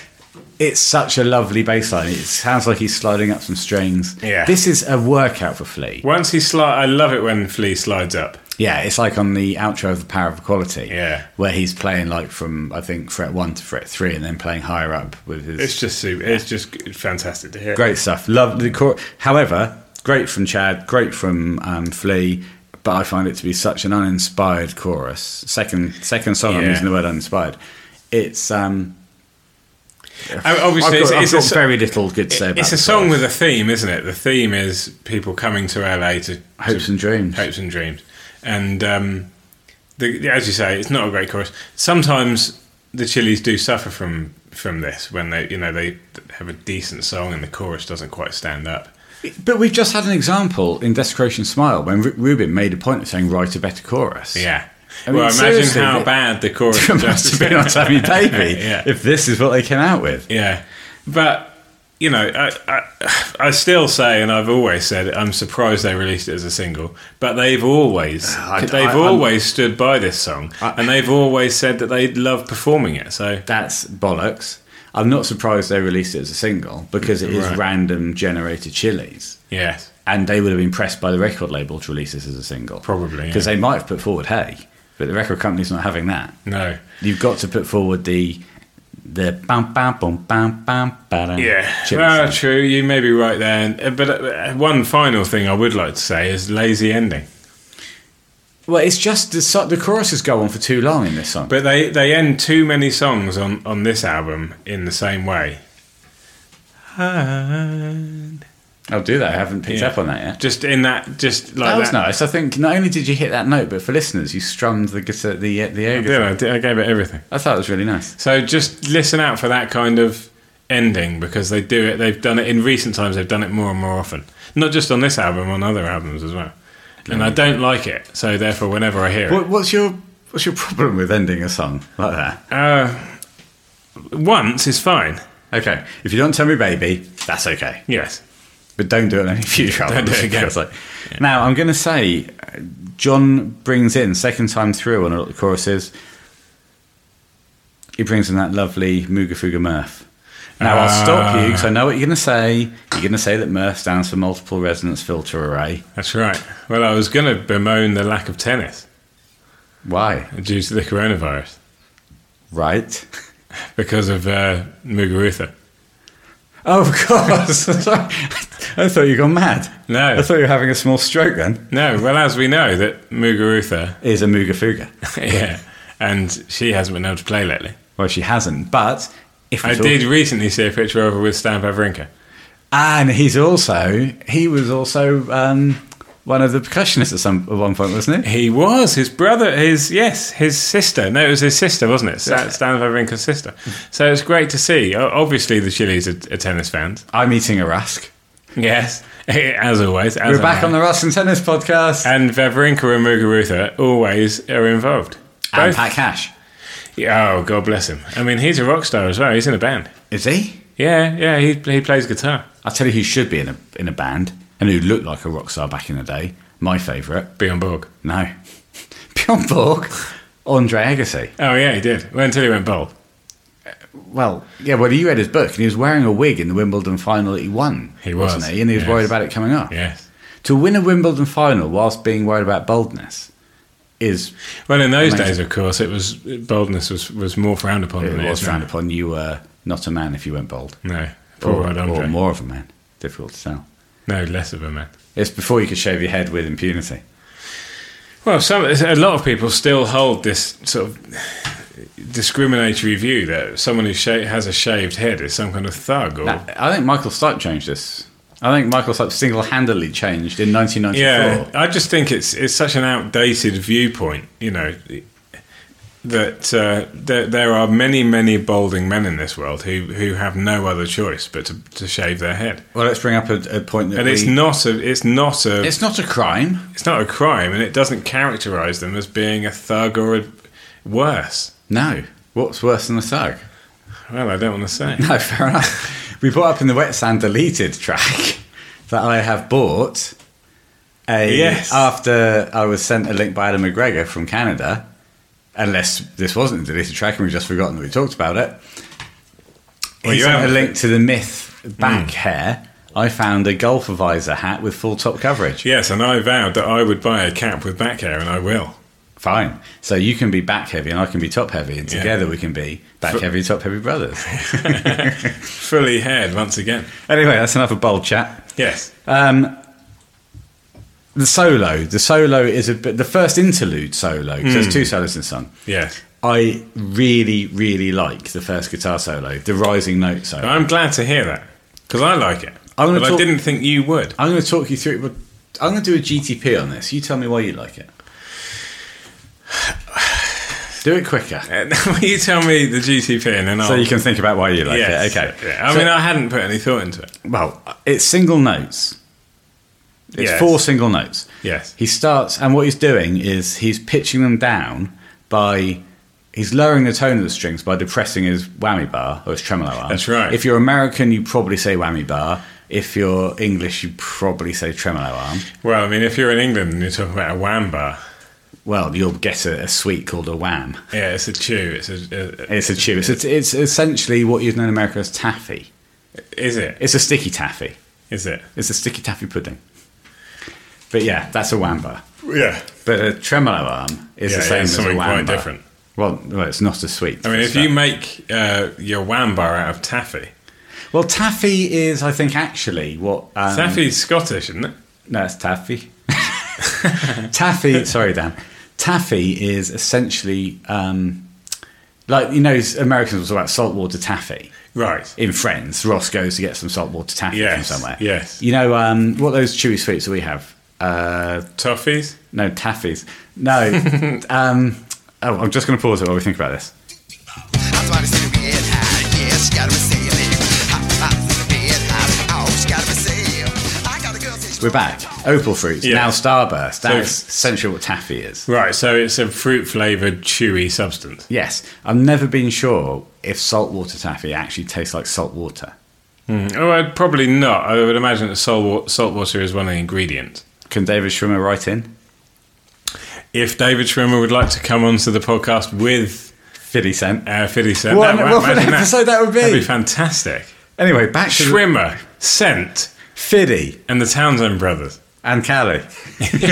Speaker 1: It's such a lovely bass line. It sounds like he's sliding up some strings.
Speaker 2: Yeah.
Speaker 1: This is a workout for Flea.
Speaker 2: Once he slide, I love it when Flea slides up.
Speaker 1: Yeah, it's like on the outro of The Power of Equality.
Speaker 2: Yeah.
Speaker 1: Where he's playing like from I think fret one to fret three and then playing higher up with his
Speaker 2: It's just super. It's just fantastic to hear.
Speaker 1: Great stuff. Love the core. However, great from Chad, great from um, Flea, but I find it to be such an uninspired chorus. Second second song, I'm
Speaker 2: Yeah.
Speaker 1: using the word uninspired. It's um,
Speaker 2: I- Obviously,
Speaker 1: I've got,
Speaker 2: it's,
Speaker 1: I've
Speaker 2: it's
Speaker 1: got
Speaker 2: a, so-
Speaker 1: very little good to say about
Speaker 2: it's a
Speaker 1: the
Speaker 2: song
Speaker 1: chorus.
Speaker 2: with a theme, isn't it? The theme is people coming to LA to
Speaker 1: hopes
Speaker 2: to-
Speaker 1: and dreams.
Speaker 2: hopes and dreams, and um, the, as you say, it's not a great chorus. Sometimes the Chili's do suffer from from this when they, you know, they have a decent song and the chorus doesn't quite stand up.
Speaker 1: But we've just had an example in Desecration Smile when Ru- Rubin made a point of saying write a better chorus.
Speaker 2: Yeah.
Speaker 1: I mean,
Speaker 2: well, imagine
Speaker 1: seriously,
Speaker 2: how
Speaker 1: it-
Speaker 2: bad the
Speaker 1: *laughs*
Speaker 2: chorus
Speaker 1: must have been on Tammy *laughs* Baby
Speaker 2: Yeah.
Speaker 1: if this is what they came out with.
Speaker 2: Yeah, but you know, I, I I still say, and I've always said, I'm surprised they released it as a single. But they've always
Speaker 1: I-
Speaker 2: they've
Speaker 1: I- I'm-
Speaker 2: always stood by this song,
Speaker 1: I-
Speaker 2: and they've always said that they love performing it. So
Speaker 1: That's bollocks. I'm not surprised they released it as a single because it is
Speaker 2: Right.
Speaker 1: random generated chilies.
Speaker 2: yeah,
Speaker 1: And they would have been pressed by the record label to release this as a single.
Speaker 2: Probably, yeah.
Speaker 1: Because they might have put forward Hey, but the record company's not having that.
Speaker 2: no,
Speaker 1: You've got to put forward the the bam bam bum bam bam bam
Speaker 2: yeah,
Speaker 1: Uh,
Speaker 2: well, true. You may be right there. And- uh, But uh, one final thing I would like to say is lazy ending.
Speaker 1: Well, it's just the, so- the choruses go on for too long in this song.
Speaker 2: But they they end too many songs on on this album in the same way.
Speaker 1: I'll do that. I haven't picked
Speaker 2: Yeah.
Speaker 1: up on that yet.
Speaker 2: Just in that, just like
Speaker 1: that was
Speaker 2: that.
Speaker 1: nice. I think not only did you hit that note, but for listeners, you strummed the guitar, the uh, the air guitar.
Speaker 2: Yeah, I did- I gave it everything.
Speaker 1: I thought it was really nice.
Speaker 2: So just listen out for that kind of ending because they do it. They've done it in recent times. They've done it more and more often. Not just on this album, on other albums as well. And I don't like it. So therefore, whenever I hear
Speaker 1: What, what's your what's your problem with ending a song like that?
Speaker 2: it, uh, once is fine.
Speaker 1: Okay, if you don't tell me, baby, that's okay.
Speaker 2: Yes.
Speaker 1: But don't do it on any future albums.
Speaker 2: do it again.
Speaker 1: because, like- Now I'm going to say, uh, John brings in second time through on a lot of the choruses. He brings in that lovely Mooga Fooga Murph. Now I'll stop you because I know what you're going to say. You're going to say that Murph stands for multiple resonance filter array.
Speaker 2: That's right. Well, I was going to bemoan the lack of tennis
Speaker 1: Why?
Speaker 2: due to the coronavirus
Speaker 1: Right.
Speaker 2: because of uh, Muguruza.
Speaker 1: Oh, *laughs* of course. *laughs* Sorry. I thought you gone mad.
Speaker 2: No.
Speaker 1: I thought you were having a small stroke then.
Speaker 2: No, well, as we know that Muguruza, *laughs*
Speaker 1: Is a Mooga Fooga.
Speaker 2: yeah, and she hasn't been able to play lately.
Speaker 1: Well, she hasn't, but if we
Speaker 2: I
Speaker 1: talk-
Speaker 2: did recently see a picture of her with Stan Wawrinka.
Speaker 1: and he's also he was also um, one of the percussionists at some at one point, wasn't he?
Speaker 2: He was his brother. His yes, his sister. No, it was his sister, wasn't it? Stan, Stan Wawrinka's sister. So it's great to see. O- Obviously, the Chile's are, are tennis fans.
Speaker 1: I'm eating a rusk.
Speaker 2: Yes, *laughs* as always. As
Speaker 1: We're back
Speaker 2: am
Speaker 1: on the Rusk and Tennis podcast.
Speaker 2: I. and Wawrinka and Muguruza always are involved.
Speaker 1: and
Speaker 2: Both.
Speaker 1: Pat Cash
Speaker 2: Yeah, oh, God bless him. I mean, he's a rock star as well. He's in a band.
Speaker 1: is he?
Speaker 2: Yeah, yeah. He he plays guitar.
Speaker 1: I'll tell you who should be in a in a band and who looked like a rock star back in the day. My favourite.
Speaker 2: Bjorn Borg.
Speaker 1: No, *laughs* Bjorn Borg, Andre Agassi.
Speaker 2: Oh yeah, he did. Well, until he went bald.
Speaker 1: Well, yeah, well, you read his book and he was wearing a wig in the Wimbledon final that he won.
Speaker 2: He was,
Speaker 1: not he? And he was
Speaker 2: yes.
Speaker 1: worried about it coming up.
Speaker 2: Yes.
Speaker 1: To win a Wimbledon final whilst being worried about baldness is
Speaker 2: Well, in those
Speaker 1: Amazing.
Speaker 2: days, of course, it was boldness was, was more frowned upon
Speaker 1: it
Speaker 2: than it
Speaker 1: was
Speaker 2: is now.
Speaker 1: uh, frowned upon. You were not a man if you went bald,
Speaker 2: No, poor
Speaker 1: or,
Speaker 2: old
Speaker 1: or
Speaker 2: Andre.
Speaker 1: more of a man. Difficult to tell.
Speaker 2: No, less of a man.
Speaker 1: It's before you could shave your head with impunity.
Speaker 2: Well, some a lot of people still hold this sort of discriminatory view that someone who sha- has a shaved head is some kind of thug or.
Speaker 1: I think Michael Stipe changed this. I think Michael Stipe single-handedly changed in 1994.
Speaker 2: Yeah, I just think it's it's such an outdated viewpoint, you know, that uh, there, there are many, many balding men in this world who, who have no other choice but to, to shave their head.
Speaker 1: Well, let's bring up a, a point that
Speaker 2: And it's
Speaker 1: we-
Speaker 2: not a it's not a
Speaker 1: it's not a crime.
Speaker 2: it's not a crime, and it doesn't characterise them as being a thug or a, worse.
Speaker 1: No. What's worse than a thug?
Speaker 2: Well, I don't want to say.
Speaker 1: *laughs* No, fair enough. We brought up in the Wet Sand deleted track *laughs* that I have bought. A,
Speaker 2: Yes.
Speaker 1: After I was sent a link by Adam McGregor from Canada, unless this wasn't a deleted track and we've just forgotten that we talked about it.
Speaker 2: Well,
Speaker 1: Here's
Speaker 2: you
Speaker 1: a
Speaker 2: haven't. Hmm.
Speaker 1: link to the myth back hair. I found a golf visor hat with full top coverage.
Speaker 2: Yes, and I vowed that I would buy a cap with back hair, and I will.
Speaker 1: Fine. So you can be back heavy and I can be top heavy, and
Speaker 2: Yeah.
Speaker 1: together we can be back heavy, top heavy brothers. *laughs*
Speaker 2: Fully haired once again.
Speaker 1: anyway, that's enough of bold chat.
Speaker 2: Yes.
Speaker 1: Um, the solo, the solo is a bit, the first interlude solo. 'cause There's two
Speaker 2: Hmm.
Speaker 1: solos in the song.
Speaker 2: Yes.
Speaker 1: I really, really like the first guitar solo, the rising note solo.
Speaker 2: I'm glad to hear that because I like it.
Speaker 1: I'm gonna
Speaker 2: but I
Speaker 1: talk-
Speaker 2: didn't think you would.
Speaker 1: I'm going to talk you through it. but I'm going to do a GTP on this. You tell me why you like it. *sighs* Do it quicker,
Speaker 2: Uh, *laughs* Will you tell me the GTP and then I'll.
Speaker 1: so you can think about why you like
Speaker 2: Oh. Yes.
Speaker 1: it. Okay.
Speaker 2: Yeah. I
Speaker 1: So-
Speaker 2: mean, I hadn't put any thought into it.
Speaker 1: well, it's single notes. It's
Speaker 2: Yes.
Speaker 1: four single notes.
Speaker 2: Yes.
Speaker 1: He starts, and what he's doing is he's pitching them down by. He's lowering the tone of the strings by depressing his whammy bar or his tremolo arm.
Speaker 2: That's right.
Speaker 1: If you're American, you probably say whammy bar. If you're English, you probably say tremolo arm.
Speaker 2: Well, I mean, if you're in England and you're talking about a wham bar,
Speaker 1: Well, you'll get a, a sweet called a wham.
Speaker 2: yeah, it's a chew. It's a. uh, a
Speaker 1: It's a chew. It's, it's essentially what you'd know in America as taffy.
Speaker 2: is it?
Speaker 1: It's a sticky taffy.
Speaker 2: Is it?
Speaker 1: It's a sticky taffy pudding. But yeah, that's a wham bar.
Speaker 2: Yeah.
Speaker 1: But a tremolo arm is
Speaker 2: Yeah,
Speaker 1: the same
Speaker 2: yeah,
Speaker 1: as a
Speaker 2: something
Speaker 1: wham
Speaker 2: quite
Speaker 1: bar.
Speaker 2: different.
Speaker 1: Well, well, it's not as sweet.
Speaker 2: I mean,
Speaker 1: It's
Speaker 2: if you
Speaker 1: that-
Speaker 2: make uh, your wham bar out of taffy,
Speaker 1: well, taffy is, I think, actually what um,
Speaker 2: taffy's Scottish, isn't it?
Speaker 1: No, it's taffy. *laughs* taffy. Sorry, Dan. Taffy is essentially um, like you know Americans talk about saltwater taffy.
Speaker 2: Right.
Speaker 1: in Friends, Ross goes to get some saltwater taffy
Speaker 2: Yes,
Speaker 1: from somewhere.
Speaker 2: yes.
Speaker 1: You know um, what those chewy sweets that we have? Uh,
Speaker 2: Toffees.
Speaker 1: no taffies.
Speaker 2: *laughs*
Speaker 1: No. um, oh, I'm just going to pause it while we think about this.
Speaker 3: That's why they say we get high. Yeah, she gotta be saved. Hot, hot, in the bed, hot. Oh, she gotta be saved. I got a girl that's-
Speaker 1: We're back. Opal fruits
Speaker 2: Yeah.
Speaker 1: now Starburst. That
Speaker 2: So-
Speaker 1: is essentially what taffy is.
Speaker 2: Right. So it's a fruit flavored chewy substance.
Speaker 1: Yes, I've never been sure if saltwater taffy actually tastes like salt water.
Speaker 2: Oh, I'd probably not. I would imagine that salt, wa- salt water is one of the ingredients.
Speaker 1: Can David Schwimmer write in?
Speaker 2: If David Schwimmer would like to come onto the podcast with
Speaker 1: Fifty cent.
Speaker 2: uh, 50 Cent,
Speaker 1: What
Speaker 2: that,
Speaker 1: an- what
Speaker 2: imagine
Speaker 1: an episode that would be.
Speaker 2: That'd be fantastic.
Speaker 1: Anyway, back to the-
Speaker 2: Schwimmer, Scent,
Speaker 1: Fiddy
Speaker 2: and the Townsend brothers. *laughs*
Speaker 1: and Callie.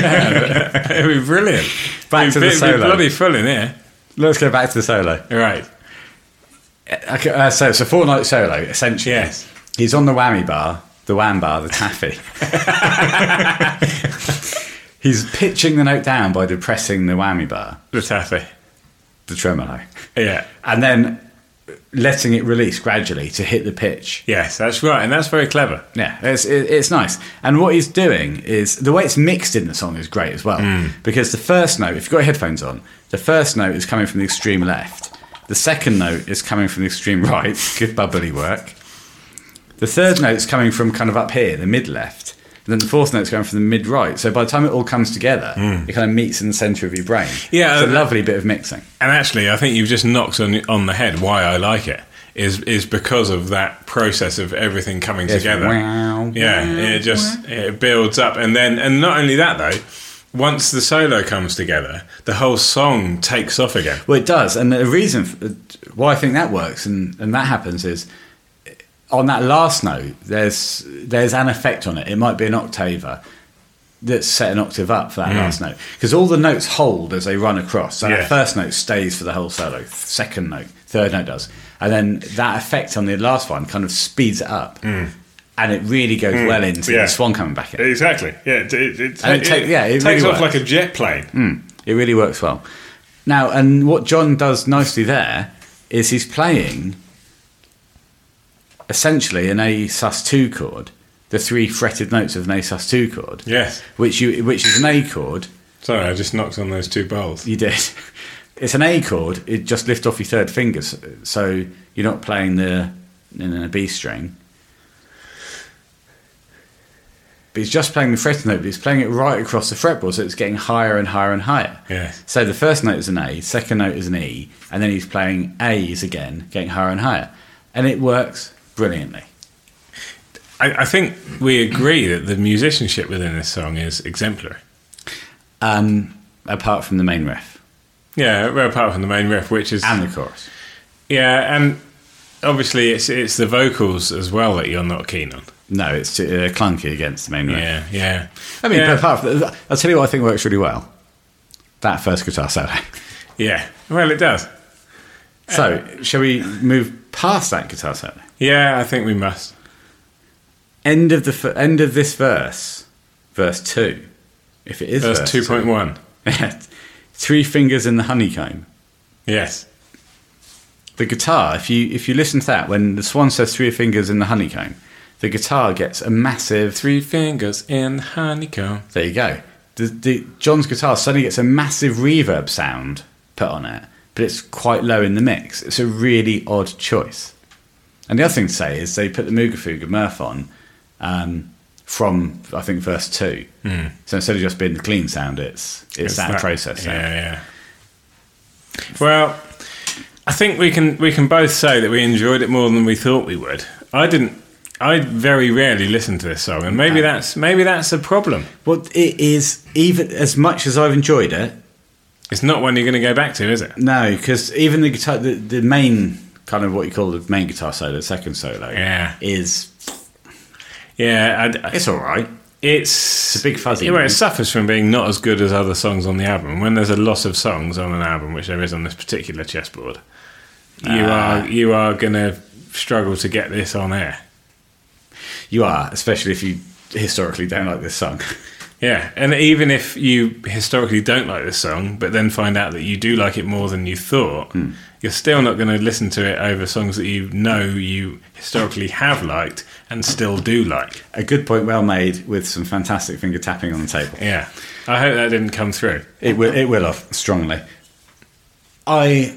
Speaker 2: It'd be brilliant.
Speaker 1: Back
Speaker 2: It'd
Speaker 1: to the
Speaker 2: be, it'd be
Speaker 1: solo.
Speaker 2: bloody full in here.
Speaker 1: Let's go back to the solo.
Speaker 2: Right.
Speaker 1: Okay, uh, so it's a four night solo, essentially.
Speaker 2: Yes.
Speaker 1: He's on the whammy bar, the wham bar, the
Speaker 2: *laughs*
Speaker 1: taffy. He's pitching the note down by depressing the whammy bar,
Speaker 2: The taffy.
Speaker 1: the tremolo,
Speaker 2: Yeah.
Speaker 1: and then letting it release gradually to hit the pitch.
Speaker 2: Yes, that's right. And that's very clever.
Speaker 1: Yeah, it's, it, it's nice. And what he's doing is the way it's mixed in the song is great as well.
Speaker 2: Mm.
Speaker 1: Because the first note, if you've got headphones on, the first note is coming from the extreme left. The second note is coming from the extreme *laughs* right. Good bubbly work. The third note's coming from kind of up here, the mid left. And then the fourth note's going from the mid right. So by the time it all comes together, it kind of meets in the centre of your brain.
Speaker 2: Mm. Yeah,
Speaker 1: It's a
Speaker 2: uh,
Speaker 1: lovely bit of mixing.
Speaker 2: And actually, I think you've just knocked on on the head why I like it is is because of that process of everything coming
Speaker 1: Yes.
Speaker 2: together.
Speaker 1: Wow,
Speaker 2: yeah,
Speaker 1: wow,
Speaker 2: it just it builds up, and then and not only that though, once the solo comes together, the whole song takes off again.
Speaker 1: Well, it does, and the reason f- uh, why I think that works and, and that happens is uh, on that last note, there's there's an effect on it. It might be an octaver that's set an octave up for that last note because all the notes hold as they run across. So
Speaker 2: Hmm. Yeah.
Speaker 1: that first note stays for the whole solo. Second note, third note does, and then that effect on the last one kind of speeds it up, and it really goes well into
Speaker 2: Hmm. yeah.
Speaker 1: the swan coming back in.
Speaker 2: Exactly. Yeah, it, it,
Speaker 1: And it ta- it yeah, it takes really off works. Mm. like
Speaker 2: a jet plane.
Speaker 1: It really works well. Now, and what John does nicely there is he's playing essentially an A sus2 chord, the three fretted notes of an A sus2 chord.
Speaker 2: Yes.
Speaker 1: Which you which is an A chord.
Speaker 2: Sorry, I just knocked on those two bowls.
Speaker 1: You did. It's an A chord. It just lift off your third fingers, so you're not playing the in a B string. But he's just playing the fretted note, but he's playing it right across the fretboard, so it's getting higher and higher and higher.
Speaker 2: Yes.
Speaker 1: So the first note is an A, second note is an E, and then he's playing A's again, getting higher and higher, and it works brilliantly.
Speaker 2: I, I think we agree that the musicianship within this song is exemplary.
Speaker 1: Um, apart from the main riff,
Speaker 2: Yeah, well, apart from the main riff, which is
Speaker 1: and the chorus.
Speaker 2: yeah, and obviously it's it's the vocals as well that you're not keen on.
Speaker 1: No, it's uh, clunky against the main riff.
Speaker 2: Yeah, yeah.
Speaker 1: I mean,
Speaker 2: yeah,
Speaker 1: apart from, I'll tell you what I think works really well. That first guitar solo.
Speaker 2: Uh. yeah. Well, it does.
Speaker 1: So, shall we move past that guitar solo?
Speaker 2: Yeah, I think we must.
Speaker 1: End of the f- end of this verse, verse two, if it is
Speaker 2: That's two
Speaker 1: *laughs*
Speaker 2: point one.
Speaker 1: two. Three fingers in the honeycomb.
Speaker 2: Yes.
Speaker 1: The guitar, if you if you listen to that, when the swan says three fingers in the honeycomb, the guitar gets a massive.
Speaker 2: Three fingers in honeycomb.
Speaker 1: There you go. The, the John's guitar suddenly gets a massive reverb sound put on it, but it's quite low in the mix. It's a really odd choice. And the other thing to say is they put the Mooga Fooga Murph on um, from I think verse two. So instead of just being the clean sound, it's it's, that, process. sound.
Speaker 2: Yeah, yeah. Well, I think we can we can both say that we enjoyed it more than we thought we would. I didn't. I very rarely listen to this song, and maybe that's maybe that's a problem.
Speaker 1: Well, it is even as much as I've enjoyed it.
Speaker 2: It's not one you're going to go back to, is it?
Speaker 1: No, because even the guitar, the, the main kind of what you call the main guitar solo, the second solo,
Speaker 2: Yeah.
Speaker 1: is
Speaker 2: Yeah, I,
Speaker 1: it's all right.
Speaker 2: it's
Speaker 1: It's a big fuzzy,
Speaker 2: Well, it
Speaker 1: right?
Speaker 2: suffers from being not as good as other songs on the album. When there's a lot of songs on an album, which there is on this particular chessboard, you
Speaker 1: Ah.
Speaker 2: are you are going to struggle to get this on air.
Speaker 1: You are, especially if you historically don't like this song.
Speaker 2: Yeah, and even if you historically don't like this song, but then find out that you do like it more than you thought,
Speaker 1: Hmm.
Speaker 2: you're still not going to listen to it over songs that you know you historically have liked and still do like.
Speaker 1: A good point, well made, with some fantastic finger tapping on the table.
Speaker 2: Yeah, I hope that didn't come through.
Speaker 1: It will, it will off strongly. I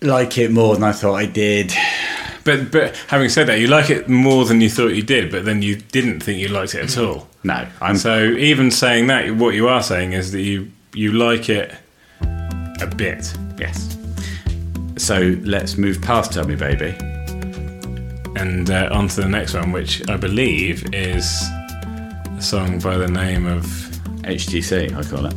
Speaker 1: like it more than I thought I did.
Speaker 2: But but having said that, you like it more than you thought you did, but then you didn't think you liked it at all.
Speaker 1: No, Mm-hmm. I'm
Speaker 2: So even saying that, what you are saying is that you you like it a bit.
Speaker 1: yes. So let's move past "Tell Me, Baby."
Speaker 2: and uh, on to the next one, which I believe is a song by the name of.
Speaker 1: HTC, I call it.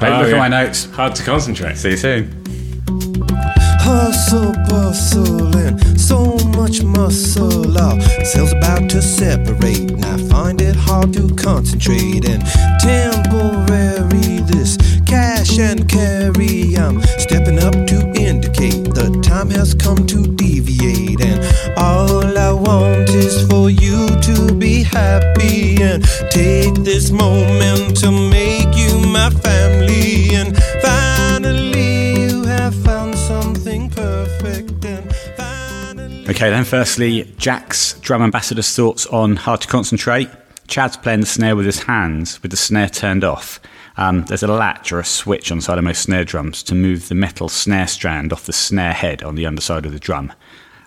Speaker 1: Don't
Speaker 2: Oh,
Speaker 1: look
Speaker 2: yeah.
Speaker 1: at my notes.
Speaker 2: Hard to concentrate.
Speaker 1: See you soon.
Speaker 4: Hustle, bustle, and so much muscle. Our cells about to separate, and I find it hard to concentrate. And temporary, this cash and carry. I'm stepping up to indicate the time has come to deviate. And all I want is for you to be happy and take this moment to make you my family. And finally, you have found something perfect and finally
Speaker 1: Okay, then. Firstly, Jack's drum ambassador's thoughts on hard to concentrate. Chad's playing the snare with his hands, with the snare turned off. Um, there's a latch or a switch on the side of most snare drums to move the metal snare strand off the snare head on the underside of the drum.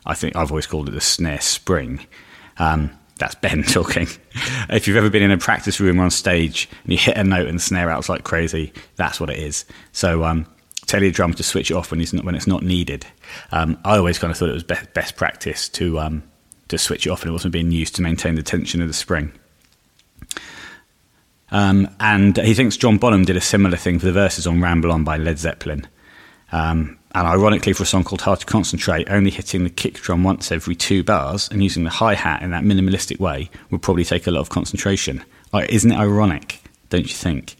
Speaker 1: I think I've always called it the snare spring. Um, that's Ben *laughs* talking. if you've ever been in a practice room or on stage and you hit a note and the snare outs like crazy, that's what it is. So um, tell your drummer to switch it off when, he's not, when it's not needed. Um, I always kind of thought it was be- best practice to, um, to switch it off and it wasn't being used to maintain the tension of the spring. Um, and he thinks John Bonham did a similar thing for the verses on Ramble On by Led Zeppelin. Um, and ironically, for a song called Hard to Concentrate, only hitting the kick drum once every two bars and using the hi hat in that minimalistic way would probably take a lot of concentration. Like, isn't it ironic, don't you think?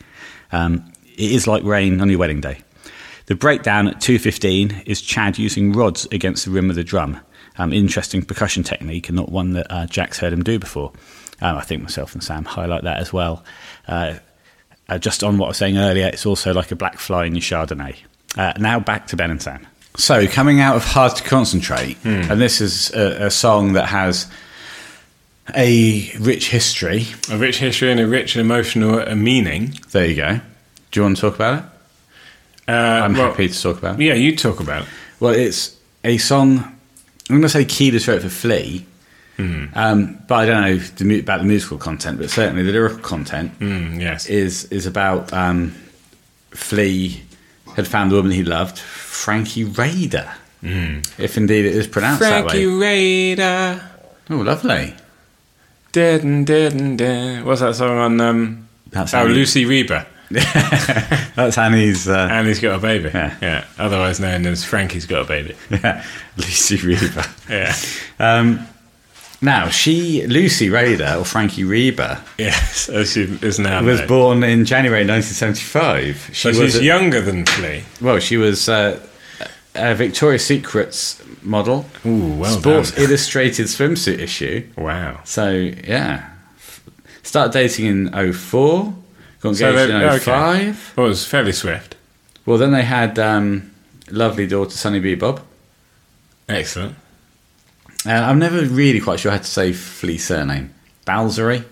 Speaker 1: Um, it is like rain on your wedding day. The breakdown at 2.15 is Chad using rods against the rim of the drum. Um, interesting percussion technique and not one that uh, Jack's heard him do before. Um, I think myself and Sam highlight that as well. Uh, uh, just on what I was saying earlier, it's also like a black fly in your Chardonnay. Uh, now back to Ben and Sam. Hmm. So coming out of Hard to Concentrate, and this is a, a song that has a rich history.
Speaker 2: A rich history and a rich emotional uh, meaning.
Speaker 1: There you go. Do you want to talk about it?
Speaker 2: Uh,
Speaker 1: I'm
Speaker 2: well,
Speaker 1: happy to talk about it.
Speaker 2: Yeah, you talk about it.
Speaker 1: Well, it's a song. I'm going to say Keyless wrote for Flea, um, but I don't know the, mu- about the musical content, but certainly the lyrical content
Speaker 2: Mm, yes.
Speaker 1: is is about um, Flea had found the woman he loved, Frankie Raider, if indeed it is pronounced
Speaker 2: Hmm. Frankie
Speaker 1: that way.
Speaker 2: Raider.
Speaker 1: Oh, lovely.
Speaker 2: Dead and dead and dead. What's that song on? Um,
Speaker 1: That's
Speaker 2: oh,
Speaker 1: Andy.
Speaker 2: Lucy Reba.
Speaker 1: That's Annie's. Uh, *laughs*
Speaker 2: And he's got a baby.
Speaker 1: Yeah.
Speaker 2: Otherwise known as Frankie's got a baby.
Speaker 1: yeah, Lucy Reba. *laughs*
Speaker 2: Yeah.
Speaker 1: Um, now, she, Lucy Rada, or Frankie Reba,
Speaker 2: yeah. So she is now.
Speaker 1: was
Speaker 2: known.
Speaker 1: born in January 1975. She
Speaker 2: So
Speaker 1: was
Speaker 2: she's
Speaker 1: a-
Speaker 2: younger than Flea.
Speaker 1: Well, she was uh, a Victoria's Secret's model.
Speaker 2: Ooh, well
Speaker 1: Sports
Speaker 2: done.
Speaker 1: Illustrated swimsuit issue.
Speaker 2: Wow.
Speaker 1: So, yeah. Started dating in 04, got engaged
Speaker 2: So they- okay.
Speaker 1: in 05.
Speaker 2: Well, it was fairly swift.
Speaker 1: Well, then they had um, lovely daughter Sunny B. Bob.
Speaker 2: Excellent.
Speaker 1: Uh, I'm never really quite sure how to say Flea's surname. Balzeri?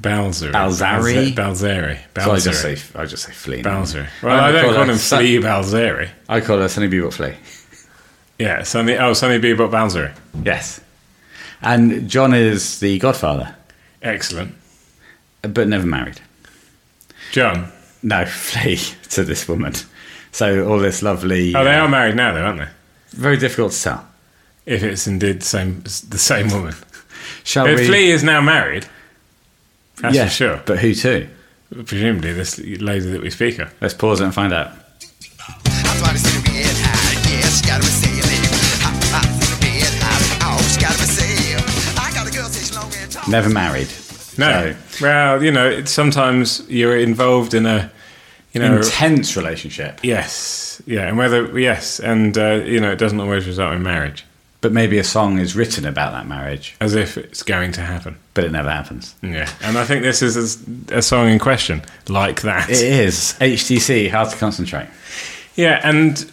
Speaker 2: Balzari.
Speaker 1: Balzari?
Speaker 2: Balzari.
Speaker 1: So I just say
Speaker 2: Balzari.
Speaker 1: I just say Flea. now.
Speaker 2: Balzari. Well, I
Speaker 1: would
Speaker 2: don't call
Speaker 1: her
Speaker 2: him
Speaker 1: Sun-
Speaker 2: Flea Balzari.
Speaker 1: I call her Sunny Bebop Flea.
Speaker 2: Yeah, Sonny. Oh, Sonny Bebop Balzari.
Speaker 1: Yes. And John is the godfather,
Speaker 2: Excellent.
Speaker 1: but never married.
Speaker 2: John.
Speaker 1: No, *laughs* Flea to this woman. So all this lovely.
Speaker 2: Oh, they are married now, though, aren't they?
Speaker 1: Very difficult to tell.
Speaker 2: If it's indeed the same, the same woman.
Speaker 1: Shall
Speaker 2: If
Speaker 1: we?
Speaker 2: Flea is now married, that's
Speaker 1: yeah,
Speaker 2: for sure.
Speaker 1: But who to?
Speaker 2: Presumably, this lady that we speak of.
Speaker 1: Let's pause it and find out.
Speaker 3: I'm trying to see the red eye. Yeah, she got a receive it. Hop, hop, through the red eye. Oh, she got a receive. I got a girl, say she long and tall.
Speaker 1: Never married.
Speaker 2: No. Well, you know, it's sometimes you're involved in a, you know,
Speaker 1: Intense relationship,
Speaker 2: yes, yeah, and whether yes, and uh, you know, it doesn't always result in marriage,
Speaker 1: but maybe a song is written about that marriage,
Speaker 2: as if it's going to happen.
Speaker 1: but it never happens.
Speaker 2: Yeah, and I think this is a, a song in question like that.
Speaker 1: It is HTC. Hard to concentrate.
Speaker 2: Yeah, and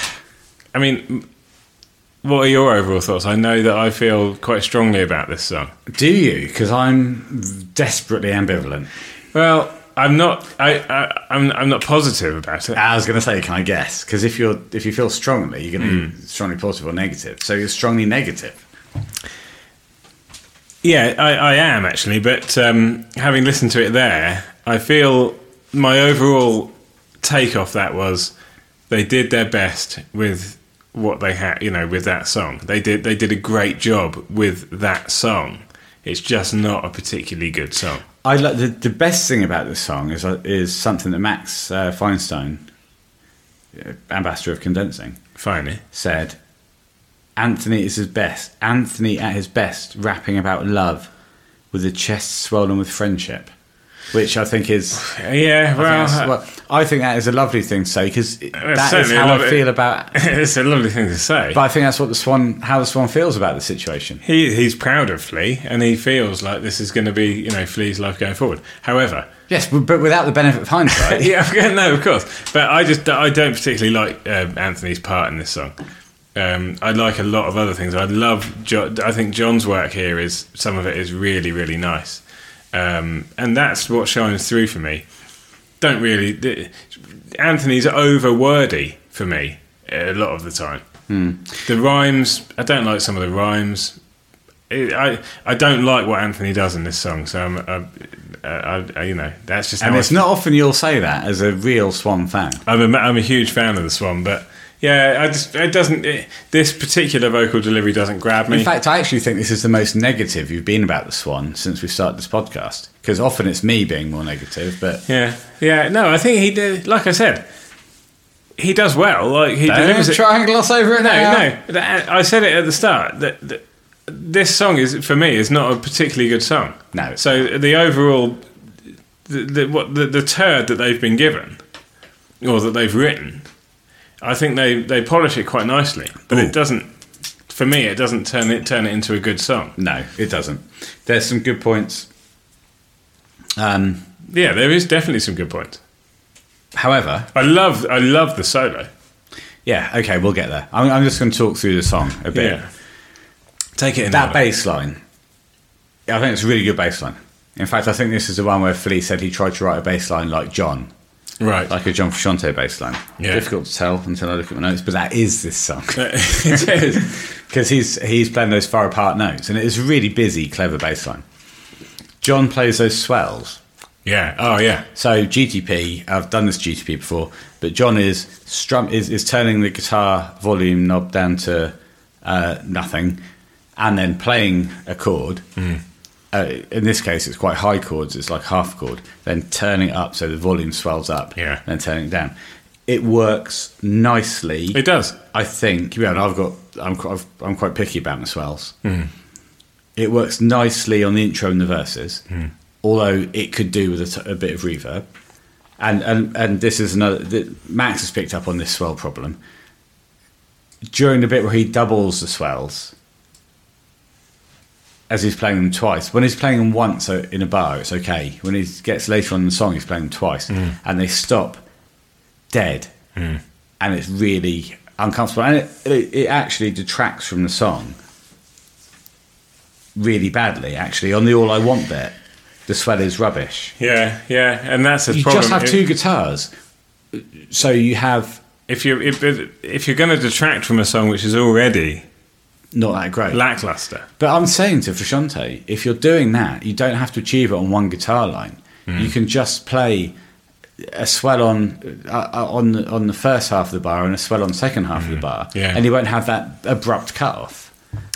Speaker 2: *sighs* I mean, m- what are your overall thoughts? I know that I feel quite strongly about this song.
Speaker 1: Do you? Because I'm desperately ambivalent.
Speaker 2: Well, I'm not. I, I I'm I'm not positive about it.
Speaker 1: I was going to say, can I guess? Because if you're if you feel strongly, you're going to be strongly positive or negative. So you're strongly negative.
Speaker 2: Yeah, I, I am actually, but um, having listened to it there, I feel my overall take off that was they did their best with what they had, you know, with that song. They did they did a great job with that song. It's just not a particularly good song.
Speaker 1: I like the, the best thing about this song is uh, is something that Max uh, Feinstein, uh, ambassador of condensing,
Speaker 2: Finally,
Speaker 1: said. Anthony is his best. Anthony at his best, rapping about love, with a chest swollen with friendship, which I think is.
Speaker 2: *laughs* yeah.
Speaker 1: I
Speaker 2: Well,
Speaker 1: think that's- well, I think that is a lovely thing to say because that is
Speaker 2: certainly
Speaker 1: how
Speaker 2: a
Speaker 1: I
Speaker 2: lovely-
Speaker 1: feel about.
Speaker 2: *laughs* it's a lovely thing to say.
Speaker 1: But I think that's what the swan, how the swan feels about the situation.
Speaker 2: he he's proud of Flea, and he feels like this is going to be you know Flea's life going forward. However,
Speaker 1: Yes, but, but without the benefit of
Speaker 2: *laughs*
Speaker 1: hindsight.
Speaker 2: yeah, okay, no, of course. But I just I don't particularly like um, Anthony's part in this song. Um, I like a lot of other things. I love. Jo- I think John's work here is some of it is really really nice, um, and that's what shines through for me. Don't really. th- Anthony's over wordy for me a lot of the time.
Speaker 1: Hmm.
Speaker 2: The rhymes. I don't like some of the rhymes. It, I I don't like what Anthony does in this song. So I'm. I, I, I, you know that's just.
Speaker 1: and
Speaker 2: how I
Speaker 1: it's not often you'll say that as a real swan fan.
Speaker 2: I'm a, I'm a huge fan of the Swan, but yeah, I just it doesn't. It, this particular vocal delivery doesn't grab me.
Speaker 1: In fact, I actually think this is the most negative you've been about the Swan since we started this podcast. Because often it's me being more negative, but
Speaker 2: yeah, yeah, no, I think he did. Like I said, he does well. Like he delivers
Speaker 1: don't
Speaker 2: it.
Speaker 1: try and gloss over it
Speaker 2: no,
Speaker 1: now.
Speaker 2: no, that- uh, I said it at the start that, that this song is for me is not a particularly good song.
Speaker 1: No, it's
Speaker 2: so the overall the, the what the, the turd that they've been given or that they've written, I think they they polish it quite nicely, but
Speaker 1: Ooh.
Speaker 2: it doesn't. For me, it doesn't turn it turn it into a good song.
Speaker 1: no, it doesn't. There's some good points. Um,
Speaker 2: Yeah, there is definitely some good points.
Speaker 1: however,
Speaker 2: I love I love the solo.
Speaker 1: yeah, okay, we'll get there. I'm, I'm just going to talk through the song a bit.
Speaker 2: Yeah, take it in
Speaker 1: That
Speaker 2: order.
Speaker 1: bass line, I think it's a really good bass line. In fact, I think this is the one where Flea said he tried to write a bass line like John,
Speaker 2: *laughs* right.
Speaker 1: like a John Frusciante bass line.
Speaker 2: Yeah.
Speaker 1: Difficult to tell until I look at my notes, but that is this song. *laughs*
Speaker 2: It is.
Speaker 1: because he's he's playing those far apart notes, and it's a really busy, clever bass line. John plays those swells.
Speaker 2: yeah. Oh yeah.
Speaker 1: So GTP, I've done this GTP before, but John is strum is, is turning the guitar volume knob
Speaker 2: Mm.
Speaker 1: down to uh, nothing, and then playing a chord, uh, in this case, it's quite high chords. It's like half chord. Then turning it up so the volume swells up.
Speaker 2: Yeah.
Speaker 1: Then turning it down. It works nicely.
Speaker 2: It does.
Speaker 1: I think. Yeah, and I've got. I'm. qu- I've, I'm quite picky about my swells. It works nicely on the intro and the verses, although it could do with a, t- a bit of reverb. And and and this is another. th Max has picked up on this swell problem during the bit where he doubles the swells as he's playing them twice. When he's playing them once o- in a bar, it's okay. When he gets later on in the song, he's playing them twice, and they stop dead, and it's really uncomfortable, and it, it, it actually detracts from the song really badly. Actually, on the "All I Want" bit, the swell is rubbish.
Speaker 2: Yeah, yeah, and that's the
Speaker 1: You
Speaker 2: problem.
Speaker 1: just have
Speaker 2: If-
Speaker 1: two guitars, so you have
Speaker 2: If you if, if you're going to detract from a song which is already
Speaker 1: not that great.
Speaker 2: lackluster,
Speaker 1: But I'm saying to Frusciante, if you're doing that, you don't have to achieve it on one guitar line.
Speaker 2: Hmm.
Speaker 1: You can just play a swell on uh, uh, on the, on the first half of the bar and a swell on the second half of the bar,
Speaker 2: Hmm. Yeah.
Speaker 1: and you won't have that abrupt cut off.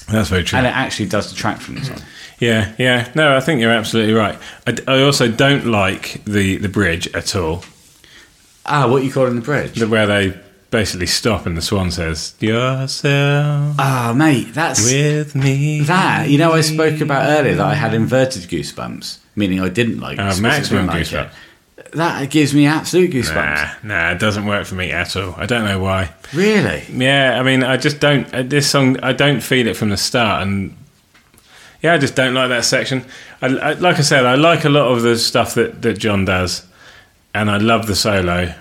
Speaker 2: that's very true.
Speaker 1: And it actually does detract from the song.
Speaker 2: Yeah, yeah. No, I think you're absolutely right. I, d- I also don't like the the bridge at all,
Speaker 1: ah, what you call it in the bridge?
Speaker 2: the- where they basically stop and the swan says yourself
Speaker 1: Ah, mate, that's
Speaker 2: with me.
Speaker 1: that. You know, I spoke about earlier that I had inverted goosebumps, meaning I didn't like,
Speaker 2: Uh,
Speaker 1: specifically
Speaker 2: maximum
Speaker 1: like it. That gives me absolute goosebumps.
Speaker 2: Nah, nah, it doesn't work for me at all. I don't know why.
Speaker 1: Really?
Speaker 2: Yeah, I mean, I just don't. uh, This song, I don't feel it from the start, and yeah, I just don't like that section. I, I, like I said, I like a lot of the stuff that that John does, and I love the solo.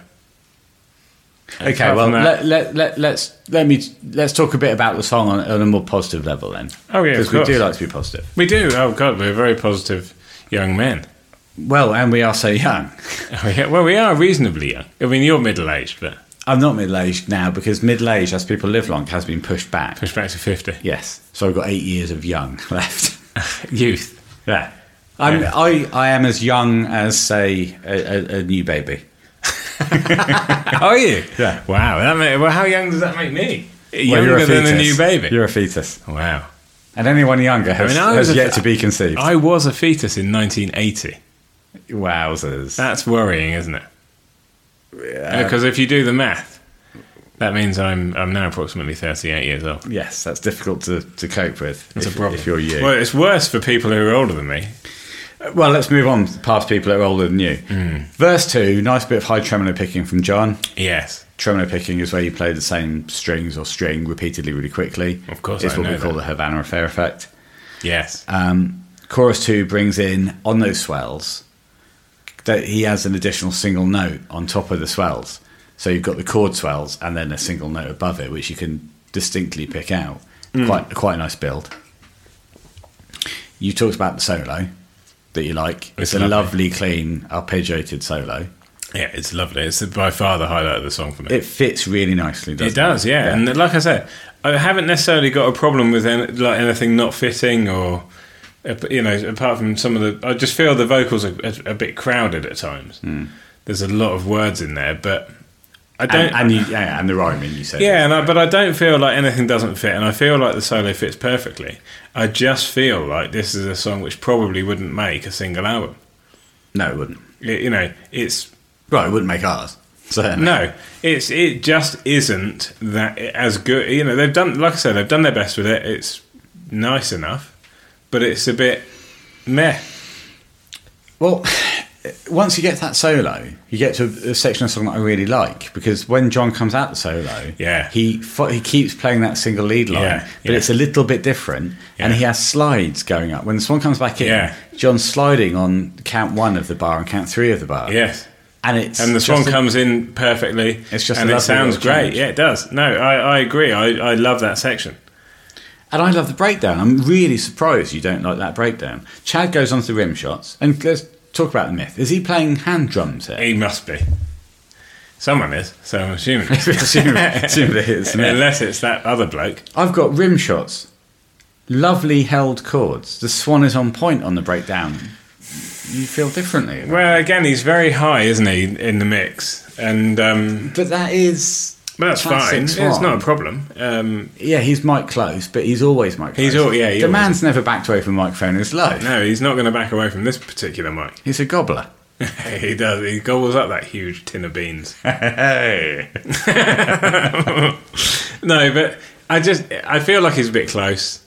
Speaker 1: Okay,
Speaker 2: Apart
Speaker 1: well
Speaker 2: from
Speaker 1: let,
Speaker 2: that-
Speaker 1: let, let, let's let me let's talk a bit about the song on, on a more positive level then.
Speaker 2: Oh, yeah, of
Speaker 1: because we do
Speaker 2: course.
Speaker 1: like to be positive.
Speaker 2: We do. Oh God, we're very positive young men. *laughs*
Speaker 1: Well, and we are so young. *laughs*
Speaker 2: Oh, yeah, well, we are reasonably young. I mean, you're middle aged, but
Speaker 1: I'm not middle aged now because middle aged, as people live long, has been pushed back.
Speaker 2: push back to fifty.
Speaker 1: Yes, so I've got eight years of young *laughs* left.
Speaker 2: *laughs* Youth.
Speaker 1: yeah, I'm,
Speaker 2: Yeah.
Speaker 1: I I am as young as say a, a, a new baby.
Speaker 2: Are you?
Speaker 1: Yeah.
Speaker 2: Wow. That ma- well, how young does that make me?
Speaker 1: Well,
Speaker 2: Younger
Speaker 1: you're
Speaker 2: than a
Speaker 1: fetus.
Speaker 2: new baby.
Speaker 1: You're a fetus,
Speaker 2: wow.
Speaker 1: and anyone younger has,
Speaker 2: mean, I was
Speaker 1: has
Speaker 2: a-
Speaker 1: yet to be conceived.
Speaker 2: I was a fetus in 1980.
Speaker 1: Wowzers!
Speaker 2: That's worrying, isn't it? Because if you do the math, that means I'm I'm now approximately 38 years old.
Speaker 1: yes, that's difficult to, to cope with. That's
Speaker 2: a problem.
Speaker 1: If you're you,
Speaker 2: Well, it's worse for people who are older than me.
Speaker 1: Well, let's move on past people that are older than you.
Speaker 2: Hmm.
Speaker 1: Verse two, nice bit of high tremolo picking from John.
Speaker 2: Yes.
Speaker 1: Tremolo picking is where you play the same strings or string repeatedly, really quickly.
Speaker 2: Of course
Speaker 1: it's
Speaker 2: I
Speaker 1: what we
Speaker 2: know
Speaker 1: call
Speaker 2: that.
Speaker 1: the Havana Affair effect.
Speaker 2: Yes.
Speaker 1: Uh, Chorus two brings in on those swells that he has an additional single note on top of the swells. So you've got the chord swells and then a single note above it, which you can distinctly pick out.
Speaker 2: Hmm.
Speaker 1: Quite quite a nice build. You talked about the solo that you like. It's,
Speaker 2: It's
Speaker 1: a lovely,
Speaker 2: lovely.
Speaker 1: clean, arpeggiated solo.
Speaker 2: yeah, it's lovely. It's by far the highlight of the song for me.
Speaker 1: It fits really nicely, doesn't it?
Speaker 2: It does, yeah. And like I said, I haven't necessarily got a problem with any, like anything not fitting or uh, you know, apart from some of the. I just feel the vocals are a, a bit crowded at times. There's a lot of words in there, but I don't.
Speaker 1: Hmm. and, and you, yeah, and the rhyming you said.
Speaker 2: yeah, and I, but I don't feel like anything doesn't fit, and I feel like the solo fits perfectly. I just feel like this is a song which probably wouldn't make a single album.
Speaker 1: No, it wouldn't.
Speaker 2: It- you know, it's
Speaker 1: Well, it wouldn't make ours. *laughs* Certainly.
Speaker 2: No, it's it just isn't that as good. You know, they've done like I said, they've done their best with it. It's nice enough, but it's a bit meh.
Speaker 1: Well, once you get that solo, you get to a section of the song that I really like because when John comes out the solo,
Speaker 2: Yeah.
Speaker 1: he fo- he keeps playing that single lead line,
Speaker 2: Yeah,
Speaker 1: but
Speaker 2: yeah.
Speaker 1: it's a little bit different, and
Speaker 2: Yeah.
Speaker 1: he has slides going up. When the song comes back in,
Speaker 2: Yeah.
Speaker 1: John's sliding on count one of the bar and count three of the bar.
Speaker 2: Yes,
Speaker 1: and it's
Speaker 2: and the
Speaker 1: just
Speaker 2: song
Speaker 1: a-
Speaker 2: comes in perfectly.
Speaker 1: It's just a
Speaker 2: and it
Speaker 1: lovely
Speaker 2: sounds
Speaker 1: little
Speaker 2: great.
Speaker 1: change.
Speaker 2: Yeah, it does. No, I, I agree. I, I love that section.
Speaker 1: And I love the breakdown. I'm really surprised you don't like that breakdown. Chad goes on to the rim shots, and let's talk about the myth. Is he playing hand drums here?
Speaker 2: He must be. Someone is, so I'm
Speaker 1: *laughs*
Speaker 2: assuming.
Speaker 1: Assume- assume that it's the myth.
Speaker 2: Unless it's that other bloke.
Speaker 1: I've got rim shots, lovely held chords. The swan is on point on the breakdown. You feel differently,
Speaker 2: Well, again, he's very high, isn't he, in the mix? And um,
Speaker 1: but that is
Speaker 2: But that's
Speaker 1: Classic
Speaker 2: fine. It's
Speaker 1: Swan.
Speaker 2: not a problem. Um,
Speaker 1: Yeah, he's Mike Close, but he's always Mike.
Speaker 2: He's
Speaker 1: Close.
Speaker 2: al- yeah, he
Speaker 1: the
Speaker 2: always
Speaker 1: man's never backed away from a microphone in his life.
Speaker 2: no, he's not going to back away from this particular mic. *laughs*
Speaker 1: He's a gobbler.
Speaker 2: he does. He gobbles up that huge tin of beans.
Speaker 1: Hey,
Speaker 2: no, but I just I feel like he's a bit close.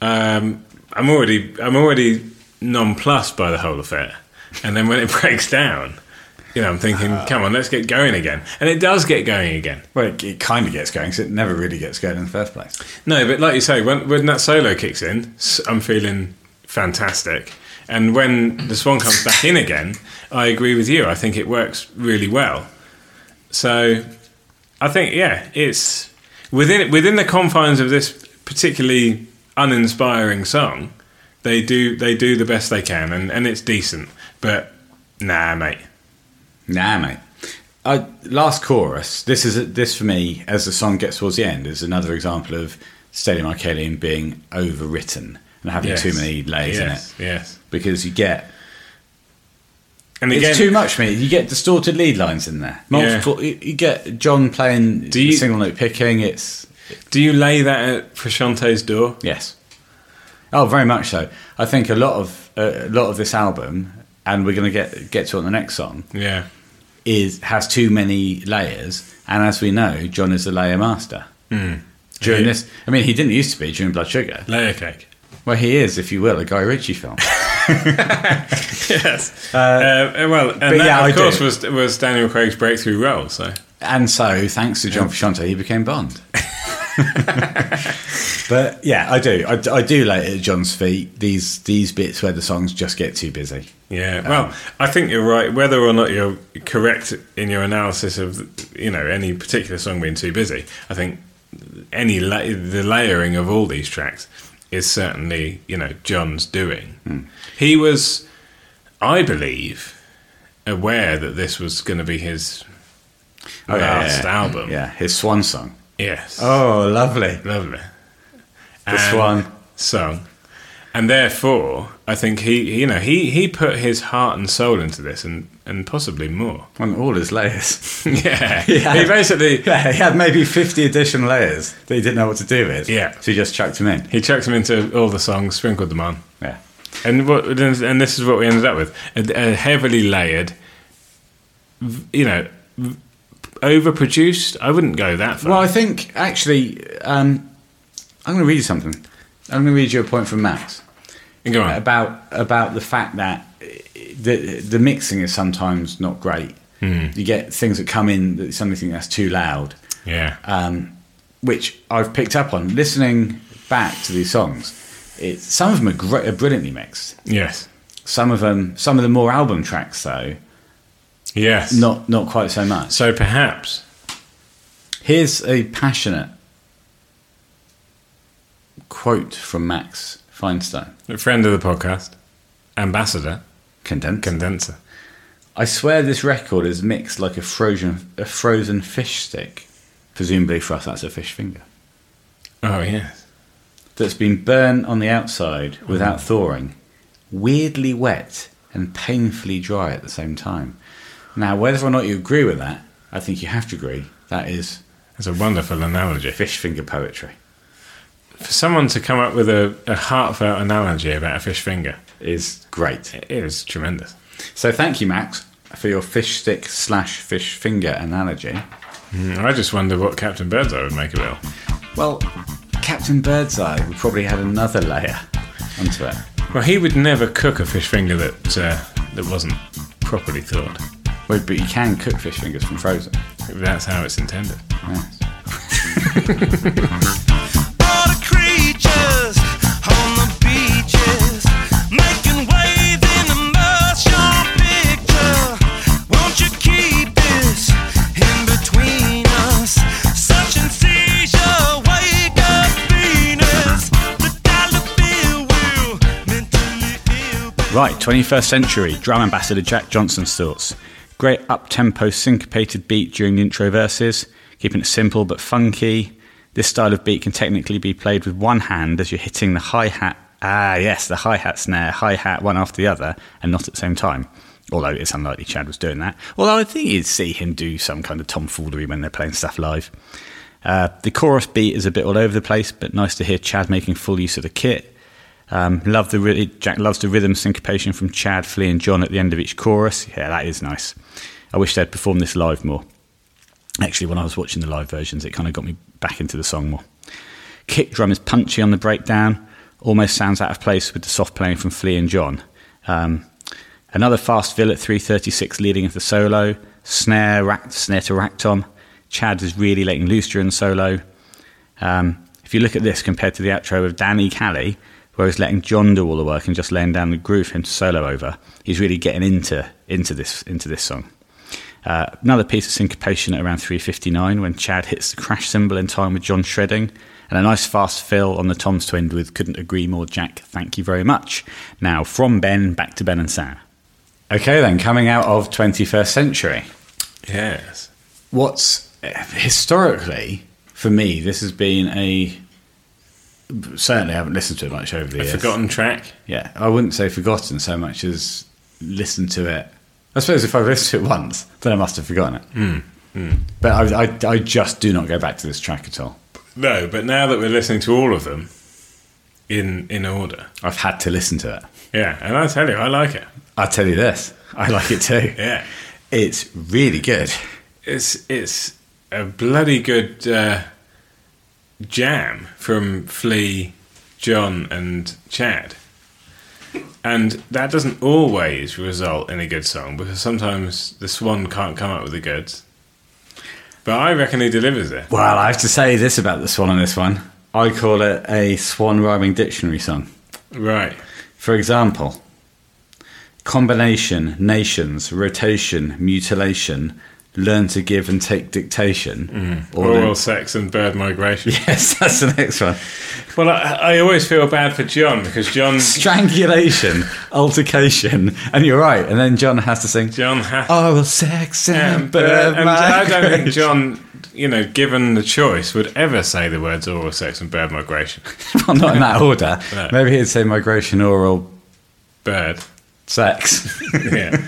Speaker 2: Um, I'm already I'm already nonplussed by the whole affair, and then when it *laughs* breaks down, you know, I'm thinking, come on, let's get going again, and it does get going again.
Speaker 1: well, it, it kind of gets going because it never really gets going in the first place.
Speaker 2: No, but like you say, when when that solo kicks in, s- I'm feeling fantastic. And when the swan comes back in again, I agree with you. I think it works really well. So, I think yeah, it's within within the confines of this particularly uninspiring song. They do they do the best they can, and, and it's decent. But nah, mate.
Speaker 1: Nah, mate. I, last chorus. This is this for me. As the song gets towards the end, is another example of Stadium Arcadium being overwritten and having
Speaker 2: Yes.
Speaker 1: too many layers
Speaker 2: Yes,
Speaker 1: in it.
Speaker 2: yes.
Speaker 1: Because you get
Speaker 2: And again,
Speaker 1: it's too much, mate. You get distorted lead lines in there. Multiple. You, you get John playing
Speaker 2: Do you-
Speaker 1: single note picking. It's
Speaker 2: do you lay that at Frusciante's door?
Speaker 1: Yes. Oh, very much so. I think a lot of a lot of this album, and we're going to get get to it on the next song,
Speaker 2: Yeah.
Speaker 1: is has too many layers. And as we know, John is the layer master.
Speaker 2: Hmm.
Speaker 1: During
Speaker 2: Yeah.
Speaker 1: this, I mean, he didn't used to be during Blood Sugar.
Speaker 2: Layer cake.
Speaker 1: Well, he is, if you will, a Guy Ritchie film.
Speaker 2: yes. Uh, uh, well, and that,
Speaker 1: yeah,
Speaker 2: of
Speaker 1: I do.
Speaker 2: course, was was Daniel Craig's breakthrough role. So
Speaker 1: and so, thanks to John Frusciante, he became Bond. *laughs* but yeah, I do. I, I do like it at John's feet. These these bits where the songs just get too busy.
Speaker 2: yeah, well, I think you're right. Whether or not you're correct in your analysis of you know any particular song being too busy, I think any la- the layering of all these tracks is certainly you know John's doing.
Speaker 1: Hmm.
Speaker 2: He was, I believe, aware that this was going to be his
Speaker 1: Oh, yeah,
Speaker 2: last
Speaker 1: yeah.
Speaker 2: album.
Speaker 1: Yeah, his swan song.
Speaker 2: Yes.
Speaker 1: Oh, lovely.
Speaker 2: Lovely.
Speaker 1: The Swan.
Speaker 2: song, and therefore, I think he, you know, he he put his heart and soul into this, and and possibly more. *laughs*
Speaker 1: On all his layers. *laughs*
Speaker 2: yeah.
Speaker 1: Yeah.
Speaker 2: he
Speaker 1: *laughs*
Speaker 2: basically
Speaker 1: yeah, he had maybe 50 additional layers that he didn't know what to do with.
Speaker 2: Yeah.
Speaker 1: So he just chucked them in.
Speaker 2: he chucked them into all the songs, sprinkled them on,
Speaker 1: Yeah.
Speaker 2: and what and this is what we ended up with: a, a heavily layered, v- you know, v- overproduced. I wouldn't go that far.
Speaker 1: Well, I think actually, um, I'm going to read you something. I'm going to read you a point from Max
Speaker 2: go on.
Speaker 1: about about the fact that the the mixing is sometimes not great. You get things that come in that suddenly think that's too loud.
Speaker 2: yeah.
Speaker 1: um, which I've picked up on listening back to these songs. It, some of them are, great, are brilliantly mixed.
Speaker 2: yes.
Speaker 1: Some of them, some of the more album tracks though,
Speaker 2: Yes.
Speaker 1: not not quite so much.
Speaker 2: So perhaps.
Speaker 1: Here's a passionate quote from Max Feinstein.
Speaker 2: A friend of the podcast, ambassador,
Speaker 1: Condensed.
Speaker 2: condenser.
Speaker 1: I swear this record is mixed like a frozen a frozen fish stick. Presumably for us, that's a fish finger
Speaker 2: Oh yes.
Speaker 1: that's been burnt on the outside without thawing, weirdly wet and painfully dry at the same time. Now, whether or not you agree with that, I think you have to agree. That is
Speaker 2: That's a wonderful analogy.
Speaker 1: fish finger poetry.
Speaker 2: For someone to come up with a, a heartfelt analogy about a fish finger
Speaker 1: Is great.
Speaker 2: it is tremendous.
Speaker 1: So, thank you, Max, for your fish stick slash fish finger analogy.
Speaker 2: Mm, I just wonder what Captain Birdseye would make of it all.
Speaker 1: Well, Captain Birdseye would probably add another layer onto it.
Speaker 2: Well, he would never cook a fish finger that uh, that wasn't properly thawed.
Speaker 1: Well, but you can cook fish fingers from frozen.
Speaker 2: That's how it's intended.
Speaker 1: Yes.
Speaker 4: all the creatures on the beaches making waves in the motion picture. Won't you keep this in between us? Such and seizure, wake up, Venus. The dollar bill will mentally ill.
Speaker 1: Right, 21st century drum ambassador Jack Johnson's thoughts. Great up tempo syncopated beat during the intro verses, keeping it simple but funky. This style of beat can technically be played with one hand as you're hitting the hi hat. Ah, yes, the hi hat snare, hi hat one after the other, and not at the same time. Although it's unlikely Chad was doing that. Although I think you'd see him do some kind of tomfoolery when they're playing stuff live. Uh, the chorus beat is a bit all over the place, but nice to hear Chad making full use of the kit. Um, love the ry- Jack loves the rhythm syncopation from Chad, Flea, and John at the end of each chorus. Yeah, that is nice. I wish they'd performed this live more. Actually, when I was watching the live versions, it kind of got me back into the song more. Kick drum is punchy on the breakdown, almost sounds out of place with the soft playing from Flea and John. Um, another fast fill at 336 leading into the solo, snare, rack, snare to rack tom. Chad is really letting loose during the solo. Um, if you look at this compared to the outro of Danny Callie, where he's letting John do all the work and just laying down the groove for him to solo over, he's really getting into into this into this song. Uh, another piece of syncopation at around 3:59 when Chad hits the crash cymbal in time with John shredding, and a nice fast fill on the toms to end with. Couldn't agree more, Jack. Thank you very much. Now from Ben back to Ben and Sam. Okay, then coming out of 21st century
Speaker 2: Yes.
Speaker 1: what's historically for me this has been a certainly I haven't listened to it much over the
Speaker 2: A
Speaker 1: years.
Speaker 2: forgotten track.
Speaker 1: Yeah, I wouldn't say forgotten so much as listened to it. I suppose if I've listened to it once, then I must have forgotten it.
Speaker 2: Hmm,
Speaker 1: But I, I, I just do not go back to this track at all.
Speaker 2: No, but now that we're listening to all of them in in order.
Speaker 1: I've had to listen to it.
Speaker 2: Yeah, and I tell you, I like it.
Speaker 1: I tell you this, I like it
Speaker 2: *laughs*
Speaker 1: too.
Speaker 2: Yeah.
Speaker 1: It's really good.
Speaker 2: It's it's a bloody good uh, jam from Flea, John, and Chad, and that doesn't always result in a good song because sometimes the Swan can't come up with the goods. But I reckon he delivers it.
Speaker 1: Well, I have to say this about the swan on this one. I call it a swan rhyming dictionary song.
Speaker 2: Right.
Speaker 1: For example, combination, nations, rotation, mutilation, learn to give and take dictation. Or
Speaker 2: Oral sex and bird
Speaker 1: *laughs*
Speaker 2: migration.
Speaker 1: yes, that's the next one.
Speaker 2: Well, I, I always feel bad for John because John *laughs*
Speaker 1: Strangulation, altercation, and you're right. And then John has to sing.
Speaker 2: John has
Speaker 1: Oral sex and
Speaker 2: Um, but,
Speaker 1: bird
Speaker 2: and I don't think
Speaker 1: migration."
Speaker 2: John, you know, given the choice, would ever say the words oral sex and bird migration.
Speaker 1: *laughs* well, not in
Speaker 2: *laughs*
Speaker 1: that order.
Speaker 2: No.
Speaker 1: Maybe he'd say migration, oral
Speaker 2: Bird.
Speaker 1: sex. *laughs*
Speaker 2: Yeah,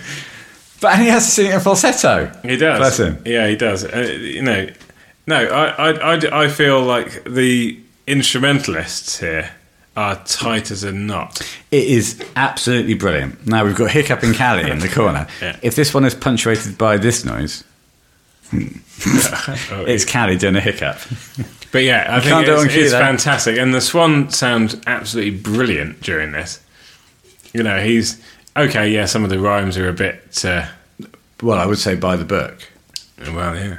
Speaker 1: but he has to sing it in falsetto.
Speaker 2: he does.
Speaker 1: Bless him.
Speaker 2: Yeah, he does. Uh, you know, no, I, I, I, I feel like the instrumentalists here are tight as a knot.
Speaker 1: It is absolutely brilliant. Now we've got Hiccup and Callie
Speaker 2: *laughs*
Speaker 1: in the corner.
Speaker 2: Yeah.
Speaker 1: If this one is punctuated by this noise,
Speaker 2: *laughs* Oh,
Speaker 1: it's Callie doing a hiccup.
Speaker 2: But yeah, I
Speaker 1: can't
Speaker 2: think
Speaker 1: do it on
Speaker 2: it's,
Speaker 1: cue,
Speaker 2: it's
Speaker 1: though.
Speaker 2: fantastic, and the Swan sounds absolutely brilliant during this. You know, he's okay. Yeah, some of the rhymes are a bit. Uh,
Speaker 1: Well, I would say by the book,
Speaker 2: well, yeah,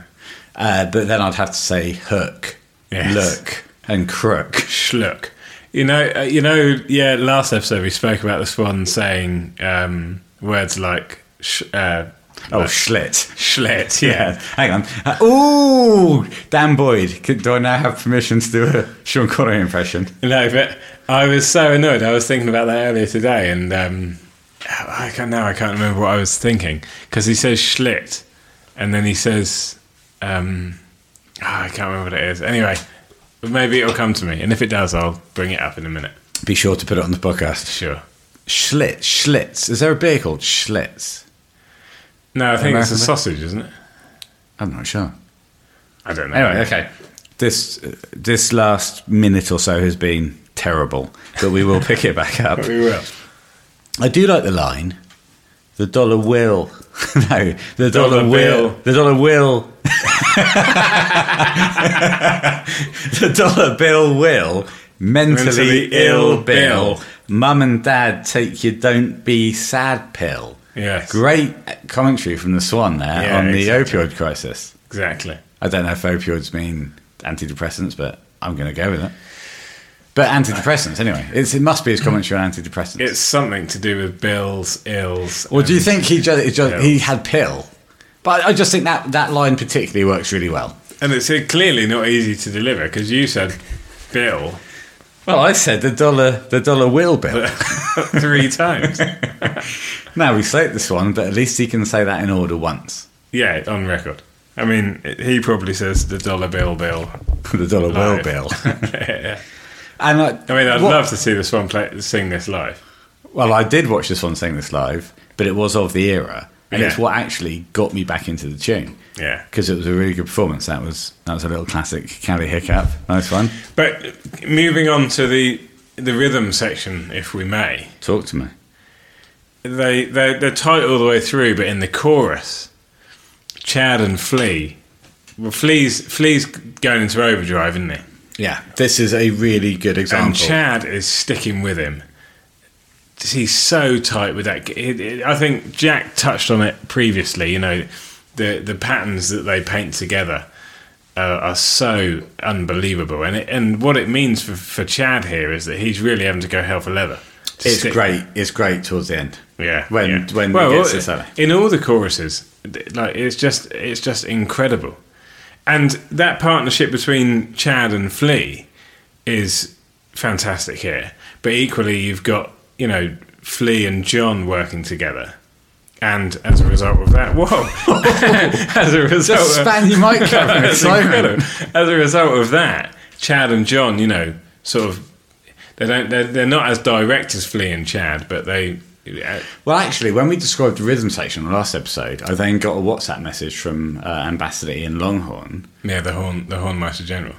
Speaker 1: uh, but then I'd have to say hook,
Speaker 2: Yes.
Speaker 1: look, and crook.
Speaker 2: schluck. You know, uh, you know. Yeah, last episode we spoke about the Swan saying um, words like sh- uh,
Speaker 1: Oh, schlit. *laughs*
Speaker 2: schlet. Yeah,
Speaker 1: Hang on. Uh, ooh, Dan Boyd. Could- Do I now have permission to do a Sean Connery impression?
Speaker 2: no, but I was so annoyed. I was thinking about that earlier today, and um, I can't now. I can't remember what I was thinking because he says schlit, and then he says, um, ah, I can't remember what it is. Anyway, maybe it'll come to me, and if it does, I'll bring it up in a minute.
Speaker 1: Be sure to put it on the podcast.
Speaker 2: Sure.
Speaker 1: Schlit, Schlitz. Is there a beer called Schlitz?
Speaker 2: No, I think
Speaker 1: American
Speaker 2: it's a
Speaker 1: beer?
Speaker 2: sausage, isn't it?
Speaker 1: I'm not sure.
Speaker 2: I don't know.
Speaker 1: Anyway, okay. This this last minute or so has been terrible, but we will pick it back up.
Speaker 2: We will.
Speaker 1: I do like the line. The dollar will. *laughs* no, the dollar,
Speaker 2: Dollar
Speaker 1: will.
Speaker 2: bill.
Speaker 1: The dollar will. *laughs* the dollar bill will. Mentally,
Speaker 2: Mentally
Speaker 1: ill,
Speaker 2: ill
Speaker 1: bill.
Speaker 2: bill.
Speaker 1: Mum and dad take your don't be sad pill.
Speaker 2: Yes.
Speaker 1: Great commentary from the swan there
Speaker 2: Yeah,
Speaker 1: on the
Speaker 2: exactly.
Speaker 1: opioid crisis.
Speaker 2: Exactly.
Speaker 1: I don't know if opioids mean antidepressants, but I'm going to go with it. But antidepressants, anyway. It's, it must be his commentary on antidepressants.
Speaker 2: It's something to do with bills, ills.
Speaker 1: or do you
Speaker 2: and-
Speaker 1: think he just, he just
Speaker 2: Pill.
Speaker 1: he had pill? But I just think that that line particularly works really well.
Speaker 2: And it's uh, clearly not easy to deliver because you said bill
Speaker 1: Well, I said the dollar the dollar will bill. *laughs*
Speaker 2: three times.
Speaker 1: now we slate this one, but at least he can say that in order once. *laughs*
Speaker 2: Yeah, on record. I mean, he probably says the dollar bill bill.
Speaker 1: the dollar will
Speaker 2: Live.
Speaker 1: bill.
Speaker 2: yeah.
Speaker 1: *laughs* And I,
Speaker 2: I mean, I'd
Speaker 1: what-
Speaker 2: love to see the Swan play, sing this live.
Speaker 1: Well, I did watch this one sing this live, but it was of the era, and it's
Speaker 2: Yeah.
Speaker 1: what actually got me back into the tune.
Speaker 2: Yeah.
Speaker 1: because it was a really good performance. That was that was a little classic Cali hiccup. Nice one.
Speaker 2: But moving on to the the rhythm section, if we may,
Speaker 1: Talk to me.
Speaker 2: they they they're tight all the way through, but in the chorus, Chad and Flea, well, Flea's Flea's going into overdrive, isn't he?
Speaker 1: Yeah, this is a really good example.
Speaker 2: And Chad is sticking with him. He's so tight with that. It, it, I think Jack touched on it previously. You know, the the patterns that they paint together uh, are so unbelievable, and it, and what it means for, for Chad here is that he's really having to go hell for leather. to
Speaker 1: it's
Speaker 2: stick-
Speaker 1: great. It's great towards the end.
Speaker 2: Yeah.
Speaker 1: When
Speaker 2: yeah.
Speaker 1: when
Speaker 2: Well,
Speaker 1: he gets
Speaker 2: well,
Speaker 1: this out.
Speaker 2: in all the choruses, th- like it's just it's just incredible, and that partnership between Chad and Flea is fantastic here. But equally, you've got you know Flea and John working together. And as a result of that, *laughs* whoa! as a result,
Speaker 1: Just
Speaker 2: of-
Speaker 1: span your mic cover in
Speaker 2: *laughs* That's
Speaker 1: excitement.
Speaker 2: uh, incredible. As a result of that, Chad and John, you know, sort of, they don't, they're, they're not as direct as Flea and Chad, but they, uh,
Speaker 1: Well, actually, when we described the rhythm section on the last episode, I then got a WhatsApp message from uh, Ambassador Ian Longhorn.
Speaker 2: Yeah, the horn, the hornmaster general.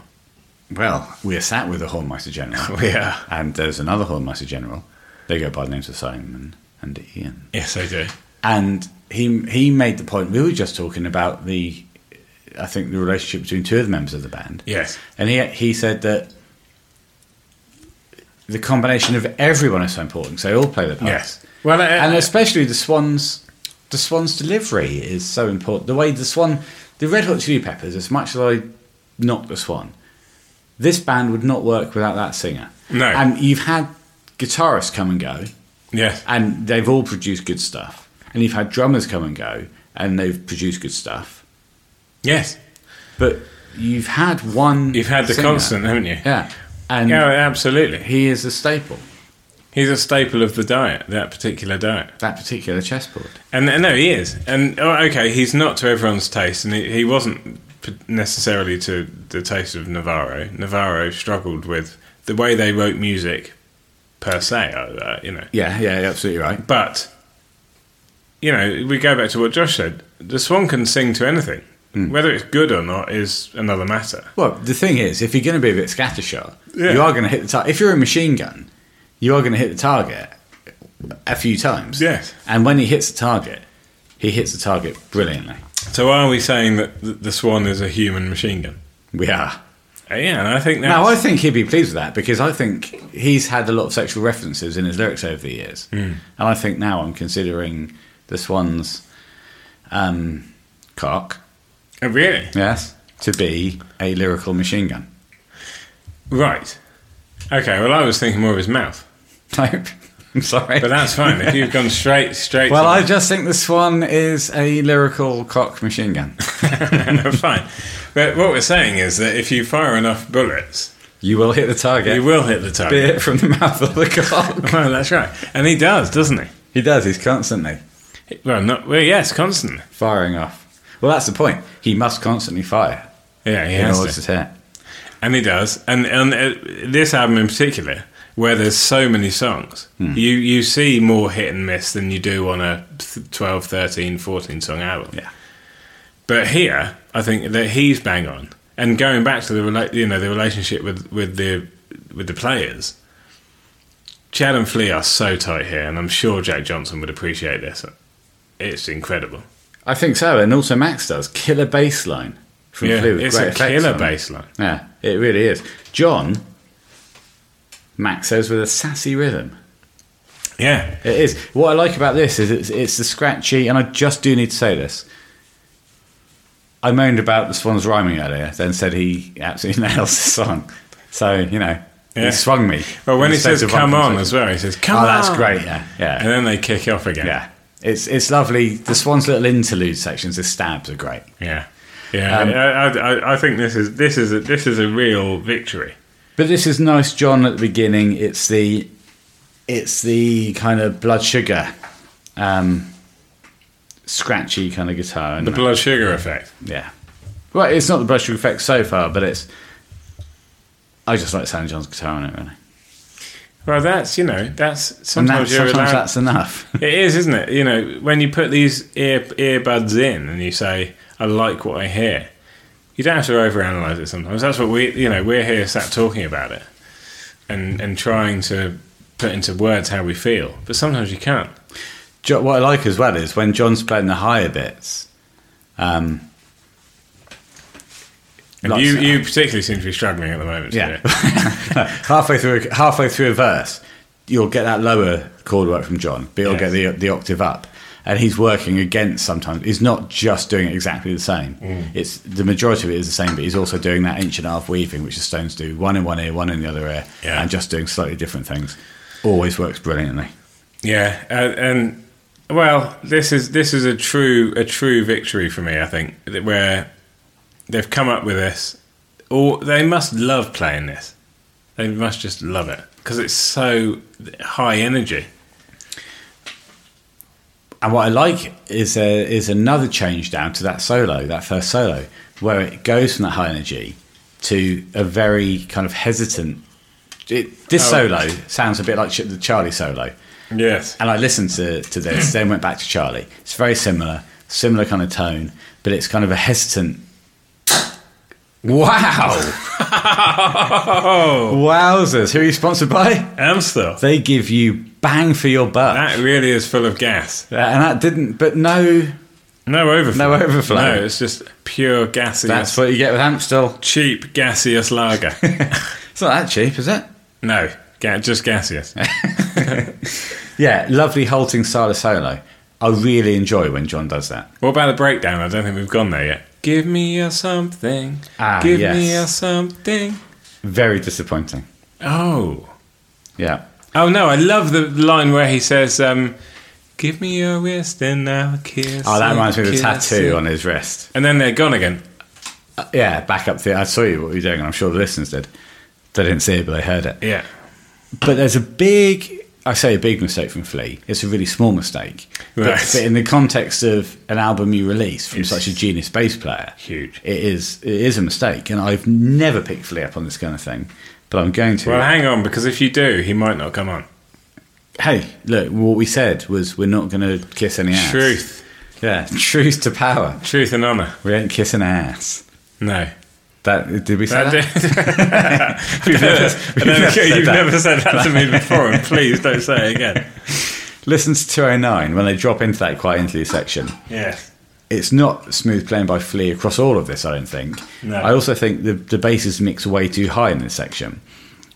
Speaker 1: Well, we are sat with a Hornmeister General.
Speaker 2: *laughs* We are.
Speaker 1: And there's another Hornmeister General. They go by the names of Simon and Ian.
Speaker 2: Yes, they do.
Speaker 1: and he he made the point we were just talking about the I think the relationship between two of the members of the band.
Speaker 2: Yes.
Speaker 1: and he he said that the combination of everyone is so important. So they all play their parts.
Speaker 2: Yes. Well, uh,
Speaker 1: and especially the Swans. The Swans' delivery is so important. The way the Swan, the Red Hot Chili Peppers, as much as I knock the Swan, this band would not work without that singer.
Speaker 2: No.
Speaker 1: and you've had guitarists come and go
Speaker 2: uh, yes,
Speaker 1: and they've all produced good stuff. And you've had drummers come and go, and they've produced good stuff.
Speaker 2: yes.
Speaker 1: But you've had one.
Speaker 2: You've had the
Speaker 1: singer.
Speaker 2: constant, haven't you?
Speaker 1: yeah. And
Speaker 2: Yeah, absolutely.
Speaker 1: he is a staple
Speaker 2: He's a staple of the diet, that particular diet.
Speaker 1: that particular chessboard.
Speaker 2: And and no, he is. And oh, okay, he's not to everyone's taste, and he, he wasn't p- necessarily to the taste of Navarro. Navarro struggled with the way they wrote music, per se. Uh, you know,
Speaker 1: Yeah, yeah, you're absolutely right.
Speaker 2: But you know, we go back to what Josh said. The swan can sing to anything. Whether it's good or not is another matter.
Speaker 1: Well, the thing is, if you're going to be a bit scattershot,
Speaker 2: Yeah.
Speaker 1: you are going to hit the target. If you're a machine gun, you are going to hit the target a few times.
Speaker 2: Yes.
Speaker 1: And when he hits the target, he hits the target brilliantly.
Speaker 2: So are we saying that th- the swan is a human machine gun?
Speaker 1: We are.
Speaker 2: Uh, Yeah, and I think that's,
Speaker 1: Now, I think he'd be pleased with that because I think he's had a lot of sexual references in his lyrics over the years.
Speaker 2: Hmm.
Speaker 1: And I think now I'm considering the Swans um, cock,
Speaker 2: Uh, really
Speaker 1: yes, to be a lyrical machine gun.
Speaker 2: right. Okay, well, I was thinking more of his mouth,
Speaker 1: Nope. *laughs* I'm sorry.
Speaker 2: but that's fine. if you've gone straight, straight.
Speaker 1: well, I
Speaker 2: to
Speaker 1: just think the Swan is a lyrical cock machine gun.
Speaker 2: *laughs* I fine. But what we're saying is that if you fire enough bullets,
Speaker 1: You will hit the target.
Speaker 2: you will hit the
Speaker 1: be
Speaker 2: target.
Speaker 1: it from the mouth of the cock.
Speaker 2: *laughs* Well, that's right, and he does, doesn't he?
Speaker 1: he does. He's constantly
Speaker 2: Well, not well, yes, constantly.
Speaker 1: firing off. Well, that's the point. He must constantly fire
Speaker 2: Yeah, he
Speaker 1: in
Speaker 2: has
Speaker 1: order
Speaker 2: to.
Speaker 1: to hit.
Speaker 2: And he does, and and uh, this album in particular, where there's so many songs,
Speaker 1: Hmm.
Speaker 2: you you see more hit and miss than you do on a th- 12, 13, 14 song album.
Speaker 1: Yeah.
Speaker 2: But here, I think that he's bang on, and going back to the rela- you know the relationship with with the with the players. Chad and Flea are so tight here, and I'm sure Jack Johnson would appreciate this. It's incredible.
Speaker 1: I think so, and also Max does. Killer bass line from
Speaker 2: Yeah,
Speaker 1: Flea with
Speaker 2: it's
Speaker 1: great
Speaker 2: a
Speaker 1: effects on
Speaker 2: killer
Speaker 1: it.
Speaker 2: bass line.
Speaker 1: Yeah, it really is. John, Max says with a sassy rhythm.
Speaker 2: Yeah,
Speaker 1: It is. What I like about this is it's, it's the scratchy, and I just do need to say this. I moaned about the Swans rhyming earlier, then said he absolutely *laughs* nails the song. So, you know,
Speaker 2: Yeah.
Speaker 1: he swung me.
Speaker 2: well, when
Speaker 1: in
Speaker 2: he
Speaker 1: the space
Speaker 2: says
Speaker 1: of one
Speaker 2: "come on"
Speaker 1: concert.
Speaker 2: as well, he says "come
Speaker 1: Oh,
Speaker 2: on."
Speaker 1: that's great, yeah. Yeah.
Speaker 2: And then they kick off again.
Speaker 1: yeah. It's, it's lovely. The Swans' little interlude sections, the stabs are great.
Speaker 2: Yeah, yeah.
Speaker 1: Um,
Speaker 2: I, I, I think this is this is a, this is a real victory.
Speaker 1: But this is nice, John. At the beginning, it's the it's the kind of blood sugar, um, scratchy kind of guitar. And
Speaker 2: The blood sugar effect.
Speaker 1: yeah, well, it's not the blood sugar effect so far, but it's. I just like San John's guitar on it, really.
Speaker 2: Well, that's you know that's
Speaker 1: And that,
Speaker 2: sometimes you're
Speaker 1: sometimes
Speaker 2: allowed.
Speaker 1: that's enough.
Speaker 2: *laughs* It is, isn't it? You know, when you put these ear earbuds in and you say, "I like what I hear," you don't have to overanalyze it. Sometimes that's what we, you know, we're here sat talking about it and and trying to put into words how we feel, but sometimes you can't.
Speaker 1: Jo- what I like as well is when John's playing the higher bits.
Speaker 2: And
Speaker 1: Lots
Speaker 2: you
Speaker 1: of-
Speaker 2: you particularly seem to be struggling at the moment.
Speaker 1: Yeah, *laughs*
Speaker 2: Stuart.
Speaker 1: halfway through halfway through a verse, you'll get that lower chord work from John, but you'll
Speaker 2: Yes.
Speaker 1: get the the octave up. And he's working against sometimes. He's not just doing it exactly the same.
Speaker 2: Mm.
Speaker 1: It's the majority of it is the same, but he's also doing that inch and a half weaving, which the Stones do, one in one ear, one in the other ear,
Speaker 2: Yeah.
Speaker 1: and just doing slightly different things. Always works brilliantly.
Speaker 2: Yeah, and, and well, this is this is a true a true victory for me. I think that where they've come up with this, or they must love playing this. They must just love it because it's so high energy.
Speaker 1: And what I like is uh, is another change down to that solo, that first solo, where it goes from that high energy to a very kind of hesitant. It, this
Speaker 2: Oh.
Speaker 1: solo sounds a bit like Ch- the Charlie solo,
Speaker 2: Yes,
Speaker 1: and I listened to to this, then went back to Charlie. It's very similar, similar kind of tone, but it's kind of a hesitant.
Speaker 2: *laughs*
Speaker 1: Wow! Wowzers! Who are you sponsored by?
Speaker 2: Amstel.
Speaker 1: They give you bang for your buck,
Speaker 2: That really is full of gas.
Speaker 1: and that didn't. But no,
Speaker 2: No overflow.
Speaker 1: No overflow.
Speaker 2: No, it's just pure gaseous,
Speaker 1: that's what you get with Amstel.
Speaker 2: cheap gaseous lager.
Speaker 1: *laughs* It's not that cheap, is it?
Speaker 2: no, ga- just gaseous.
Speaker 1: Yeah, lovely halting style of solo. I really enjoy when John does that.
Speaker 2: What about the breakdown? I don't think we've gone there yet. Give me a something.
Speaker 1: Ah,
Speaker 2: Give
Speaker 1: yes.
Speaker 2: me a something.
Speaker 1: Very disappointing.
Speaker 2: Oh.
Speaker 1: Yeah.
Speaker 2: Oh, no, I love the line where he says, um, Give me your wrist and I'll kiss.
Speaker 1: Oh, that
Speaker 2: it,
Speaker 1: reminds me of the
Speaker 2: kiss
Speaker 1: tattoo
Speaker 2: it."
Speaker 1: on his wrist.
Speaker 2: And then they're gone again.
Speaker 1: Yeah, back up the. I saw you what you're doing, and I'm sure the listeners did. They didn't see it, but they heard it.
Speaker 2: Yeah.
Speaker 1: But there's a big, I say a big mistake from Flea. It's a really small mistake. But-
Speaker 2: Right.
Speaker 1: But, in the context of an album you release from
Speaker 2: It's
Speaker 1: such a genius bass player,
Speaker 2: huge.
Speaker 1: It is. It is a mistake, and I've never picked Flea up on this kind of thing. But I'm going to.
Speaker 2: Well, hang on, because if you do, he might not come on.
Speaker 1: hey, look, what we said was we're not going to kiss any ass.
Speaker 2: Truth.
Speaker 1: Yeah, *laughs* truth to power.
Speaker 2: Truth and honour.
Speaker 1: We ain't kissing ass.
Speaker 2: No.
Speaker 1: That did we say that?
Speaker 2: *laughs* You've never,
Speaker 1: *laughs* We've never
Speaker 2: *laughs* I don't care,
Speaker 1: said
Speaker 2: you've
Speaker 1: that.
Speaker 2: never said that to me before, and please don't say
Speaker 1: *laughs*
Speaker 2: it again.
Speaker 1: Listen to 209 when they drop into that quite interlude section.
Speaker 2: Yes.
Speaker 1: It's not smooth playing by Flea across all of this, I don't think.
Speaker 2: No.
Speaker 1: I also think the, the bass is mixed way too high in this section.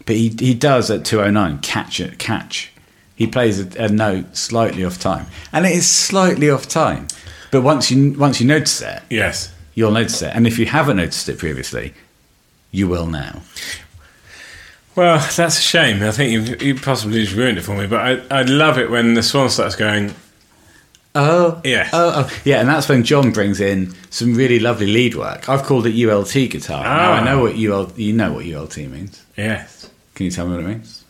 Speaker 1: But he, he does at 209 catch it, catch. He plays a, a note slightly off time. And it is slightly off time. But once you, once you notice it,
Speaker 2: Yes.
Speaker 1: you'll notice it. And if you haven't noticed it previously, you will now.
Speaker 2: Well, that's a shame. I think you've, you possibly just ruined it for me. But I, I love it when the swan starts going.
Speaker 1: Oh,
Speaker 2: Yes.
Speaker 1: Oh, oh, yeah. And that's when John brings in some really lovely lead work. I've called it ULT guitar. Now
Speaker 2: Ah.
Speaker 1: I know what UL, you know what ULT means.
Speaker 2: Yes.
Speaker 1: Can you tell me what it means?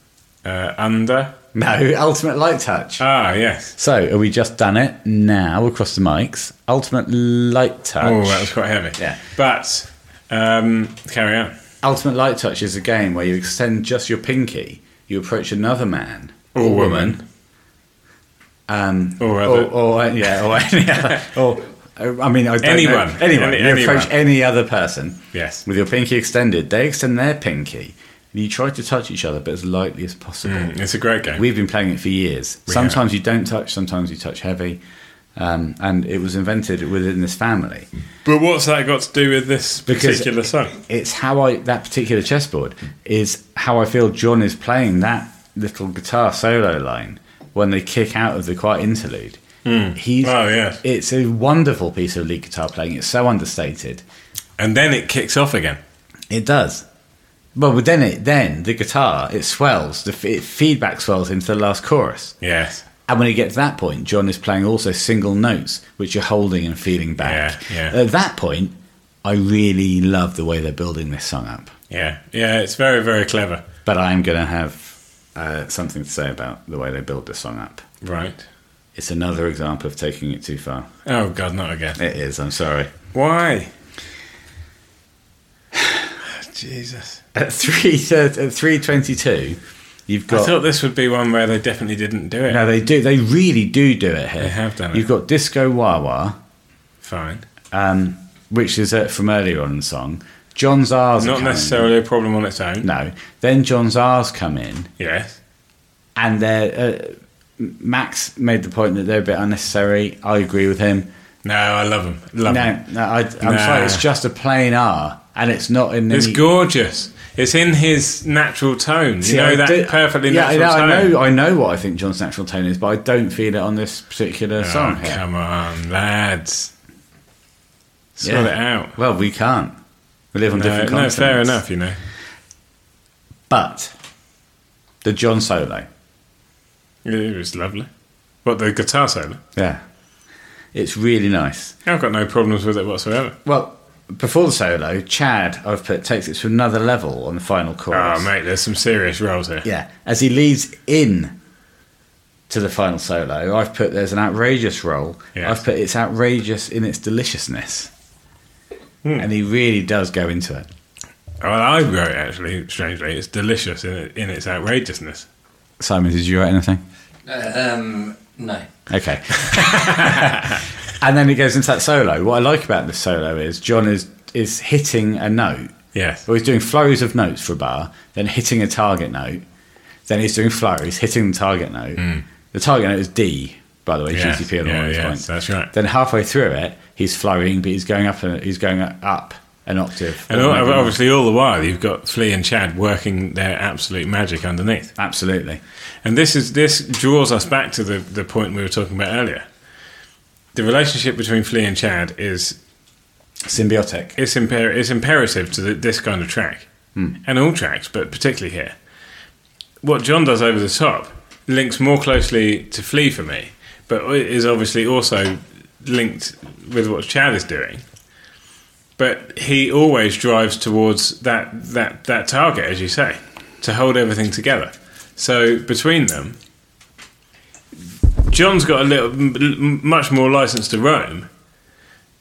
Speaker 2: Uh, under.
Speaker 1: No, *laughs* ultimate light touch.
Speaker 2: Ah, yes.
Speaker 1: so, are we just done it now across the mics? Ultimate light touch.
Speaker 2: Oh, that was quite heavy.
Speaker 1: Yeah.
Speaker 2: But um, carry on.
Speaker 1: Ultimate light touch is a game where you extend just your pinky. You approach another man
Speaker 2: Or woman.
Speaker 1: Um, or,
Speaker 2: Or other.
Speaker 1: or yeah, or any
Speaker 2: *laughs*
Speaker 1: other, or uh, I mean, I don't
Speaker 2: Anyone.
Speaker 1: know. anyone.
Speaker 2: Any-
Speaker 1: you approach
Speaker 2: anyone.
Speaker 1: any other person.
Speaker 2: Yes.
Speaker 1: with your pinky extended, they extend their pinky, and you try to touch each other, but as lightly as possible.
Speaker 2: It's a great game.
Speaker 1: We've been playing it for years.
Speaker 2: Mm, We
Speaker 1: sometimes you don't touch, sometimes you touch heavy, um, and it was invented within this family.
Speaker 2: but what's that got to do with this
Speaker 1: Because-
Speaker 2: particular song?
Speaker 1: It's how I that particular chessboard is how I feel. John is playing that little guitar solo line when they kick out of the quiet interlude. He's
Speaker 2: Oh, yes.
Speaker 1: It's a wonderful piece of lead guitar playing. It's so understated.
Speaker 2: And then it kicks off again.
Speaker 1: It does. Well, but then it then the guitar it swells. The f- it feedback swells into the last chorus,
Speaker 2: Yes.
Speaker 1: and when you get to that point, John is playing also single notes, which you're holding and feeding back.
Speaker 2: Yeah, yeah.
Speaker 1: At that point, I really love the way they're building this song up.
Speaker 2: Yeah. Yeah. It's very, very clever.
Speaker 1: But I am going to have uh, something to say about the way they build this song up.
Speaker 2: Right.
Speaker 1: It's another example of taking it too far.
Speaker 2: Oh God, not again.
Speaker 1: It is. I'm sorry.
Speaker 2: Why? *sighs* Jesus.
Speaker 1: At three at three twenty two, You've
Speaker 2: I
Speaker 1: got
Speaker 2: thought this would be one where they definitely didn't do it.
Speaker 1: no, they do. They really do do it here.
Speaker 2: They have done it.
Speaker 1: You've got Disco Wawa,
Speaker 2: Fine.
Speaker 1: um, which is uh, from earlier on in the song. John Zars
Speaker 2: Not necessarily a problem on its own.
Speaker 1: No. Then John Zars come in,
Speaker 2: Yes.
Speaker 1: and they're, uh, Max made the point that they're a bit unnecessary. I agree with him.
Speaker 2: No, I love them. Love them.
Speaker 1: No, no I, I'm
Speaker 2: Nah.
Speaker 1: sorry, it's just a plain R, and it's not in
Speaker 2: It's
Speaker 1: any-
Speaker 2: gorgeous. It's in his natural tone. You
Speaker 1: See,
Speaker 2: know
Speaker 1: I
Speaker 2: that
Speaker 1: do-
Speaker 2: perfectly
Speaker 1: yeah, I
Speaker 2: natural
Speaker 1: know- I
Speaker 2: tone.
Speaker 1: know, I know what I think John's natural tone is, but I don't feel it on this particular song.
Speaker 2: Oh,
Speaker 1: here.
Speaker 2: come on, lads. Sort
Speaker 1: Yeah.
Speaker 2: it out.
Speaker 1: Well, we can't. We live on
Speaker 2: No,
Speaker 1: different
Speaker 2: no,
Speaker 1: continents.
Speaker 2: fair enough, you know.
Speaker 1: But the John solo,
Speaker 2: It was lovely. But the guitar solo,
Speaker 1: yeah, it's really nice.
Speaker 2: I've got no problems with it whatsoever.
Speaker 1: Well, before the solo, Chad, I've put takes it to another level on the final chorus.
Speaker 2: Oh, mate, there's some serious roles here.
Speaker 1: Yeah, as he leads in to the final solo, I've put there's an outrageous roll.
Speaker 2: Yes.
Speaker 1: I've put it's outrageous in its deliciousness,
Speaker 2: Hmm.
Speaker 1: and he really does go into it.
Speaker 2: Well, I wrote actually, strangely, it's delicious in, it, in its outrageousness.
Speaker 1: Simon, did you write anything?
Speaker 6: Uh, um, no.
Speaker 2: *laughs*
Speaker 1: Okay. and then he goes into that solo. What I like about this solo is John is is hitting a note.
Speaker 2: Yes.
Speaker 1: Well, he's doing flurries of notes for a bar, then hitting a target note. Then he's doing flurries, hitting the target note. The target note is D, by the way,
Speaker 2: Hmm. Yes,
Speaker 1: GCP on
Speaker 2: yeah,
Speaker 1: all those
Speaker 2: yes,
Speaker 1: points.
Speaker 2: that's right.
Speaker 1: Then halfway through it, he's flurrying, but he's going up. A, he's going up an octave.
Speaker 2: And
Speaker 1: Or
Speaker 2: all,
Speaker 1: maybe-
Speaker 2: obviously, all the while, you've got Flea and Chad working their absolute magic underneath.
Speaker 1: absolutely.
Speaker 2: And this is this draws us back to the, the point we were talking about earlier. The relationship between Flea and Chad is
Speaker 1: Symbiotic.
Speaker 2: it's, imper- it's imperative to the, this kind of track and all tracks, but particularly here. What John does over the top links more closely to Flea for me, but it is obviously also linked with what Chad is doing. But he always drives towards that that that target, as you say, to hold everything together. So between them, John's got a little, m- m- much more license to roam,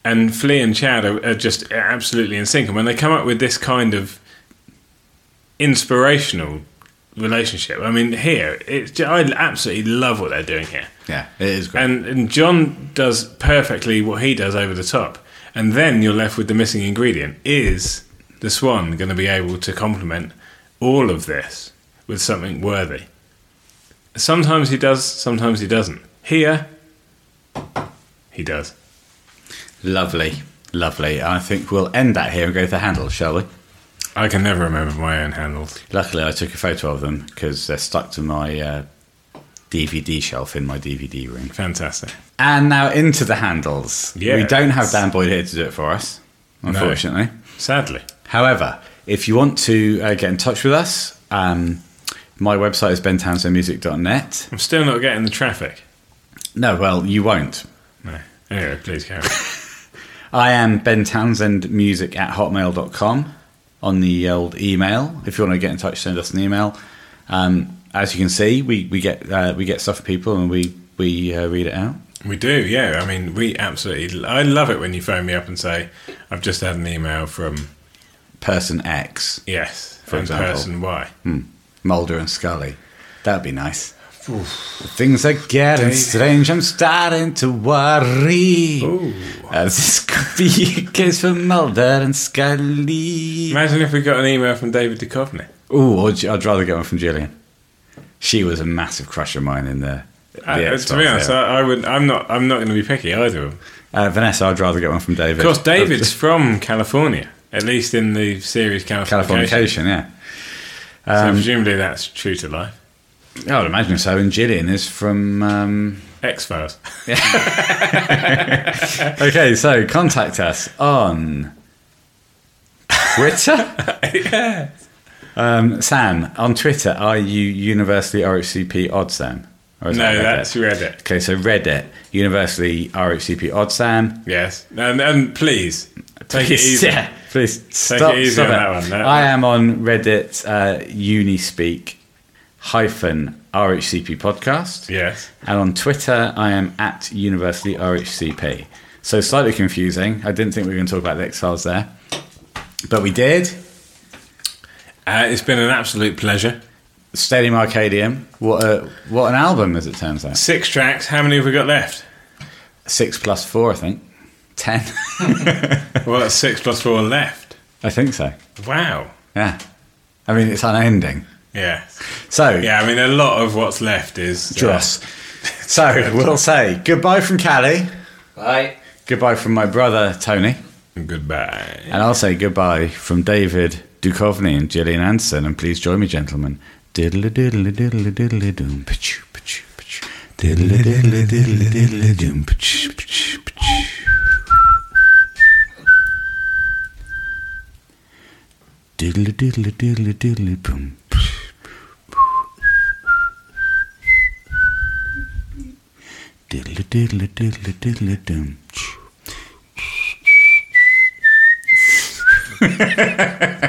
Speaker 2: and Flea and Chad are, are just absolutely in sync. And when they come up with this kind of inspirational relationship, I mean, here it's ju- I absolutely love what they're doing here.
Speaker 1: Yeah, it is great.
Speaker 2: And, and John does perfectly what he does over the top, and then you're left with the missing ingredient: is the Swan going to be able to complement all of this with something worthy? Sometimes he does, sometimes he doesn't. Here, he does.
Speaker 1: lovely, lovely. I think we'll end that here and go to the handle, shall we?
Speaker 2: I can never remember my own handles.
Speaker 1: Luckily, I took a photo of them because they're stuck to my uh, DVD shelf in my DVD room.
Speaker 2: Fantastic.
Speaker 1: And now into the handles. We
Speaker 2: Yes.
Speaker 1: don't have Dan Boyd here to do it for us, unfortunately.
Speaker 2: Sadly,
Speaker 1: However, if you want to uh, get in touch with us, um, my website is bentownsendmusic.net.
Speaker 2: I'm still not getting the traffic.
Speaker 1: No, well, you won't.
Speaker 2: No. Anyway, please carry on.
Speaker 1: I am Ben Townsend Music at hotmail.com on the old email. If you want to get in touch, send us an email. Um, as you can see, we, we get uh, we get stuff from people and we we uh, read it out.
Speaker 2: We do, yeah. I mean, we absolutely. I love it when you phone me up and say, "I've just had an email from
Speaker 1: Person X,
Speaker 2: yes, Mm.
Speaker 1: For
Speaker 2: from
Speaker 1: example.
Speaker 2: person Y."
Speaker 1: Mulder and Scully. That'd be nice. Things are getting strange. I'm starting to worry. Uh, this could be a case for Mulder and Scully.
Speaker 2: Imagine if we got an email from David Duchovny.
Speaker 1: Ooh, I'd, I'd rather get one from Gillian. She was a massive crush of mine in the. the
Speaker 2: Uh, to
Speaker 1: X-Files
Speaker 2: be honest,
Speaker 1: era.
Speaker 2: I, I would. I'm not. I'm not going to be picky either of them.
Speaker 1: uh, Vanessa, I'd rather get one from David.
Speaker 2: Of course, David's from California, at least in the series California.
Speaker 1: Californication, yeah.
Speaker 2: So presumably that's true to life.
Speaker 1: I would imagine so. And Gillian is from. Um,
Speaker 2: X Files.
Speaker 1: Okay, so contact us on
Speaker 2: *laughs*
Speaker 1: Twitter. Um, Sam on Twitter. Are you University RHCP Odd Sam? Or is
Speaker 2: no,
Speaker 1: Reddit?
Speaker 2: that's Reddit.
Speaker 1: okay. So Reddit University RHCP Odd Sam.
Speaker 2: Yes, and and please take it easy.
Speaker 1: Yeah, please stop.
Speaker 2: it easy
Speaker 1: stop
Speaker 2: on
Speaker 1: it.
Speaker 2: that one, that
Speaker 1: I
Speaker 2: one.
Speaker 1: am on Reddit uh, Unispeak hyphen RHCP podcast.
Speaker 2: Yes.
Speaker 1: And on Twitter, I am at University RHCP. So slightly confusing. I didn't think we were going to talk about the X Files there, but we did.
Speaker 2: Uh, it's been an absolute pleasure.
Speaker 1: Stadium Arcadium. What a what an album, as it turns out.
Speaker 2: Six tracks. How many have we got *laughs* left?
Speaker 1: Six plus four, I think. Ten, *laughs*
Speaker 2: Well, that's six plus four left.
Speaker 1: I think so.
Speaker 2: Wow.
Speaker 1: Yeah, I mean it's unending.
Speaker 2: Yeah.
Speaker 1: So
Speaker 2: Yeah, I mean, a lot of what's left is. uh,
Speaker 1: Joss. *laughs* So we'll say goodbye from Callie.
Speaker 6: Bye.
Speaker 1: Goodbye from my brother Tony,
Speaker 2: Goodbye.
Speaker 1: and I'll say goodbye from David Duchovny and Gillian Anderson. And please join me, gentlemen. Diddly diddly diddly diddly doom. Pachoo, pachoo, pachoo. Diddly diddly diddly diddly doom. Pachoo, pachoo, pachoo. Diddly diddly diddly diddly boom. Diddly diddly diddly diddly doom. Pachoo.